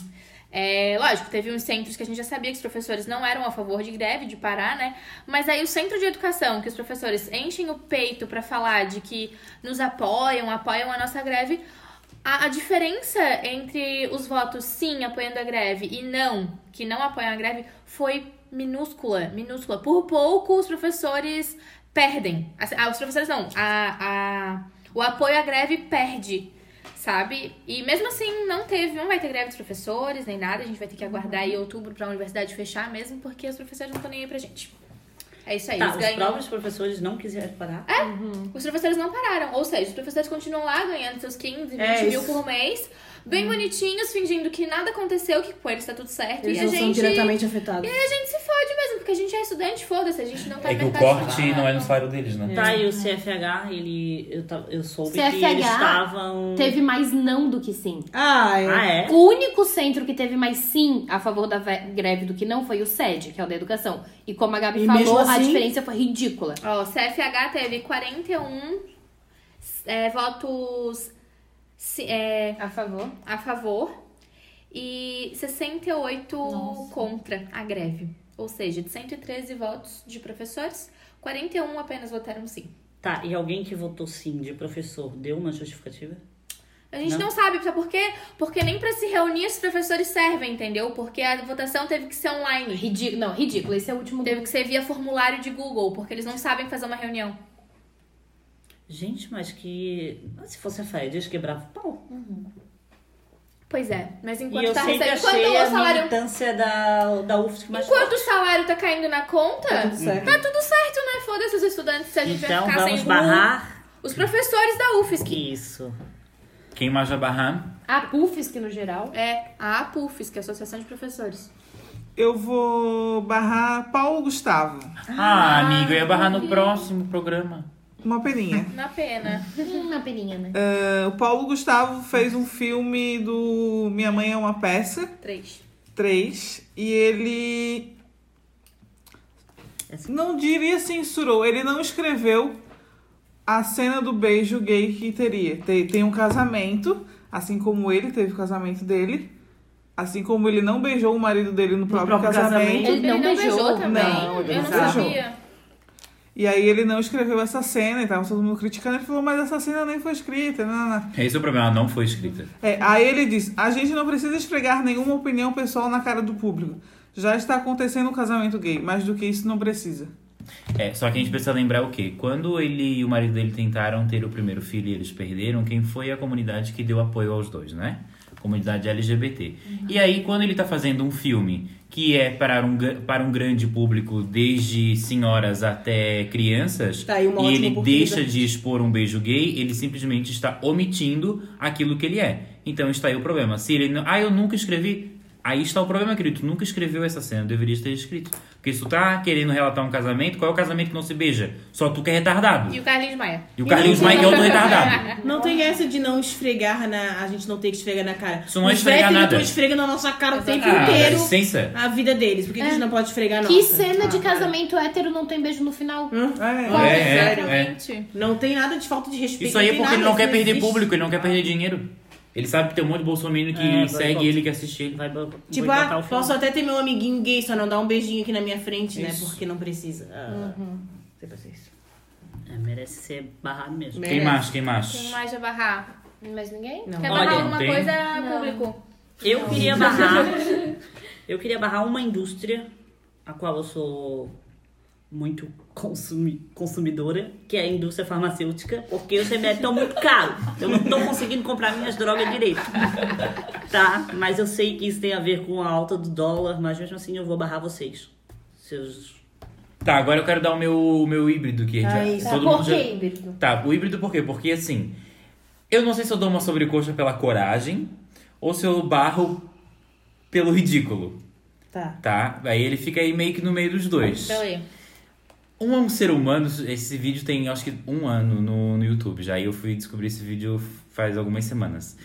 D: É, lógico, teve uns centros que a gente já sabia que os professores não eram a favor de greve, de parar, né? Mas aí o centro de educação, que os professores enchem o peito pra falar de que nos apoiam, apoiam a nossa greve, a, a diferença entre os votos sim apoiando a greve e não, que não apoiam a greve, foi minúscula, minúscula. Por pouco os professores perdem. As- ah, os professores não, a, a, o apoio à greve perde. sabe? E mesmo assim, não teve, não vai ter greve dos professores, nem nada. A gente vai ter que
C: Uhum.
D: aguardar aí outubro pra universidade fechar mesmo, porque os professores não estão nem aí pra gente. É isso aí,
C: Tá,
D: eles
C: os
D: ganham. É.
C: próprios professores não quiseram parar.
D: Os professores não pararam, ou seja, os professores continuam lá ganhando seus 15, 20
F: É,
D: mil
F: isso. Uhum.
D: por mês, bem bonitinhos, fingindo que nada aconteceu, que com eles tá tudo certo.
F: Eles
D: e a
F: não são
D: gente.
F: diretamente afetados.
D: A gente se fode mesmo, porque a gente é estudante, foda-se, a gente não tá
J: É
D: no
J: que o
D: mercado de
J: corte
D: trabalho.
J: não é no salário deles, né?
C: Tá, e o CFH, ele. Eu, ta- eu soube que
A: CFH
C: eles estavam.
A: Teve mais não do que sim.
F: Ah, é.
C: Ah, é?
A: O único centro que teve mais sim a favor da ve- greve do que não foi o SED, que é o da educação. E como a Gabi
F: E mesmo
A: falou, a
F: assim-
A: diferença foi ridícula.
D: Ó, CFH teve 41 é, votos se- é,
A: A favor?
D: a favor e 68 contra a greve. Ou seja, de 113 votos de professores, 41 apenas votaram sim.
C: Tá, e alguém que votou sim de professor deu uma justificativa?
D: A gente
C: Não.
D: não, sabe, sabe por quê? Porque nem pra se reunir os professores servem, entendeu? Porque a votação teve que ser online.
A: Ridículo. Não, ridículo. Esse é o último.
D: Teve que ser via formulário de Google, porque eles não sabem fazer uma reunião.
C: Gente, mas que. Se fosse a FED, eles quebravam o pau.
D: Pois é, mas
C: e
D: enquanto
C: eu
D: tá
C: sempre
D: recebendo.
C: achei
D: Enquanto o
C: a
D: salário
C: militância da, da UFSC mais
D: Enquanto o salário tá caindo na conta,
F: Tá tudo certo.
D: tá tudo certo, né? Foda-se os estudantes se a gente
C: Então
D: vai ficar
C: vamos
D: sem
C: barrar
D: o- Os professores da UFSC.
C: isso.
B: Quem mais vai barrar?
A: A PUFs, que no geral.
D: É, a APUFES, que é a Associação de Professores.
E: Eu vou barrar Paulo Gustavo.
B: Ah, amigo, eu ia barrar no próximo programa.
E: Uma peninha.
D: Na pena.
A: Uma peninha, né?
E: É, o Paulo Gustavo fez um filme do Minha Mãe é uma Peça
D: Três.
E: 3 e ele. Não diria censurou, ele não escreveu a cena do beijo gay que teria. Tem, tem um casamento, assim como ele teve o casamento dele, assim como ele não beijou o marido dele no próprio,
C: próprio
E: casamento.
C: casamento.
A: Ele não beijou
D: também.
E: Não, ele
D: eu não
E: não beijou.
D: sabia.
E: E aí ele não escreveu essa cena e tava todo mundo criticando. Ele falou, mas essa cena nem foi escrita. Não, não, não.
B: Esse é o problema, não foi escrita.
E: É, aí ele diz, a gente não precisa esfregar nenhuma opinião pessoal na cara do público. Já está acontecendo um casamento gay, mais do que isso não precisa.
B: É, só que a gente precisa lembrar o quê? Quando ele e o marido dele tentaram ter o primeiro filho e eles perderam, quem foi a comunidade que deu apoio aos dois, né? Comunidade LGBT. E aí, quando ele tá fazendo um filme que é para um, gra- para um grande público, desde senhoras até crianças,
F: Tá aí uma
B: e
F: ótima
B: ele
F: oportunidade.
B: deixa de expor um beijo gay, ele simplesmente está omitindo aquilo que ele é. Então está aí o problema. Se ele não. Ah, eu nunca escrevi. Aí está o problema, querido. Tu nunca escreveu essa cena, deveria ter escrito. Porque se tu tá querendo relatar um casamento, qual é o casamento que não se beija? Só tu que é retardado.
D: E o Carlinhos Maia.
B: E o Carlinhos Maia que é outro retardado.
F: Não tem essa de não esfregar na. A gente não tem que esfregar na cara.
B: Isso não é
F: Os
B: esfregar
F: héteros
B: nada.
F: não esfregam na nossa cara o tempo
B: Ah, dá
F: inteiro
B: licença.
F: a vida deles. Por que,
D: É.
F: que a gente não pode esfregar a nossa?
A: Que cena de casamento hétero não tem beijo no final?
E: É,
B: É, é, é.
D: Exatamente.
F: Não tem nada de falta de respeito.
B: Isso aí é
F: tem
B: porque ele
F: nada,
B: não quer
F: isso
B: perder
F: existe.
B: público, ele não quer perder dinheiro. Ele sabe que tem um monte de bolsominion que
C: É,
B: segue
C: boicote.
B: ele, que assiste ele.
C: Vai bo-
F: Tipo,
C: boicotar
F: ah,
C: o filme.
F: posso até ter meu amiguinho gay, só não dar um beijinho aqui na minha frente, né? Porque não precisa. Ah,
D: Uhum.
F: Sempre assim.
C: É, merece ser barrado mesmo.
B: Quem mais? Quem mais?
D: Quem mais vai barrar?
A: Mas ninguém?
D: Quer
C: Olha,
D: barrar alguma
B: tem-
D: coisa, público?
C: Eu queria barrar. eu queria barrar uma indústria, a qual eu sou muito consumi- consumidora, que é a indústria farmacêutica, porque os remédios estão muito caros. Eu não estou conseguindo comprar minhas drogas direito. Tá? Mas eu sei que isso tem a ver com a alta do dólar, mas mesmo assim eu vou barrar vocês. Seus.
B: Tá, agora eu quero dar o meu, o meu híbrido que já, todo
H: Tá,
B: mundo já... Tá, o híbrido por quê? Porque assim, eu não sei se eu dou uma sobrecoxa pela coragem ou se eu barro pelo ridículo,
F: Tá.
B: tá? Aí ele fica aí meio que no meio dos dois.
F: Então
D: Então é.
B: Um é um ser humano, esse vídeo tem acho que um ano no, no YouTube já, e eu fui descobrir esse vídeo faz algumas semanas.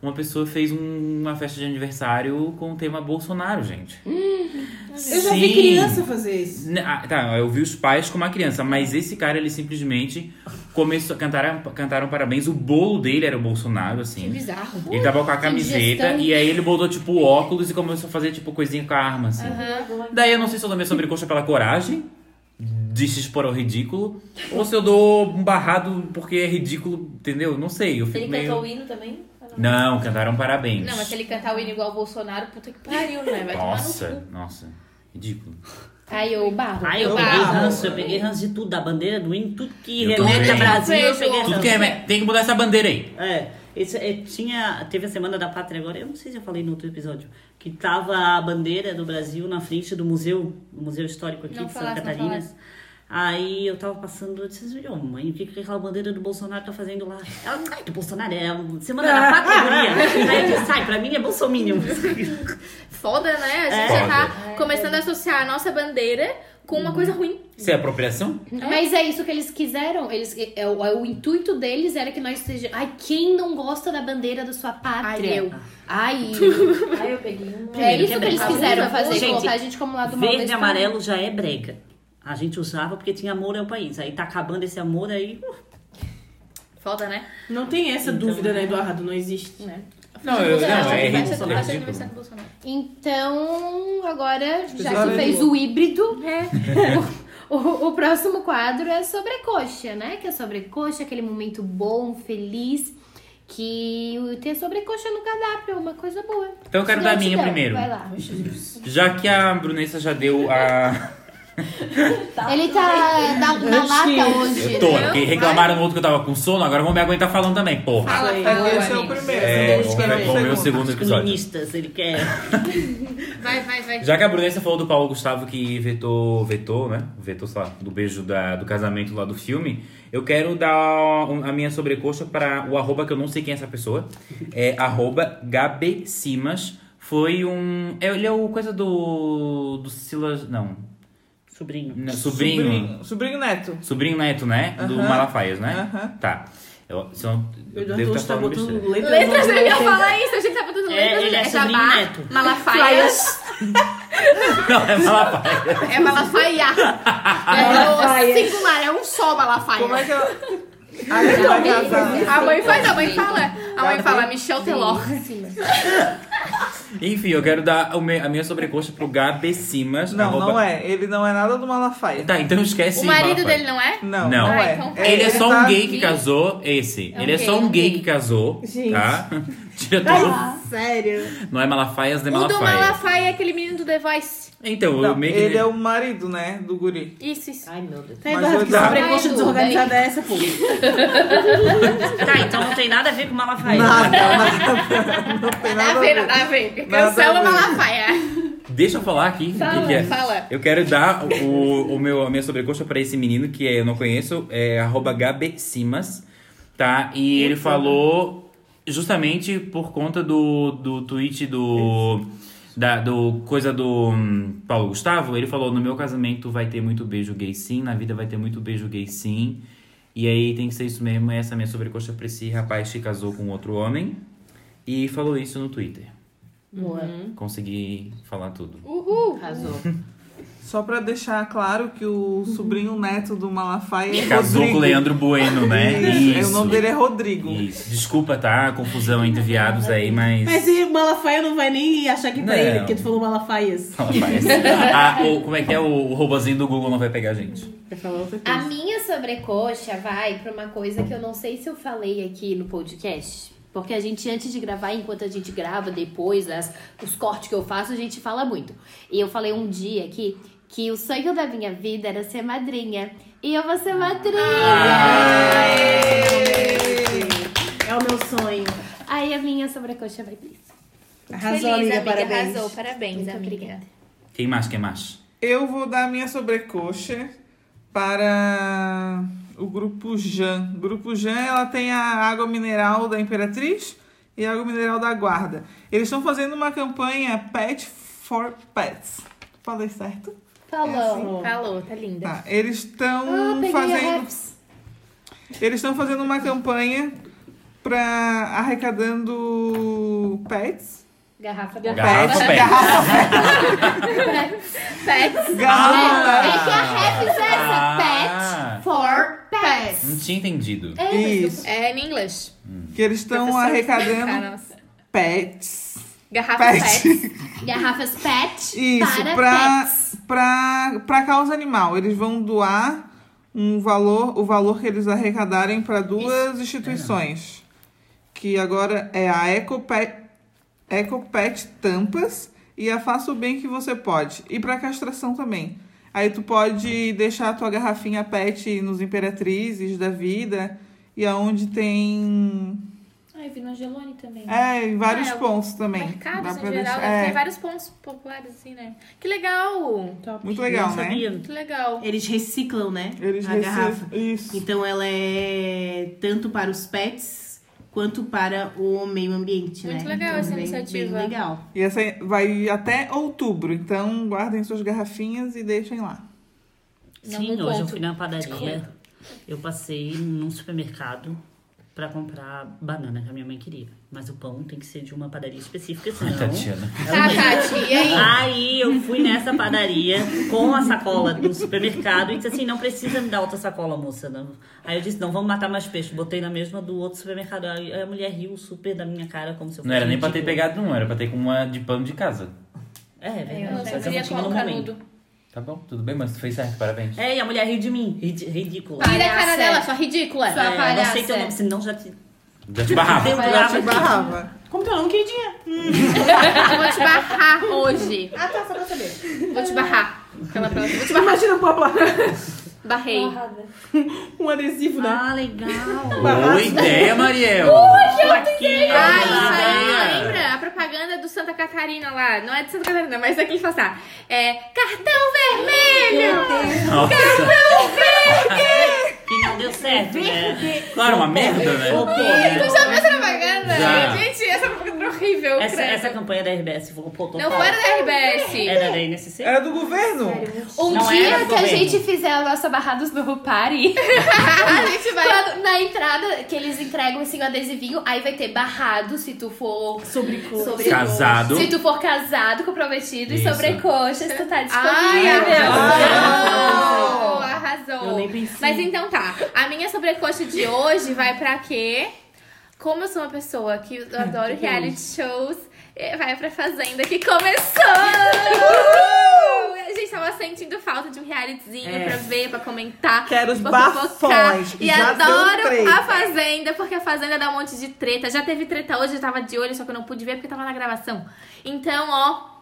B: Uma pessoa fez um- uma festa de aniversário com o tema Bolsonaro, gente.
F: Eu já vi
B: Sim.
F: criança fazer isso.
B: Né, ah, Tá, eu vi os pais com uma criança, mas esse cara, ele simplesmente começou. Cantaram, cantaram parabéns. O bolo dele era o Bolsonaro, assim.
D: Bizarro.
B: Ele tava com a camiseta
A: indigestão.
B: e aí ele botou, tipo, óculos e começou a fazer, tipo, coisinha com a arma, assim. Daí eu não sei se eu dou minha sobrecoxa pela coragem de se expor ao ridículo ou se eu dou um barrado porque é ridículo, entendeu? Não sei, eu fico
H: Ele
B: meio...
H: cantou o hino também?
B: Não, cantaram parabéns.
D: Não, mas se ele cantar o hino igual o Bolsonaro, puta que pariu, né? Vai tomar no
B: Nossa,
D: cu.
B: nossa, ridículo.
D: Aí eu
B: Ah,
D: barro.
C: Ai, eu
E: Eu
C: peguei
E: amo.
C: ranço, eu peguei ranço de tudo, da bandeira do hino, tudo que
B: Eu
C: remete a
B: também.
C: Brasil, eu
D: Vejo.
C: peguei ranço.
B: Tudo que é remédio. Tem que mudar essa bandeira aí.
C: É, esse, é, tinha, teve a Semana da Pátria agora, eu não sei se eu falei no outro episódio, que tava a bandeira do Brasil na frente do museu, do Museu Histórico aqui
D: Não
C: de
D: falasse,
C: Santa
D: não
C: Catarina.
D: falasse.
C: Aí eu tava passando, eu disse, ô mãe, o que, que aquela bandeira do Bolsonaro tá fazendo lá? Ela, ai, do Bolsonaro, é a Semana da Pátria, guria. Aí eu disse, sai, pra mim é Bolsominion.
D: Foda, né? A gente
B: É.
D: já tá começando a associar a nossa bandeira com uma coisa ruim.
B: Isso é apropriação?
A: Mas é isso que eles quiseram. Eles, é, o, é o intuito deles era que nós sejamos. Ai, quem não gosta da bandeira da sua pátria?
D: eu.
A: Ai,
H: Aí eu peguei uma.
A: é
C: Primeiro
A: isso que eles
C: quebra.
A: quiseram fazer,
C: Gente,
A: colocar a gente como lado mal da
C: Verde e
A: história.
C: amarelo já é brega. A gente usava porque tinha amor ao país. Aí tá acabando esse amor aí. uh,
D: Foda, né?
F: Não tem essa dúvida, né, Eduardo? Não existe.
B: Não, eu, não, é
D: Festa- festa
B: ridículo.
D: de
B: é
D: aniversário
B: ridículo.
D: do Bolsonaro.
A: Então, agora, já que
E: Tesoura
A: tu fez
E: do-
A: o híbrido,
D: É.
A: o, o- o próximo quadro é sobre a coxa, né? Que é sobre a coxa, aquele momento bom, feliz, que ter sobrecoxa no cardápio é uma coisa boa.
B: Então eu quero dar a minha
A: Gratidão,
B: primeiro.
A: Vai lá.
B: Já que a Brunessa já deu a.
A: Ele tá na, na lata hoje.
B: Eu tô,
D: né?
B: né? porque reclamaram no outro que eu tava com sono, agora vão me aguentar falando também, porra.
D: Fala, fala,
E: Esse é o
D: amigo.
E: primeiro.
B: É,
E: esse é o
B: bom, meu
E: segundo.
B: segundo
C: os
B: episódio.
C: comunistas, ele quer.
D: Vai, vai, vai.
B: Já que a Brunessa falou do Paulo Gustavo que vetou, vetou, né? Vetou, sei lá, do beijo da, do casamento lá do filme, eu quero dar um- a minha sobrecoxa para o arroba que eu não sei quem é essa pessoa. É arroba Gabe Simas. Foi um. é- Ele é o coisa do. do Silas. Não.
C: Sobrinho.
B: não, sobrinho.
E: Sobrinho, sobrinho neto.
B: Sobrinho neto, né? Do
E: Aham.
B: Malafaia, né?
E: Aham.
B: Tá. Eu, se eu não,
F: O
B: eu
F: Eduardo
B: devo
F: hoje
B: estar
F: tá
B: falando
F: botando
B: besteira.
F: letras.
D: Letras,
F: onde
D: eu ia
F: não tem.
D: falar isso. A gente tá botando
C: É,
D: letras.
C: ele é sobrinho
D: jabá,
C: neto.
D: Malafaia.
B: Não, é Malafaia.
G: É Malafaia.
H: Malafaia.
G: É o singular, é um só Malafaia.
E: Como é Ah, que ela. A gente vai casar.
D: A mãe faz, a mãe fala.
A: Tá
D: A mãe fala, Michel Teló.
B: Enfim, eu quero dar o me- a minha sobrecoxa pro Gabe Simas.
E: Não,
B: arroba-
E: não é. Ele não é nada do Malafaia.
B: Tá, então esquece
D: O marido
B: Malafaia.
D: dele não é?
E: Não,
B: Não.
E: não,
B: Ah,
E: é.
D: então
E: É,
B: Ele é só
E: tá-
B: um gay que casou, esse.
A: É um
B: ele é
A: gay,
B: só
A: é
B: um
A: um
B: gay,
A: gay.
B: que casou,
F: Gente.
B: tá? Diretor,
F: Ai, sério.
B: não é Malafaias nem
D: O do
B: Malafaia.
D: Malafaia é aquele menino do The Voice.
B: Então, eu
E: Não,
B: meio que...
E: ele é o marido, né? Do guri.
D: Isso, isso.
C: Ai, meu Deus.
F: Tá,
E: Mas
F: Eduardo,
E: eu
F: que
E: já-
F: sobrecoxa
A: Ai,
F: desorganizada é essa, pô?
C: Tá, então não tem nada a ver com Malafaia.
E: Não tem
D: Nada a ver, nada a ver.
E: Nada a
D: Cancela
E: ver.
D: Malafaia.
B: Deixa eu falar aqui. o
D: Fala,
B: que que é.
D: fala.
B: Eu quero dar o, o meu, a minha sobrecoxa pra esse menino que é- eu não conheço, é arroba Gabe Simas, tá? E ele falou justamente por conta do, do tweet do. Da, do coisa do hum, Paulo Gustavo, ele falou: No meu casamento vai ter muito beijo gay sim, na vida vai ter muito beijo gay sim. E aí tem que ser isso mesmo, essa é a minha sobrecoxa pra esse rapaz que casou com outro homem. E falou isso no Twitter.
D: Uhum. Hum.
B: Consegui falar tudo.
D: Uhul.
H: Arrasou.
E: Só pra deixar claro que o sobrinho neto do Malafaia é
B: Casou
E: Rodrigo.
B: com o Leandro Bueno, né?
E: Isso.
B: Isso.
E: O nome dele é Rodrigo.
B: Isso. Desculpa, tá? A confusão entre viados aí, mas.
F: Mas e o Malafaia não vai nem achar que
B: Não.
F: pra ele, porque tu falou Malafaias.
B: Ela parece. Ah, o- como é que é? O, o robozinho do Google não vai pegar a gente.
F: Quer falar outra
D: Ah.
A: A
F: coisa?
A: minha sobrecoxa vai pra uma coisa que eu não sei se eu falei aqui no podcast. Porque a gente, antes de gravar, enquanto a gente grava, depois, as- os cortes que eu faço, a gente fala muito. E eu falei um dia aqui que o sonho da minha vida era ser madrinha. E eu vou ser madrinha!
F: É o meu sonho.
A: Aí a minha sobrecoxa vai pra isso.
F: Arrasou,
D: Feliz,
F: amiga, parabéns.
D: Arrasou, parabéns,
A: Muito
D: amiga.
A: obrigada.
B: Quem mais? Quem mais?
E: Eu vou dar minha sobrecoxa para o grupo Jan. O grupo Jan, ela tem a água mineral da Imperatriz e a água mineral da Guarda. Eles estão fazendo uma campanha Pet for Pets. Falei certo?
A: Falou.
D: Falou, tá linda.
E: Tá. Eles
A: Ah,
E: estão
A: peguei a
E: fazendo
A: Raps.
E: eles estão fazendo uma campanha para arrecadando pets.
A: Garrafa.
B: Garrafa
E: Pet.
B: pet.
E: Ah. Garrafa.
A: É que a Raps é essa.
B: Ah.
A: Pet for pets.
B: Não tinha entendido.
A: É, mas eu-
E: Isso.
D: É em inglês.
E: Que eles estão
D: Professor,
E: arrecadando
D: Ah, nossa.
E: pets.
D: Garrafa
E: Pet.
D: pet.
A: Garrafas pet
E: Isso,
A: para
E: pra,
A: pets.
E: pra, pra causa animal. Eles vão doar um valor, o valor que eles arrecadarem para duas instituições. Que agora é a Ecopet, Ecopet Tampas e a Faça o Bem Que Você Pode. E para castração também. Aí tu pode deixar a tua garrafinha pet nos Imperatrizes da vida e aonde tem.
D: Ai, vi na Gelone também.
E: É, em vários
D: Ah, é o
E: pontos também.
D: Mercados,
E: Dá
D: em
E: pra
D: geral,
E: deixar.
D: tem
E: É,
D: vários pontos populares, assim, né? Que legal!
E: muito legal,
F: Não
E: né?
F: sabia.
D: Que legal.
F: Eles reciclam, né?
E: Eles
F: a
E: reciclam-
F: garrafa.
E: Isso.
F: Então ela é tanto para os pets quanto para o meio ambiente,
D: Muito
F: né?
D: legal
F: Então,
D: essa
F: bem-
D: iniciativa.
F: Bem legal.
E: E essa vai até outubro, então guardem suas garrafinhas e deixem lá.
D: Não
C: Sim,
D: me
C: hoje eu
D: conto.
C: fui na padaria. Eu passei num supermercado pra comprar banana que a minha mãe queria. Mas o pão tem que ser de uma padaria específica, senão.
B: Tatiana.
D: Tá, Tati, e aí?
C: Aí eu fui nessa padaria com a sacola do supermercado e disse assim: não precisa me dar outra sacola, moça. Não. Aí eu disse: não, vamos matar mais peixe. Botei na mesma do outro supermercado. Aí a mulher riu super da minha cara, como se eu fosse.
B: Não era nem pra ter
C: ridícula.
B: pegado um, era pra ter com uma de pano de casa.
C: É, é
D: Eu
C: verdade.
D: não
C: Só que eu não
D: queria
C: tinha no
D: colocar
C: momento.
D: canudo.
B: Tá bom, tudo bem, mas tu fez certo, parabéns.
C: É, e a mulher riu de mim. Ridi- Ridícula.
D: Tira a cara
A: Palhaça.
D: dela, sua ridícula.
C: É,
D: Sua
C: eu não
D: palhaça.
C: sei teu nome, senão já te. um
B: Já te barrava.
C: Eu brava aqui.
E: Brava.
F: Como teu nome, queridinha?
D: Eu vou te barrar hoje.
I: Ah, tá, só pra saber.
D: Vou te barrar. Aquela próxima. Vou te barrar.
F: Imagina pô, lá,
D: Barrei.
H: Porrada.
F: um adesivo, né?
C: Ah, legal.
B: Boa ideia, Mariel!
D: Ah, isso aí, lembra? A propaganda do Santa Catarina lá. Não é de Santa Catarina, mas é que ele fala assim, ah, é cartão vermelho!
B: Nossa!
D: é
C: Que não deu certo, né?
B: Claro, uma merda,
C: Ô,
B: né?
C: pô, né?
D: Tu já viu essa propaganda?
B: Já.
D: Gente, essa propaganda é horrível.
C: Essa, É.
D: credo.
C: essa campanha da RBS falou, pô, total.
D: Não fora da RBS.
C: Era da NSC?
E: Era do governo?
F: né?
A: Um
C: Não
A: dia
C: era
A: que a
C: governo.
A: gente fizer a nossa Barrados do Party,
D: A gente vai...
A: quando- na entrada que eles entregam assim o adesivinho, aí vai ter barrado se tu
D: É
A: for sobrecoxa.
B: Casado.
A: Se tu for casado com o prometido
B: Isso.
A: e sobrecoxa, se tu tá
D: Ai, arrasou!
F: Ai.
D: Arrasou!
F: Eu nem pensei.
D: Mas então tá, a minha sobrecoxa de hoje vai pra quê? Como eu sou uma pessoa que eu adoro
E: é
D: reality shows, eh, vai pra Fazenda que começou! A gente tava sentindo falta de um realityzinho
C: É.
D: pra ver, pra comentar.
E: Quero os
D: pra fofocar.
E: bafões, que
D: E
E: já deu
D: adoro
E: treta.
D: a Fazenda, porque a Fazenda dá um monte de treta. Já teve treta hoje, eu tava de olho, só que eu não pude ver porque eu tava na gravação. Então, ó,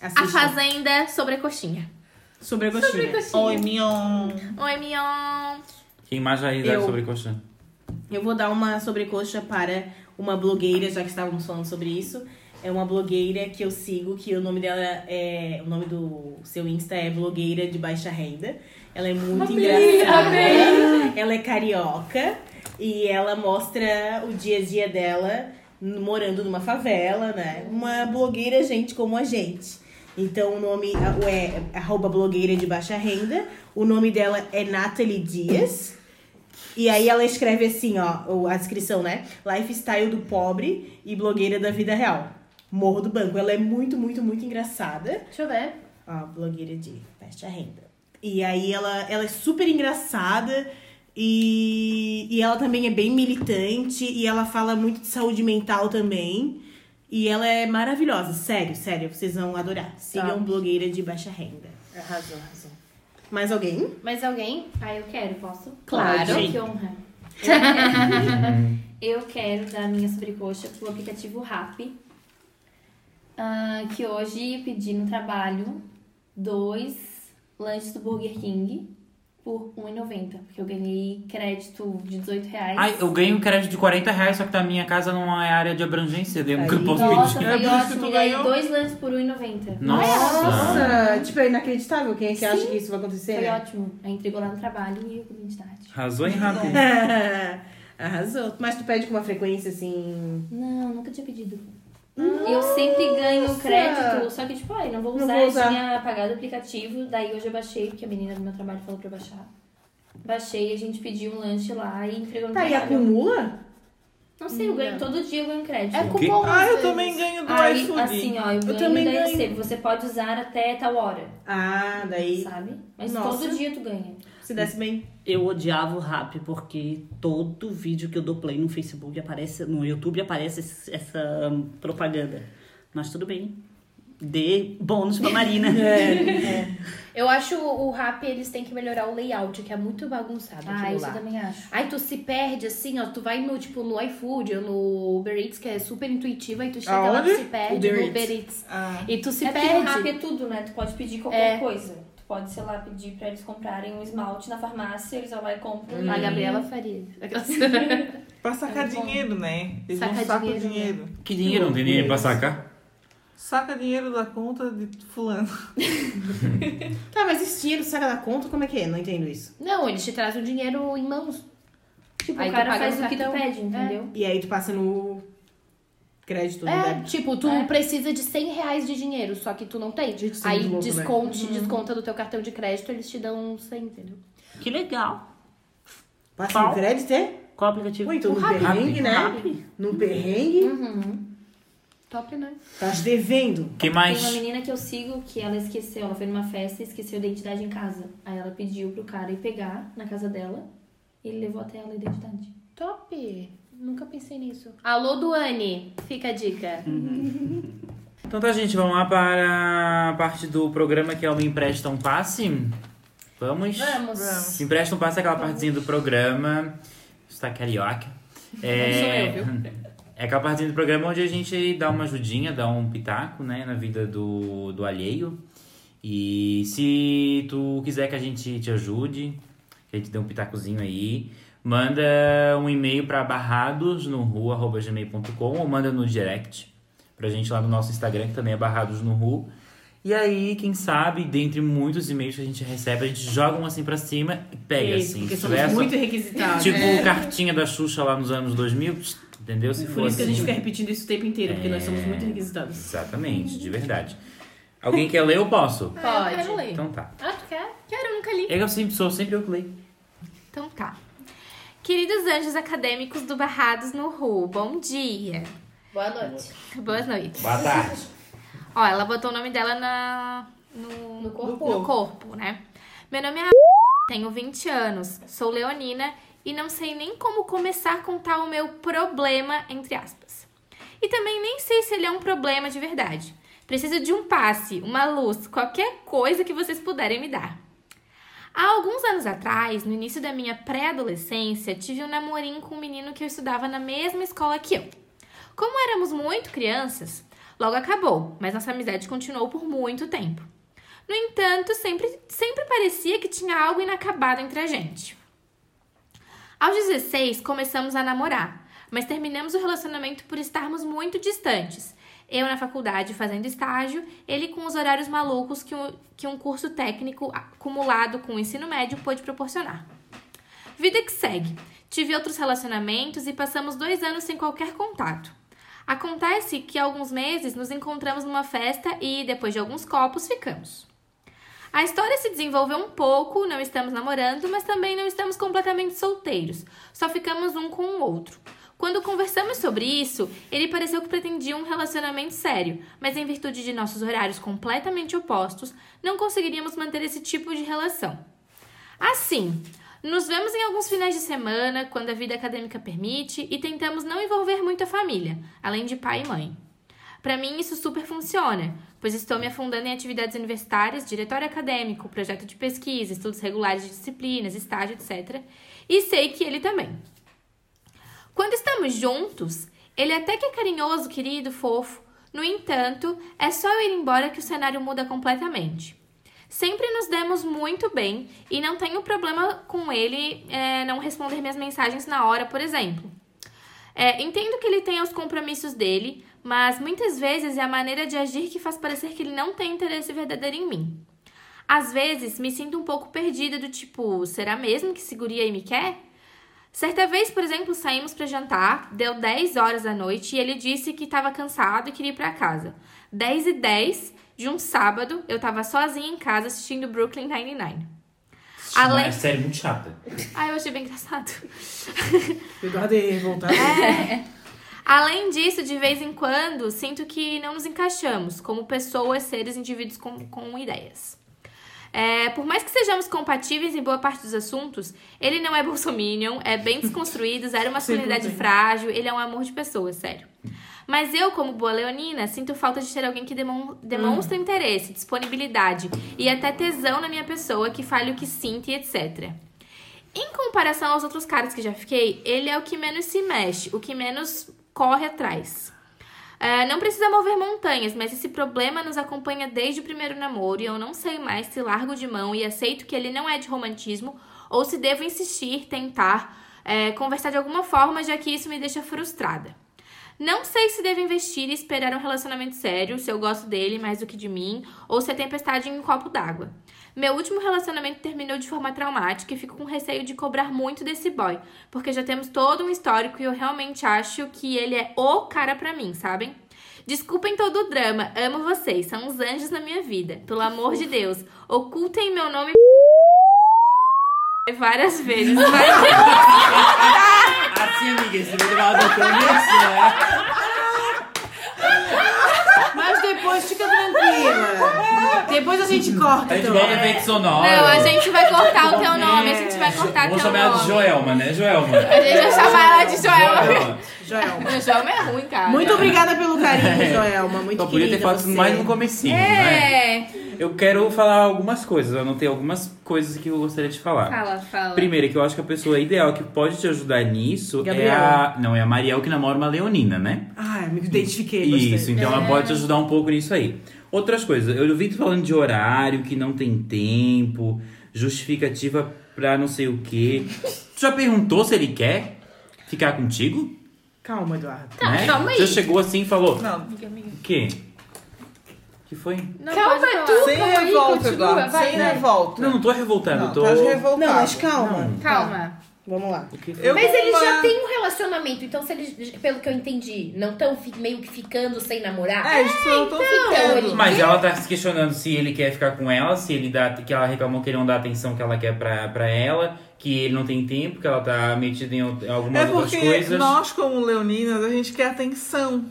D: a
F: Assista.
D: Fazenda sobre coxinha.
F: Sobre a coxinha.
E: Oi, Mion.
D: Oi, Mion!
B: Quem mais já ia
F: Eu.
B: sobre coxinha?
F: Eu vou dar uma sobrecoxa para uma blogueira, já que estávamos falando sobre isso. É uma blogueira que eu sigo, que o nome dela é. O nome do seu Insta é blogueira de baixa renda. Ela é muito engraçada. Ela é carioca e ela mostra o dia a dia dela n- morando numa favela, né? Uma blogueira, gente como a gente. Então o nome a- é arroba blogueira de baixa renda. O nome dela é Nathalie Dias. E aí ela escreve assim, ó, o- a descrição, né? Lifestyle do pobre e blogueira da vida real. Morro do Banco. Ela é muito, muito, muito engraçada.
A: Deixa eu ver.
F: Ó, blogueira de baixa renda. E aí ela, ela é super engraçada e, e ela também é bem militante e ela fala muito de saúde mental também. E ela é maravilhosa, sério, sério, vocês vão adorar. Sigam blogueira de baixa renda.
H: Tá. Arrasou, arrasou.
F: Mais alguém?
A: Mais alguém? Ah, eu quero, posso?
F: Claro.
A: Ai, Que honra. Eu quero- Eu quero dar minha sobrecoxa pro aplicativo Rap, ah, que hoje pedi no trabalho dois lanches do Burger King por R$1,90, porque eu ganhei crédito de 18 reais.
B: Ai, eu ganho um crédito de 40 reais, só que da minha casa não é área de abrangência, daí eu nunca
F: Aí.
B: posso
A: Nossa,
B: pedir.
E: É
A: foi
E: por isso que
A: ótimo,
E: tu
A: e ganhei
E: ganhou?
A: dois lanches por R$1,90.
B: Nossa!
F: tipo, é inacreditável. Quem é que acha que isso vai acontecer? né?
A: Foi ótimo. Aí entregou lá no trabalho e eu comi de tarde.
B: Arrasou em rápido.
F: Arrasou. Mas tu pede com uma frequência assim.
A: Não, nunca tinha pedido. Eu sempre ganho crédito, só que tipo, ai, não vou
F: Não
A: usar,
F: vou usar.
A: eu tinha apagado o aplicativo, daí hoje eu baixei, porque a menina do meu trabalho falou pra eu baixar. Baixei, a gente pediu um lanche lá e entregou no
F: Tá, e
A: trabalho.
F: acumula?
A: Não sei, eu ganho, todo dia eu ganho crédito.
D: É
B: quê?
D: cupom.
E: Ah, eu
D: às
E: também
D: vezes.
E: ganho do
A: Aí,
E: iFood.
A: assim, ó, eu ganho
F: também
A: e daí
F: ganho.
A: recebo. Você pode usar até tal hora,
F: Ah, daí
A: sabe? Mas
F: Nossa.
A: todo dia tu ganha.
F: se desse bem.
C: Eu odiava o rap porque todo vídeo que eu dou play no Facebook aparece, no YouTube aparece esse- essa hum, propaganda. Mas tudo bem. Dê bônus pra Marina.
D: É.
H: Eu acho o rap, eles têm que melhorar o layout, que é muito bagunçado
A: Ah,
H: aquilo
A: isso
H: lá.
A: eu também acho.
H: Aí tu se perde assim, ó. Tu vai no, tipo, no iFood ou no Uber Eats, que é super intuitivo, aí tu chega lá,
E: Aonde?
H: tu se perde
F: Uber
H: no
F: Eats.
H: Uber Eats.
E: Ah.
H: E tu se
A: é porque no
H: perde.
A: rap é tudo, né? Tu pode pedir qualquer
H: É.
A: coisa. Tu
H: Pode, sei lá, pedir pra eles comprarem um esmalte na farmácia, eles vão lá e compram.
A: A
H: e-
A: Gabriela Faria. Aquelas-
E: Pra sacar dinheiro, né? Eles
A: Sacar
E: vão sacar
A: dinheiro,
E: dinheiro.
A: né?
E: dinheiro.
B: Que dinheiro? Não tem dinheiro pra sacar?
E: Saca dinheiro da conta de fulano.
F: Tá, mas esse dinheiro saca da conta, como é que é? Não entendo isso.
A: Não, eles te trazem o dinheiro em mãos.
H: Tipo,
A: Aí
H: o
A: tu
H: cara
A: paga
H: faz
A: no
H: o que tu
A: cartão. É.
H: pede, entendeu?
F: E aí tu passa no crédito, no
A: É,
F: débito.
A: tipo, tu precisa de 100 reais de dinheiro, só que tu não tem.
F: Gente, isso é
A: Aí
F: muito louco, né?
A: desconte,
H: Uhum.
A: desconta do teu cartão de crédito, eles te dão 100, entendeu?
C: Que legal.
F: Passa no
C: Pau.
F: crédito, é?
C: Qual aplicativo?
F: Ou então num
A: Rap.
F: perrengue, né?
C: Rap.
F: Num perrengue,
A: Top, né?
F: tá te devendo.
B: Que
A: É.
H: Tem uma
B: mais?
H: menina que eu sigo que ela esqueceu, ela foi numa festa e esqueceu a identidade em casa. Aí ela pediu pro cara ir pegar na casa dela e ele levou até ela a identidade.
A: Top! Nunca pensei nisso. Alô, Duane, fica a dica.
B: Então tá, gente, vamos lá para a parte do programa que é o Me Empresta um Passe. Vamos?
A: Vamos.
B: Me Empresta um Passe é aquela partezinha do programa. Está carioca. É...
A: Sou eu,
B: É aquela partezinha do programa onde a gente dá uma ajudinha, dá um pitaco, né, na vida do, do alheio. E se tu quiser que a gente te ajude, que a gente dê um pitacozinho aí, manda um e-mail para barrados no ru, arroba gmail.com ou manda no direct pra gente lá no nosso Instagram, que também é barrados no ru. E aí, quem sabe, dentre muitos e-mails que a gente recebe, a gente joga um assim pra cima e
C: É,
B: pega
F: Isso,
B: assim.
F: porque
B: Se
F: somos
B: tiver essa-
F: muito né? requisitados.
B: Tipo cartinha da Xuxa lá nos anos 2000, entendeu? Se
F: É Por
B: for
F: isso que a
B: assim.
F: gente fica repetindo isso o tempo inteiro, porque nós somos
C: É.
F: muito requisitados.
B: Exatamente, de verdade. Alguém quer ler? Eu posso.
D: Ah, eu quero ler.
B: Então tá.
A: Ah, tu quer?
D: Quero, um eu nunca li.
B: É que eu sempre sou sempre eu que leio.
D: Então tá. Queridos anjos acadêmicos do Barrados no Ru, bom dia.
K: Boa noite.
D: Boas noites.
B: Boa tarde.
D: Ó, ela botou o nome dela na, no, no, corpo. no corpo, né? Meu nome é a... Tenho 20 anos, sou leonina e não sei nem como começar a contar o meu problema, entre aspas. E também nem sei se ele é um problema de verdade. Preciso de um passe, uma luz, qualquer coisa que vocês puderem me dar. Há alguns anos atrás, no início da minha pré-adolescência, tive um namorinho com um menino que eu estudava na mesma escola que eu. Como éramos muito crianças, logo acabou, mas nossa amizade continuou por muito tempo. No entanto, sempre, sempre parecia que tinha algo inacabado entre a gente. Aos 16, começamos a namorar, mas terminamos o relacionamento por estarmos muito distantes. Eu na faculdade fazendo estágio, ele com os horários malucos que um, que um curso técnico acumulado com o ensino médio pôde proporcionar. Vida que segue. Tive outros relacionamentos e passamos dois anos sem qualquer contato. Acontece que há alguns meses nos encontramos numa festa e, depois de alguns copos, ficamos. A história se desenvolveu um pouco, não estamos namorando, mas também não estamos completamente solteiros, só ficamos um com o outro. Quando conversamos sobre isso, ele pareceu que pretendia um relacionamento sério, mas em virtude de nossos horários completamente opostos, não conseguiríamos manter esse tipo de relação. Assim, nos vemos em alguns finais de semana, quando a vida acadêmica permite, e tentamos não envolver muito a família, além de pai e mãe. Pra mim, isso super funciona, pois estou me afundando em atividades universitárias, diretório acadêmico, projeto de pesquisa, estudos regulares de disciplinas, estágio, etc. E sei que ele também. Quando estamos juntos, ele até que é carinhoso, querido, fofo. No entanto, é só eu ir embora que o cenário muda completamente. Sempre nos demos muito bem e não tenho problema com ele eh, não responder minhas mensagens na hora, por exemplo. É, entendo que ele tem os compromissos dele, mas muitas vezes é a maneira de agir que faz parecer que ele não tem interesse verdadeiro em mim. Às vezes me sinto um pouco perdida do tipo, será mesmo que seguria e me quer? Certa vez, por exemplo, saímos para jantar, deu 10 horas da noite e ele disse que estava cansado e queria ir para casa. 10 e 10 de um sábado, eu estava sozinha em casa assistindo Brooklyn Nine-Nine. Ale-
B: É sério, muito chata.
D: Ah, eu achei bem engraçado.
F: O Eduardo é revoltado.
D: Além disso, de vez em quando, sinto que não nos encaixamos como pessoas, seres, indivíduos com, com ideias. É, por mais que sejamos compatíveis em boa parte dos assuntos, ele não é bolsominion, é bem desconstruído, zero masculinidade frágil, ele é um amor de pessoa, sério. Mas eu, como boa leonina, sinto falta de ter alguém que demon- demonstre interesse, disponibilidade e até tesão na minha pessoa, que fale o que sinta e etc. Em comparação aos outros caras que já fiquei, ele é o que menos se mexe, o que menos corre atrás. É, não precisa mover montanhas, mas esse problema nos acompanha desde o primeiro namoro e eu não sei mais se largo de mão e aceito que ele não é de romantismo ou se devo insistir, tentar é, conversar de alguma forma, já que isso me deixa frustrada. Não sei se devo investir e esperar um relacionamento sério, se eu gosto dele mais do que de mim, ou se é tempestade em um copo d'água. Meu último relacionamento terminou de forma traumática e fico com receio de cobrar muito desse boy, porque já temos todo um histórico e eu realmente acho que ele é o cara pra mim, sabem? Desculpem todo o drama, amo vocês, são os anjos na minha vida. Pelo amor de Deus, ocultem meu nome várias vezes, mas...
B: Assim, amiga, esse vídeo vai adotando isso, né?
F: Mas depois fica tranquila. Depois a gente corta.
B: A gente
F: então.
B: bota efeito sonoro.
D: Não, a gente tá vai cortar o teu nome, a gente vai cortar
B: é. Vou
D: teu
B: chamar ela de
D: nome.
B: Joelma, né? Joelma.
D: A gente vai chamar ela de Joelma.
B: Joelma.
F: Joelma.
D: Joelma é ruim,
B: Ah,
D: cara.
F: Muito obrigada pelo carinho, Joelma. Muito
B: Só É. podia
F: querida
B: ter falado
F: você.
B: isso mais no comecinho, né?
D: É.
B: Eu quero falar algumas coisas, eu anotei algumas coisas que eu gostaria de falar.
D: Fala, fala.
B: Primeiro, que eu acho que a pessoa ideal que pode te ajudar nisso é a. Não, é a Mariel que namora uma leonina, né?
F: Ai, me identifiquei. gostei.
B: Isso, então ela pode te ajudar um pouco nisso aí. Outras coisas, eu vi tu falando de horário, que não tem tempo, justificativa pra não sei o quê. tu já perguntou se ele quer ficar contigo?
F: Calma, Eduardo.
B: né?
L: calma aí.
B: Já chegou assim e falou:
E: Não,
B: O quê? que foi?
D: Não, Calma,
E: sem revolta, Eduardo. Sem revolta.
B: Não, não tô revoltado,
E: Não,
B: tô.
E: tá revoltado.
F: Não, mas calma.
D: Calma.
F: Vamos lá.
B: O que foi?
E: É, Eu
A: Mas
E: vou
A: eles
E: falar-
A: já têm um relacionamento, então se eles, pelo que eu entendi, não estão meio que ficando sem namorar.
E: É, isso eu
A: Então,
E: tô ficando.
B: Mas ela tá se questionando se ele quer ficar com ela, se ele dá. Que ela reclamou que ele não dá a atenção que ela quer pra, pra ela, que ele não tem tempo, que ela tá metida em out- algumas
E: É
B: outras
E: porque
B: coisas.
E: nós, como leoninas, a gente quer atenção.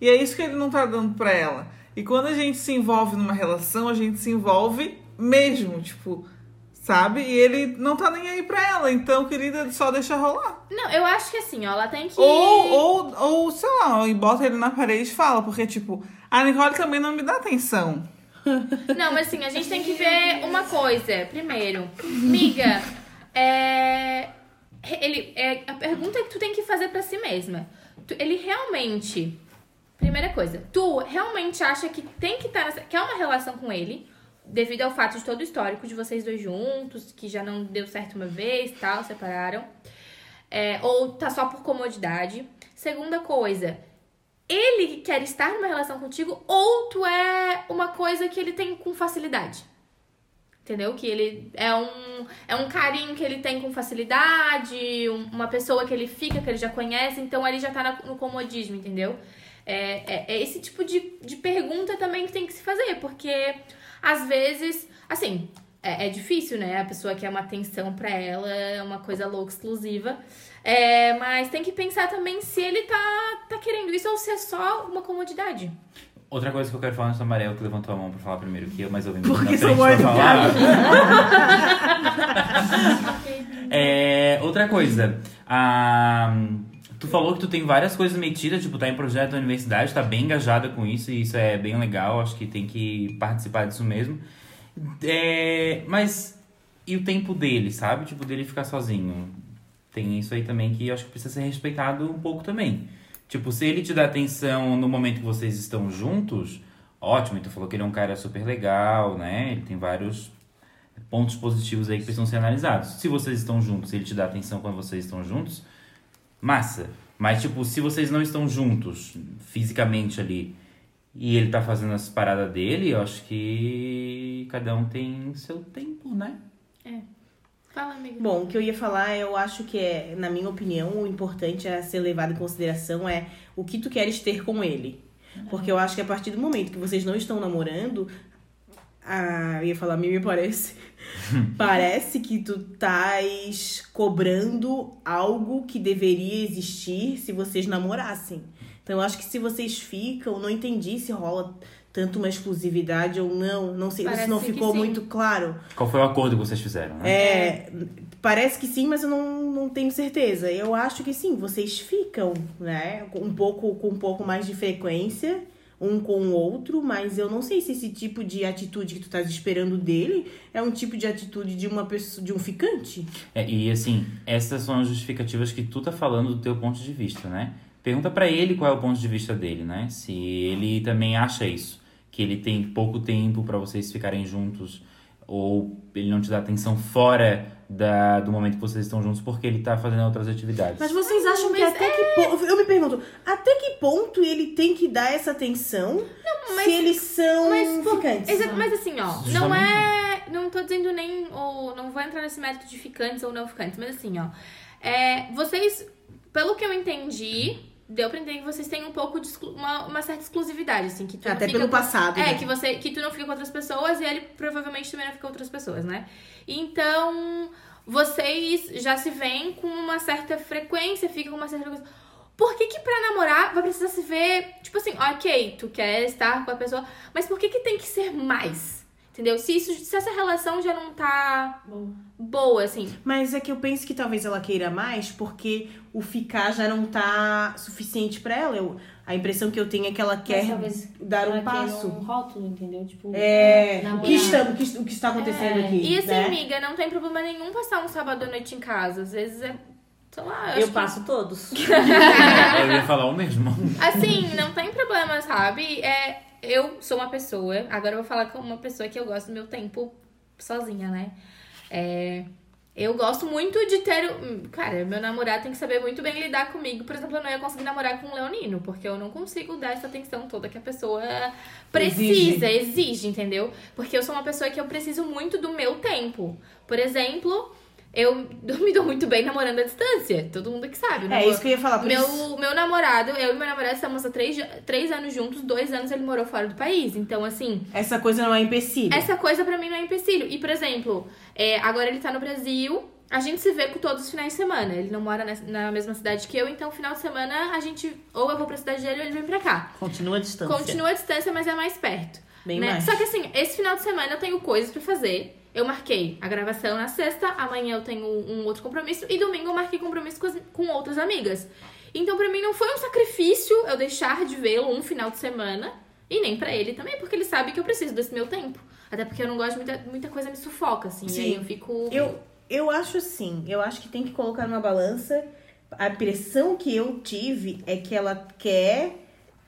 E: E é isso que ele não tá dando pra ela. E quando a gente se envolve numa relação, a gente se envolve mesmo, tipo, sabe? E ele não tá nem aí pra ela. Então, querida, só deixa rolar.
D: Não, eu acho que assim, ó, ela tem que.
E: Ou, ou, ou, sei lá, e bota ele na parede e fala. Porque, tipo, a Nicole também não me dá atenção.
D: Não, mas assim, a gente tem que ver uma coisa. Primeiro, miga, é... Ele, é... a pergunta que tu tem que fazer pra si mesma. Tu- Ele realmente... Primeira coisa, tu realmente acha que tem que estar... Nessa... Quer uma relação com ele, devido ao fato de todo o histórico de vocês dois juntos, que já não deu certo uma vez e tal, separaram. É, ou tá só por comodidade. Segunda coisa, ele quer estar numa relação contigo ou tu é uma coisa que ele tem com facilidade. Entendeu? Que ele é um, é um carinho que ele tem com facilidade, um- uma pessoa que ele fica, que ele já conhece, então ele já tá na- no comodismo, entendeu? É, é, é esse tipo de, de pergunta também que tem que se fazer, porque às vezes, assim, é, é difícil, né? A pessoa quer uma atenção pra ela, é uma coisa louca, exclusiva. É, mas tem que pensar também se ele tá, tá querendo isso ou se é só uma comodidade.
B: Outra coisa que eu quero falar nessa Amarelo, que levantou a mão pra falar primeiro que eu, mas eu vim muito na
F: Porque
B: frente
F: sou
B: pra
F: muito
B: falar. é, outra coisa. ah, tu falou que tu tem várias coisas metidas, tipo, tá em projeto da universidade, tá bem engajada com isso, e isso é bem legal, acho que tem que participar disso mesmo. É, mas e o tempo dele, sabe? Tipo, dele ficar sozinho. Tem isso aí também que eu acho que precisa ser respeitado um pouco também. Tipo, se ele te dá atenção no momento que vocês estão juntos, ótimo. E tu falou que ele é um cara super legal, né? Ele tem vários pontos positivos aí que precisam ser analisados. Se vocês estão juntos, ele te dá atenção quando vocês estão juntos, massa. Mas, tipo, se vocês não estão juntos fisicamente ali e ele tá fazendo as paradas dele, eu acho que cada um tem seu tempo, né?
D: Fala, amiga.
F: Bom, o que eu ia falar, eu acho que é, na minha opinião, o importante a ser levado em consideração é o que tu queres ter com ele. Porque eu acho que a partir do momento que vocês não estão namorando, ah, eu ia falar, me parece. parece que tu estás cobrando algo que deveria existir se vocês namorassem. Então eu acho que se vocês ficam, não entendi se rola tanto uma exclusividade ou não. Não sei, se
D: Parece
F: não
D: que
F: ficou
D: sim.
F: muito claro.
B: Qual foi o acordo que vocês fizeram, né?
F: É, parece que sim, mas eu não, não tenho certeza. Eu acho que sim, vocês ficam, né? com Um pouco, com um pouco mais de frequência, um com o outro, mas eu não sei se esse tipo de atitude que tu estás esperando dele é um tipo de atitude de uma pessoa, de um ficante.
B: É, e assim, essas são as justificativas que tu tá falando do teu ponto de vista, né? Pergunta pra ele qual é o ponto de vista dele, né? Se ele também acha isso, que ele tem pouco tempo pra vocês ficarem juntos ou ele não te dá atenção fora da, do momento que vocês estão juntos porque ele tá fazendo outras atividades.
F: Mas vocês acham que até que ponto. Eu me pergunto, até que ponto ele tem que dar essa atenção
D: mas-
F: se eles são
D: mas, pô,
F: ficantes?
D: Exa- mas assim, ó, não é. Não tô dizendo nem. Ou, não vou entrar nesse mérito de ficantes ou não ficantes, mas assim, ó. é, vocês, pelo que eu entendi, deu pra entender que vocês têm um pouco de exclu- uma, uma certa exclusividade, assim, que tu não
F: Até
D: fica
F: pelo
D: com-
F: passado.
D: É,
F: né?
D: que, você, que tu não fica com outras pessoas e ele provavelmente também não fica com outras pessoas, né? Então, vocês já se veem com uma certa frequência, ficam com uma certa frequência. Por que que pra namorar vai precisar se ver, tipo assim, ok, tu quer estar com a pessoa, mas por que que tem que ser mais? Entendeu? Se, isso, se essa relação já não tá boa, assim.
F: Mas é que eu penso que talvez ela queira mais porque o ficar já não tá suficiente pra ela. Eu- a impressão que eu tenho é que ela quer
M: talvez
F: dar
M: ela
F: um
M: queira
F: passo.
M: um rótulo, entendeu? Tipo,
F: É, o
M: namorar.
F: que, estamos, o que- o que está acontecendo
M: É.
F: aqui?
D: E assim,
F: né?
D: amiga, não tem problema nenhum passar um sábado à noite em casa. Às vezes é, sei lá, acho
C: Eu
D: que-
C: passo todos.
B: Eu ia falar o mesmo.
D: Assim, não tem problema, sabe? É, eu sou uma pessoa, agora eu vou falar com uma pessoa que eu gosto do meu tempo sozinha, né? É, eu gosto muito de ter. hum, Cara, meu namorado tem que saber muito bem lidar comigo. Por exemplo, eu não ia conseguir namorar com um leonino, porque eu não consigo dar essa atenção toda que a pessoa precisa, exige, entendeu? Porque eu sou uma pessoa que eu preciso muito do meu tempo. Por exemplo. Eu me dou muito bem namorando à distância. Todo mundo que sabe. eu não
F: É
D: vou-
F: isso que eu ia falar. Por isso,
D: meu, meu namorado, eu e meu namorado estamos há três, três anos juntos, dois anos ele morou fora do país. Então, assim,
F: essa coisa não é empecilho.
D: essa coisa pra mim não é empecilho. E, por exemplo, é, agora ele tá no Brasil, a gente se vê com todos os finais de semana. Ele não mora nessa- na mesma cidade que eu, então final de semana a gente, ou eu vou pra cidade dele ou ele vem pra cá.
C: Continua a distância.
D: Continua a distância, mas é mais perto.
F: Bem
D: né?
F: mais.
D: Só que assim, esse final de semana eu tenho coisas pra fazer. Eu marquei a gravação na sexta, amanhã eu tenho um outro compromisso e domingo eu marquei compromisso com, as- com outras amigas. Então pra mim não foi um sacrifício eu deixar de vê-lo um final de semana e nem pra ele também, porque ele sabe que eu preciso desse meu tempo. Até porque eu não gosto muita muita coisa me sufoca assim,
F: Sim.
D: e aí eu fico
F: Eu, eu acho assim, eu acho que tem que colocar numa balança. A impressão que eu tive é que ela quer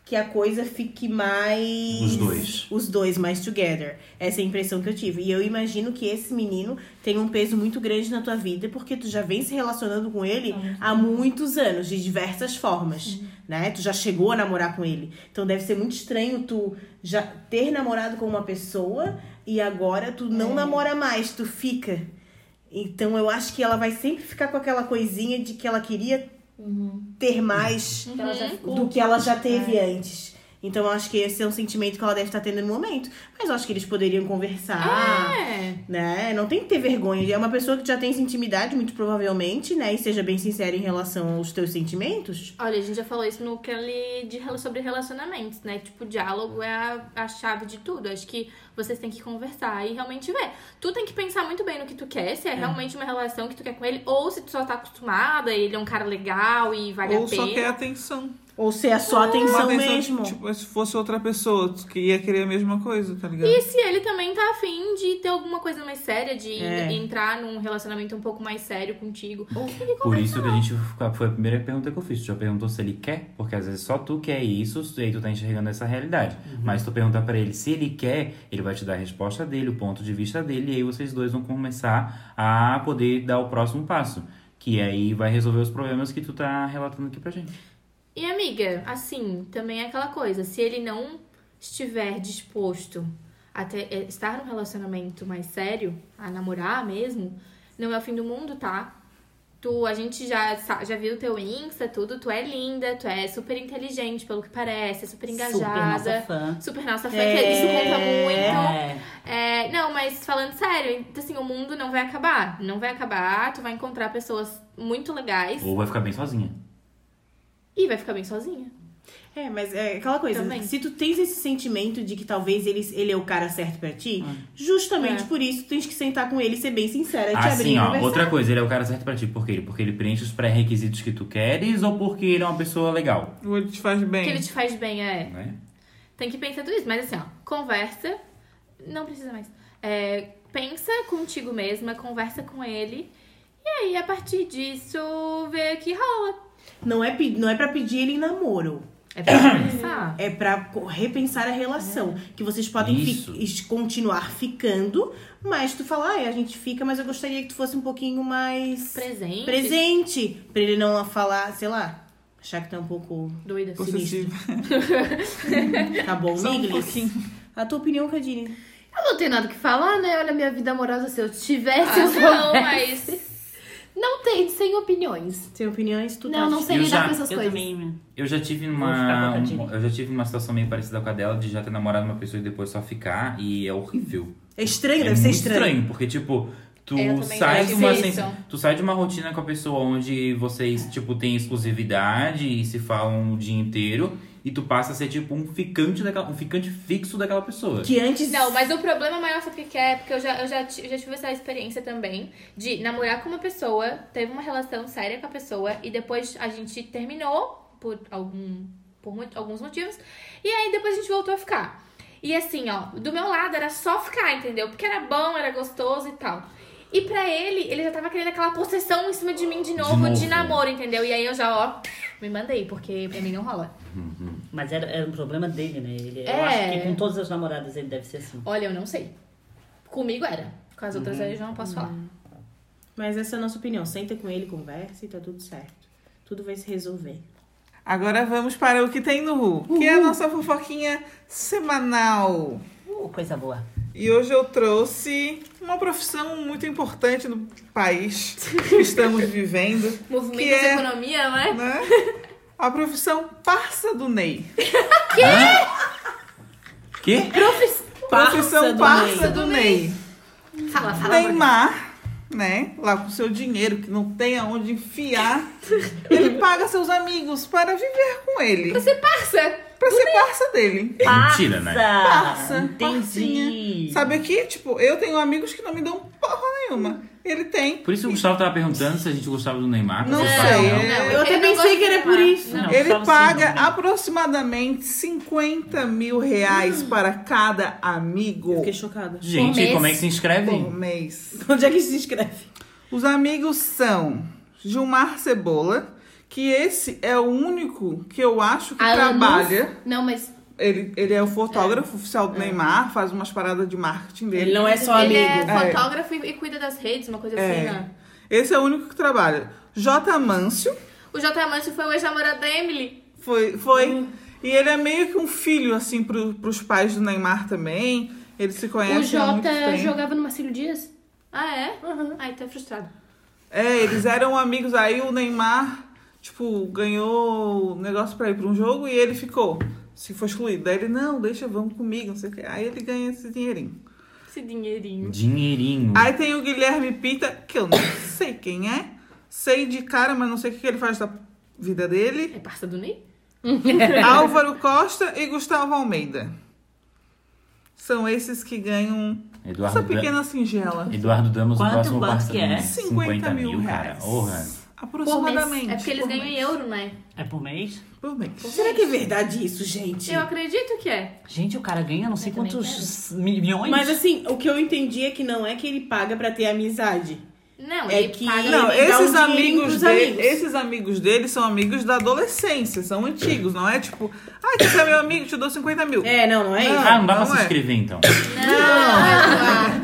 F: que a coisa fique mais.
B: Os dois.
F: Os dois mais together. Essa é a impressão que eu tive. E eu imagino que esse menino tem um peso muito grande na tua vida, porque tu já vem se relacionando com ele há muitos anos, de diversas formas. Né? Tu já chegou a namorar com ele. Então deve ser muito estranho tu já ter namorado com uma pessoa e agora tu não namora mais, tu fica. Então eu acho que ela vai sempre ficar com aquela coisinha de que ela queria ter mais
M: Então ela já ficou.
F: do que ela já teve antes. Então eu acho que esse é um sentimento que ela deve estar tendo no momento. Mas eu acho que eles poderiam conversar,
D: É.
F: né? Não tem que ter vergonha. É uma pessoa que já tem essa intimidade, muito provavelmente, né? E seja bem sincera em relação aos teus sentimentos.
D: Olha, a gente já falou isso no que ele de rela- sobre relacionamentos, né? Tipo, diálogo é a, a chave de tudo. Acho que vocês têm que conversar e realmente ver. Tu tem que pensar muito bem no que tu quer, se é, realmente uma relação que tu quer com ele, ou se tu só tá acostumada, ele é um cara legal e vale
E: Ou
D: a pena.
E: só quer atenção.
F: Ou se é só
E: Uma
F: atenção
E: atenção,
F: mesmo.
E: Tipo, se fosse outra pessoa que ia querer a mesma coisa, tá ligado?
D: E se ele também tá afim de ter alguma coisa mais séria, de
F: É.
D: entrar num relacionamento um pouco mais sério contigo.
B: Por isso que a gente foi a primeira pergunta que eu fiz. Tu já perguntou se ele quer, porque às vezes só tu quer isso, e aí tu tá enxergando essa realidade. Mas tu perguntar pra ele se ele quer, ele vai te dar a resposta dele, o ponto de vista dele, e aí vocês dois vão começar a poder dar o próximo passo. Que aí vai resolver os problemas que tu tá relatando aqui pra gente.
D: E amiga, assim, também é aquela coisa, se ele não estiver disposto a ter- eh, estar num relacionamento mais sério, a namorar mesmo, não é o fim do mundo, tá? Tu, a gente já, sa- já viu teu Insta, tudo, tu é linda, tu é super inteligente, pelo que parece, é super
C: Super nossa
D: engajada.
C: fã.
D: Super nossa fã, que isso conta muito.
C: É.
D: É, não, mas falando sério, assim, o mundo não vai acabar. Não vai acabar, tu vai encontrar pessoas muito legais
B: Ou vai ficar bem sozinha.
D: e vai ficar bem sozinha.
F: É, mas é aquela coisa,
D: Também.
F: se tu tens esse sentimento de que talvez ele, ele é o cara certo pra ti,
B: Ah.
F: justamente
D: É.
F: por isso tu tens que sentar com ele e ser bem sincera, te abrir
B: Assim,
F: e
B: ó,
F: conversar.
B: outra coisa, ele é o cara certo pra ti. Por quê? Porque ele preenche os pré-requisitos que tu queres ou porque ele é uma pessoa legal,
E: Ou ele te faz bem.
D: Que ele te faz bem, é.
B: né?
D: Tem que pensar tudo isso. Mas assim, ó, conversa. Não precisa mais. É, pensa contigo mesma, conversa com ele. E aí, a partir disso, vê o que rola.
F: não é, pe- não é pra pedir ele em namoro.
G: É pra começar.
F: É pra co- repensar a relação. Que vocês podem fi-
B: Isso.
F: es- continuar ficando, mas tu fala, ai, a gente fica, mas eu gostaria que tu fosse um pouquinho mais
G: Presente.
F: presente. Pra ele não falar, sei lá, achar que tá um pouco
G: Doida.
F: sinistro.
E: Possessivo.
F: Tá bom,
E: Só um
F: Miglis?
E: pouquinho.
F: a tua opinião, Cadine.
H: Eu não tenho nada o que falar, né? Olha a minha vida amorosa. Se eu tivesse, eu
D: Ah, Não,
H: soubesse.
D: mas.
H: Não tem, sem opiniões.
F: Sem opiniões, tu
H: Não,
F: tá
H: não sei
B: Eu
H: lidar
B: já-
H: com essas
C: Eu
H: coisas.
C: também. né?
B: Eu já tive
C: ficar
B: uma.
C: com a Cadine.
B: um- eu já tive uma situação meio parecida com a dela de já ter namorado uma pessoa e depois só ficar. E é horrível.
F: É estranho,
B: É
F: deve ser
B: muito
F: estranho.
B: porque, tipo, tu
D: É, eu também
B: sai
D: acho
B: de uma
D: isso.
B: sens- tu sai de uma rotina com a pessoa onde vocês, tipo, têm exclusividade e se falam o dia inteiro. E tu passa a ser, tipo, um ficante daquela, um ficante fixo daquela pessoa.
F: Que antes.
D: Não, mas o problema maior sabe o que que é? Porque eu já, eu, já, ti- eu já tive essa experiência também de namorar com uma pessoa, teve uma relação séria com a pessoa e depois a gente terminou por algum por muito- alguns motivos e aí depois a gente voltou a ficar. E assim, ó, do meu lado era só ficar, entendeu? Porque era bom, era gostoso e tal. E pra ele, ele já tava querendo aquela possessão em cima de mim de novo, de,
B: novo.
D: namoro, entendeu? E aí eu já, ó, me mandei, porque pra mim não rola.
C: Mas era, era um problema dele, né? Ele,
D: É.
C: Eu acho que com todas as namoradas ele deve ser assim.
D: Olha, eu não sei. Comigo era. Com as outras aí eu já não posso falar.
F: Mas essa é a nossa opinião. Senta com ele, conversa e tá tudo certo. Tudo vai se resolver.
E: Agora vamos para o que tem no Ru, que é a nossa fofoquinha semanal.
C: Uh, coisa boa.
E: E hoje eu trouxe uma profissão muito importante no país que estamos vivendo,
G: Movimento
E: que
G: de
E: é
G: economia, né?
E: né, a profissão parça do Ney.
B: Que?
E: profissão parça do Ney.
G: Fala, fala.
E: Neymar, né, lá com seu dinheiro que não tem aonde enfiar, ele paga seus amigos para viver com ele,
G: Parça!
E: para ser parça dele.
B: É mentira, né?
G: Ah,
E: Parça,
C: Ah, Entendi.
E: Sabe aqui, tipo, eu tenho amigos que não me dão porra nenhuma. Ele tem.
B: Por isso o Gustavo tava perguntando se a gente gostava do Neymar.
E: Não
B: Você
E: sei.
B: fala, não.
E: é-
F: Eu até pensei que era por isso.
C: Não,
E: Ele
C: Gustavo
E: paga
C: Silva, né?
E: aproximadamente 50 mil reais para cada amigo
F: Fiquei chocada.
B: Gente, e como é que se inscreve?
E: por mês.
F: Onde é que se inscreve?
E: Os amigos são Gilmar Cebola, que esse é o único que eu acho que
H: Alan
E: trabalha.
H: Não, mas
E: Ele, ele é o fotógrafo oficial do Neymar, faz umas paradas de marketing dele.
F: Ele não é só
G: Ele
F: amigo.
G: é
E: É.
G: fotógrafo e- e cuida das redes, uma coisa assim,
E: É.
G: né?
E: Esse é o único que trabalha. J. Mâncio
G: O J. Amante foi o ex-namorado da Emily.
E: foi. foi
H: Hum.
E: E ele é meio que um filho, assim, pro, pros pais do Neymar também. Eles se
H: o
E: conhecem há muito
H: Jota
E: tempo.
H: jogava no Marcelo Dias.
G: Ah, é?
E: Uhum.
G: Ai, tá frustrado.
E: É, eles eram amigos. Aí o Neymar, tipo, ganhou o negócio pra ir pra um jogo e ele ficou. Se for excluído. Daí ele, não, deixa, vamos comigo, não sei o quê. Aí ele ganha esse dinheirinho.
G: Esse dinheirinho.
B: Dinheirinho.
E: Aí tem o Guilherme Pita, que eu não sei quem é. Sei de cara, mas não sei o que que ele faz da vida dele.
G: É parça do Ney?
E: Álvaro Costa e Gustavo Almeida. São esses que ganham
B: Eduardo,
E: essa pequena singela.
B: Dan... Eduardo Damos,
C: Quanto-
B: o próximo
C: quanto
B: parça
C: que
B: do
C: é?
B: Ney.
E: 50, mil
B: cara.
E: reais.
B: Porra.
E: Aproximadamente.
G: É porque eles
E: por
G: ganham em
E: mês.
G: euro, né?
C: É por mês?
E: Por mês.
F: Será que é verdade isso, gente?
G: Eu acredito que é.
C: Gente, o cara ganha não sei quantos mi- milhões.
F: Mas assim, o que eu entendi é que não é que ele paga pra ter amizade.
G: Não,
F: É
G: ele
F: que-
G: paga.
E: Não,
F: Ele dá um
E: esses
F: dinheirinho
E: amigos,
F: pros
E: dele,
F: amigos.
E: esses amigos dele são amigos da adolescência, são antigos, não é tipo, ah, você é meu amigo, te dou 50 mil.
F: É, não, não é isso?
B: Ah, não dá pra
E: Não
B: se
E: é.
B: inscrever então.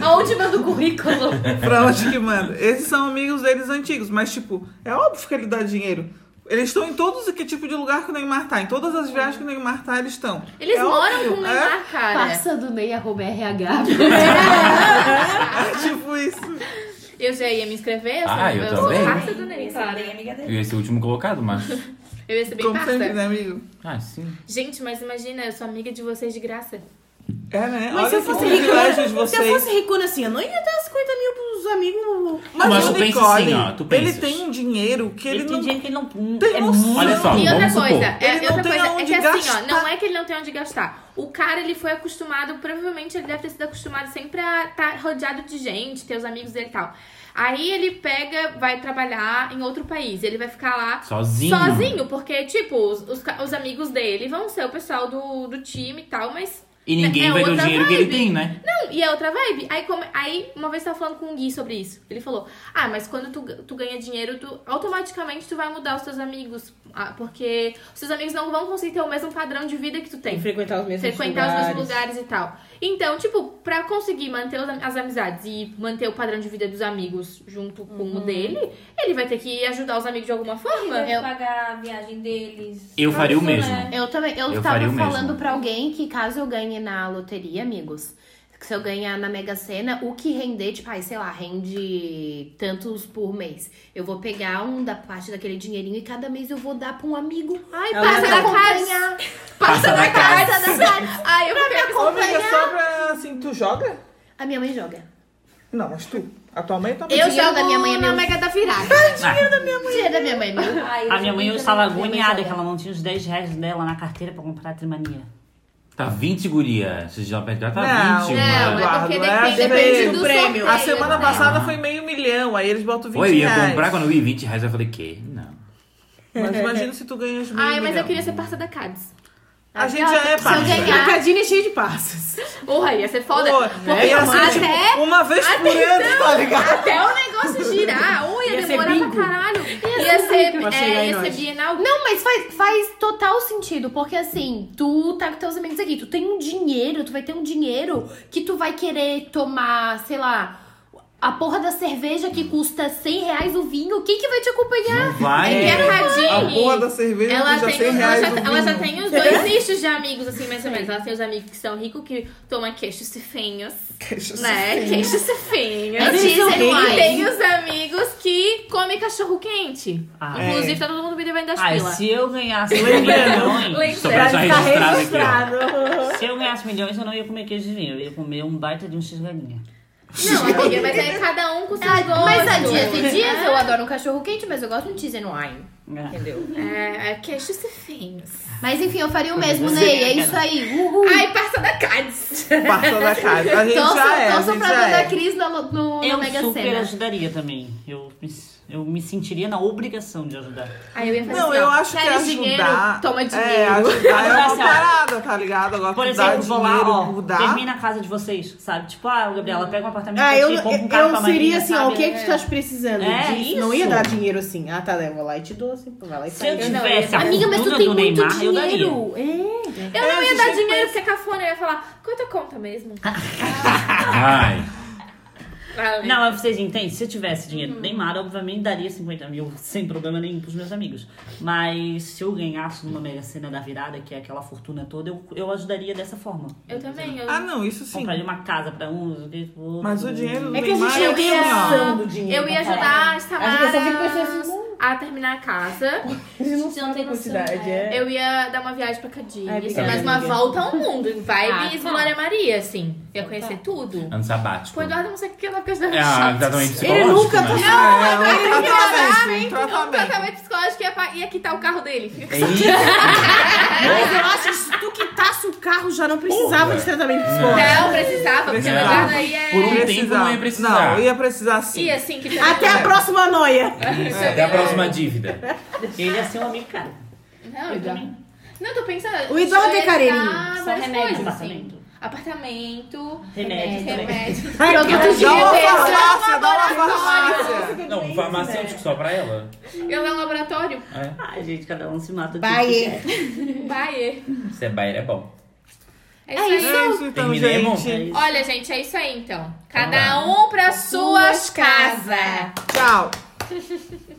G: Aonde manda o currículo?
E: Pra onde que manda? Esses são amigos deles antigos, mas tipo, é óbvio que ele dá dinheiro. Eles estão em todos que tipo de lugar que o Neymar tá, em todas as viagens que o Neymar tá, eles estão.
G: Eles
E: É
G: moram
E: óbvio,
G: com o
E: é.
G: Neymar, cara.
H: Parça do Ney, arroba RH.
E: É tipo isso.
G: Eu já ia me inscrever. sou-
B: Ah, eu
D: Tá
G: sou
B: também.
G: parça do Ney, cara.
B: Eu ia ser o último colocado, mas.
G: Eu ia ser bem
E: Como
G: parça.
E: sempre, né, amigo?
B: Ah, sim.
G: Gente, mas imagina, eu sou amiga de vocês de graça.
E: É, né?
F: Mas
E: Olha
F: se eu
E: que
F: fosse
E: privilégio de
F: ricona, se eu
E: vocês.
F: fosse ricona assim, eu não ia dar 50 mil pros amigos.
B: Mas tu pensa assim, ó, tu
E: ele
B: pensas.
E: tem um dinheiro que ele,
C: ele tem
E: não...
C: dinheiro que ele não.
E: Tem
C: é
E: noção.
C: muito-
B: Olha só,
G: E outra
B: vamos supor.
G: coisa, é,
E: Ele não
G: outra
E: tem
G: coisa é
E: aonde
G: que assim, ó,
E: gastar.
G: não é que ele não tem onde gastar. O cara, ele foi acostumado, provavelmente ele deve ter sido acostumado sempre a estar rodeado de gente, ter os amigos dele e tal. Aí ele pega, vai trabalhar em outro país, ele vai ficar lá
B: Sozinho.
G: sozinho porque, tipo, os, os, ca- os amigos dele vão ser o pessoal do, do time e tal, mas
B: E E ninguém
D: É
B: vai ter o
D: outra
B: dinheiro que ele
D: vibe.
B: tem, né?
D: Não, e é outra vibe. Aí, come- aí uma vez eu tava falando com o Gui sobre isso. Ele falou: Ah, mas quando tu, ga- tu ganha dinheiro, tu automaticamente tu vai mudar os teus amigos. Ah, porque os seus amigos não vão conseguir ter o mesmo padrão de vida que tu tem.
F: Tem que frequentar os mesmos
D: frequentar
F: lugares.
D: os mesmos lugares e tal. Então, tipo, pra conseguir manter os am- as amizades e manter o padrão de vida dos amigos junto com
A: Uhum.
D: o dele, ele vai ter que ajudar os amigos de alguma forma.
H: Vai pagar a viagem deles.
B: Eu faria o
H: Isso, né?
B: mesmo.
A: Eu também. Eu,
B: Eu faria
A: tava
B: o mesmo.
A: falando pra alguém que caso eu ganhe na loteria, amigos, que se eu ganhar na Mega Sena, o que render, tipo, ai, sei lá, rende tantos por mês. Eu vou pegar um da parte daquele dinheirinho e cada mês eu vou dar pra um amigo. Ai,
D: Passa da casa. Passa da casa. Ai, eu quero
E: Ô, amiga, só pra assim, tu joga?
A: A minha mãe joga.
E: Não, mas tu. A tua mãe também.
A: Eu jogo da minha mãe é
D: na
A: meu.
D: mega da virada.
B: Ah,
A: Dinheiro da minha mãe é meu.
H: Ai, eu
C: A minha mãe
H: também
C: estava
H: tenho
C: agoniada
H: vergonha.
C: que ela não tinha os 10 reais dela na carteira pra comprar a trimania.
B: Tá 20, guria. Se já pegar, tá
E: Não,
B: 21.
D: Não,
B: né?
D: é
E: Eduardo,
D: porque
E: é às
D: depende,
E: vezes.
D: depende do
F: O prêmio.
D: prêmio.
E: A semana passada foi meio milhão, aí eles botam 20
B: Oi, eu ia
E: reais.
B: comprar quando eu vi 20 reais. Eu falei, que? Não.
E: Mas imagina se tu ganhas meio
D: Ai, mas
E: milhão.
D: eu queria ser parça da Cades.
E: A gente já é
A: Se eu
E: parça.
A: ganhar.
F: Cadinha é cheia de passos.
D: Porra, ia ser foda.
E: Pô,
D: Porque
E: é, ia ser, tipo,
D: até, então,
E: uma vez por ano, tá ligado?
D: até o negócio girar, ou ia,
F: Ia ser
D: demorar pra
F: bingo.
D: caralho. Ia ser,
F: Pra chegar
D: é,
F: em
D: ia ser
F: nós.
D: bienal.
A: Não, mas faz, faz total sentido, porque assim, tu tá com teus amigos aqui, tu tem um dinheiro, tu vai ter um dinheiro que tu vai querer tomar, sei lá, a porra da cerveja que custa 100 reais o vinho, quem que vai te acompanhar?
B: Não vai.
D: É que a
E: A porra da
D: Cadine,
E: cerveja
D: ela,
E: custa
D: tem,
E: 100
D: ela,
E: reais
D: já, tá-
E: o
D: ela já
E: vinho.
D: tem os dois nichos de amigos, assim, mais ou menos. Ela tem os amigos que são ricos, que tomam queixos fifinhos, né? Queixos fifinhos.
A: É
D: E
A: season wine.
D: tem os amigos que comem cachorro quente.
C: Ah,
A: É.
D: Inclusive, tá todo mundo me devendo das
A: Ah,
C: Ai,
D: pilas.
C: se eu ganhasse milhões,
B: Só pra deixar
F: Tá
B: registrado aqui. ó.
F: registrado.
C: se eu ganhasse milhões, eu não ia comer queijo de vinho, eu ia comer um baita de um x-galinha.
D: Não, amiga, mas é cada um com seus gostos. É.
A: Mas há dias e dias eu adoro um cachorro quente, mas eu gosto de um cheese and wine.
C: É.
A: Entendeu?
D: É, é queixos e feinhos.
A: Mas enfim, eu faria o mesmo, Ney. É isso aí. Uhul.
D: Ai, parça da Cades.
E: Passa da casa. A gente
A: Torçam-
E: já é, a
A: torçam
E: gente
A: pra
E: já
A: Amanda
E: é.
A: Cris na, lo- no, na
C: Eu
A: Mega
C: super
A: Sena.
C: ajudaria também. Eu me, eu me sentiria na obrigação de ajudar.
D: Aí eu ia fazer
E: Não,
D: assim,
E: eu
D: ó,
E: acho que
D: queres
E: ajudar...
D: dinheiro, toma dinheiro.
E: É, ajudar é uma
C: Assim, ó.
E: parada, tá ligado? Agora
C: Por
E: tu dá
C: exemplo, vou lá,
E: dinheiro,
C: ó,
E: por dar...
C: termina a casa de vocês, sabe? Tipo, ah, Gabriela, pega um apartamento
F: Ah,
C: pra
F: eu,
C: ti, compra um carro
F: eu
C: pra
F: seria
C: Maria,
F: assim, ó,
C: sabe?
F: o que é que tu estás precisando?
C: É,
F: disso? Não ia
C: isso.
F: dar dinheiro assim. Ah, tá, eu vou lá e te dou assim, vai lá e
C: Se eu
F: faz.
C: tivesse a
A: Amiga, mas tu
C: fortuna
A: tem
C: do
A: muito
C: Neymar, eu daria.
A: dinheiro. É.
D: Eu não
E: É,
D: ia
E: gente,
D: dar
E: tem que
D: dinheiro porque é cafona. Eu ia falar, quanto conta mesmo?
B: Ai.
D: Valeu.
C: Não, mas vocês entendem? Se eu tivesse dinheiro do Neymar, obviamente daria 50 mil sem problema nenhum pros meus amigos. Mas se eu ganhasse numa mega cena da virada, que é aquela fortuna toda, eu, eu ajudaria dessa forma.
D: Eu também. Eu...
E: Ah, não, isso sim.
C: Compraria uma casa pra um, outro.
E: Mas o dinheiro do
F: É que a
E: Neymar
F: gente
E: é
F: não tem a
E: assim, ó.
F: noção do dinheiro.
D: Eu ia
F: pra
D: ajudar as
N: Às vezes eu fico
D: Tamaras
N: pensando assim,
D: a terminar a casa.
F: caralho. Eles não sabem a
H: noção,
F: quantidade, é.
D: Eu ia dar uma viagem pra Cadinha.
F: Ai,
D: Assim,
F: obrigada,
D: mas uma
F: amiga.
D: volta ao mundo. Vai
O: Ah,
D: e
O: tá.
D: Glória Maria, assim. Ia conhecer tudo.
B: Ano sabático.
D: Pô, Eduardo, não sei o que ela fez da
B: É, ah, exatamente
F: Ele
B: psicológico,
F: nunca
B: né?
F: tá
E: É,
D: não,
E: um
D: não,
E: tratamento, um
D: Um
E: tratamento.
D: tratamento psicológico ia, pa- ia quitar o carro dele.
B: É isso.
F: Mas eu acho que se tu quitasse o carro já não precisava
B: Porra.
F: de tratamento
B: Não.
F: psicológico.
D: Não, precisava, porque o
B: Não.
D: Eduardo aí é.
B: Por um tempo
E: Precisava.
B: não ia precisar.
E: Não, ia precisar sim.
D: E assim que
F: Até a próxima noia.
B: Isso, até a próxima dívida.
C: Ele ia ser um amigo caro.
D: Não, eu também. Não, tô pensando.
F: O idoso
D: eu ia
F: tem carinho.
D: dar
C: Só
D: várias
C: remédio,
D: coisas,
C: apartamento.
D: assim. Apartamento,
C: Remédio também.
D: remédio.
F: Produto
E: Dá uma
D: Beleza.
E: farmácia, dá uma farmácia.
B: Não, farmacêutico só pra ela.
D: Eu é um laboratório.
B: É.
C: Ai, gente, cada um se mata de
F: Baie.
D: Baie.
B: Se é Bayer, é bom.
D: É isso aí.
E: É isso então,
B: Terminemos?
E: gente.
D: Olha, gente, é isso aí então.
B: Vamos
D: Cada um pra suas
N: Suas
D: casas.
N: casas.
E: Tchau.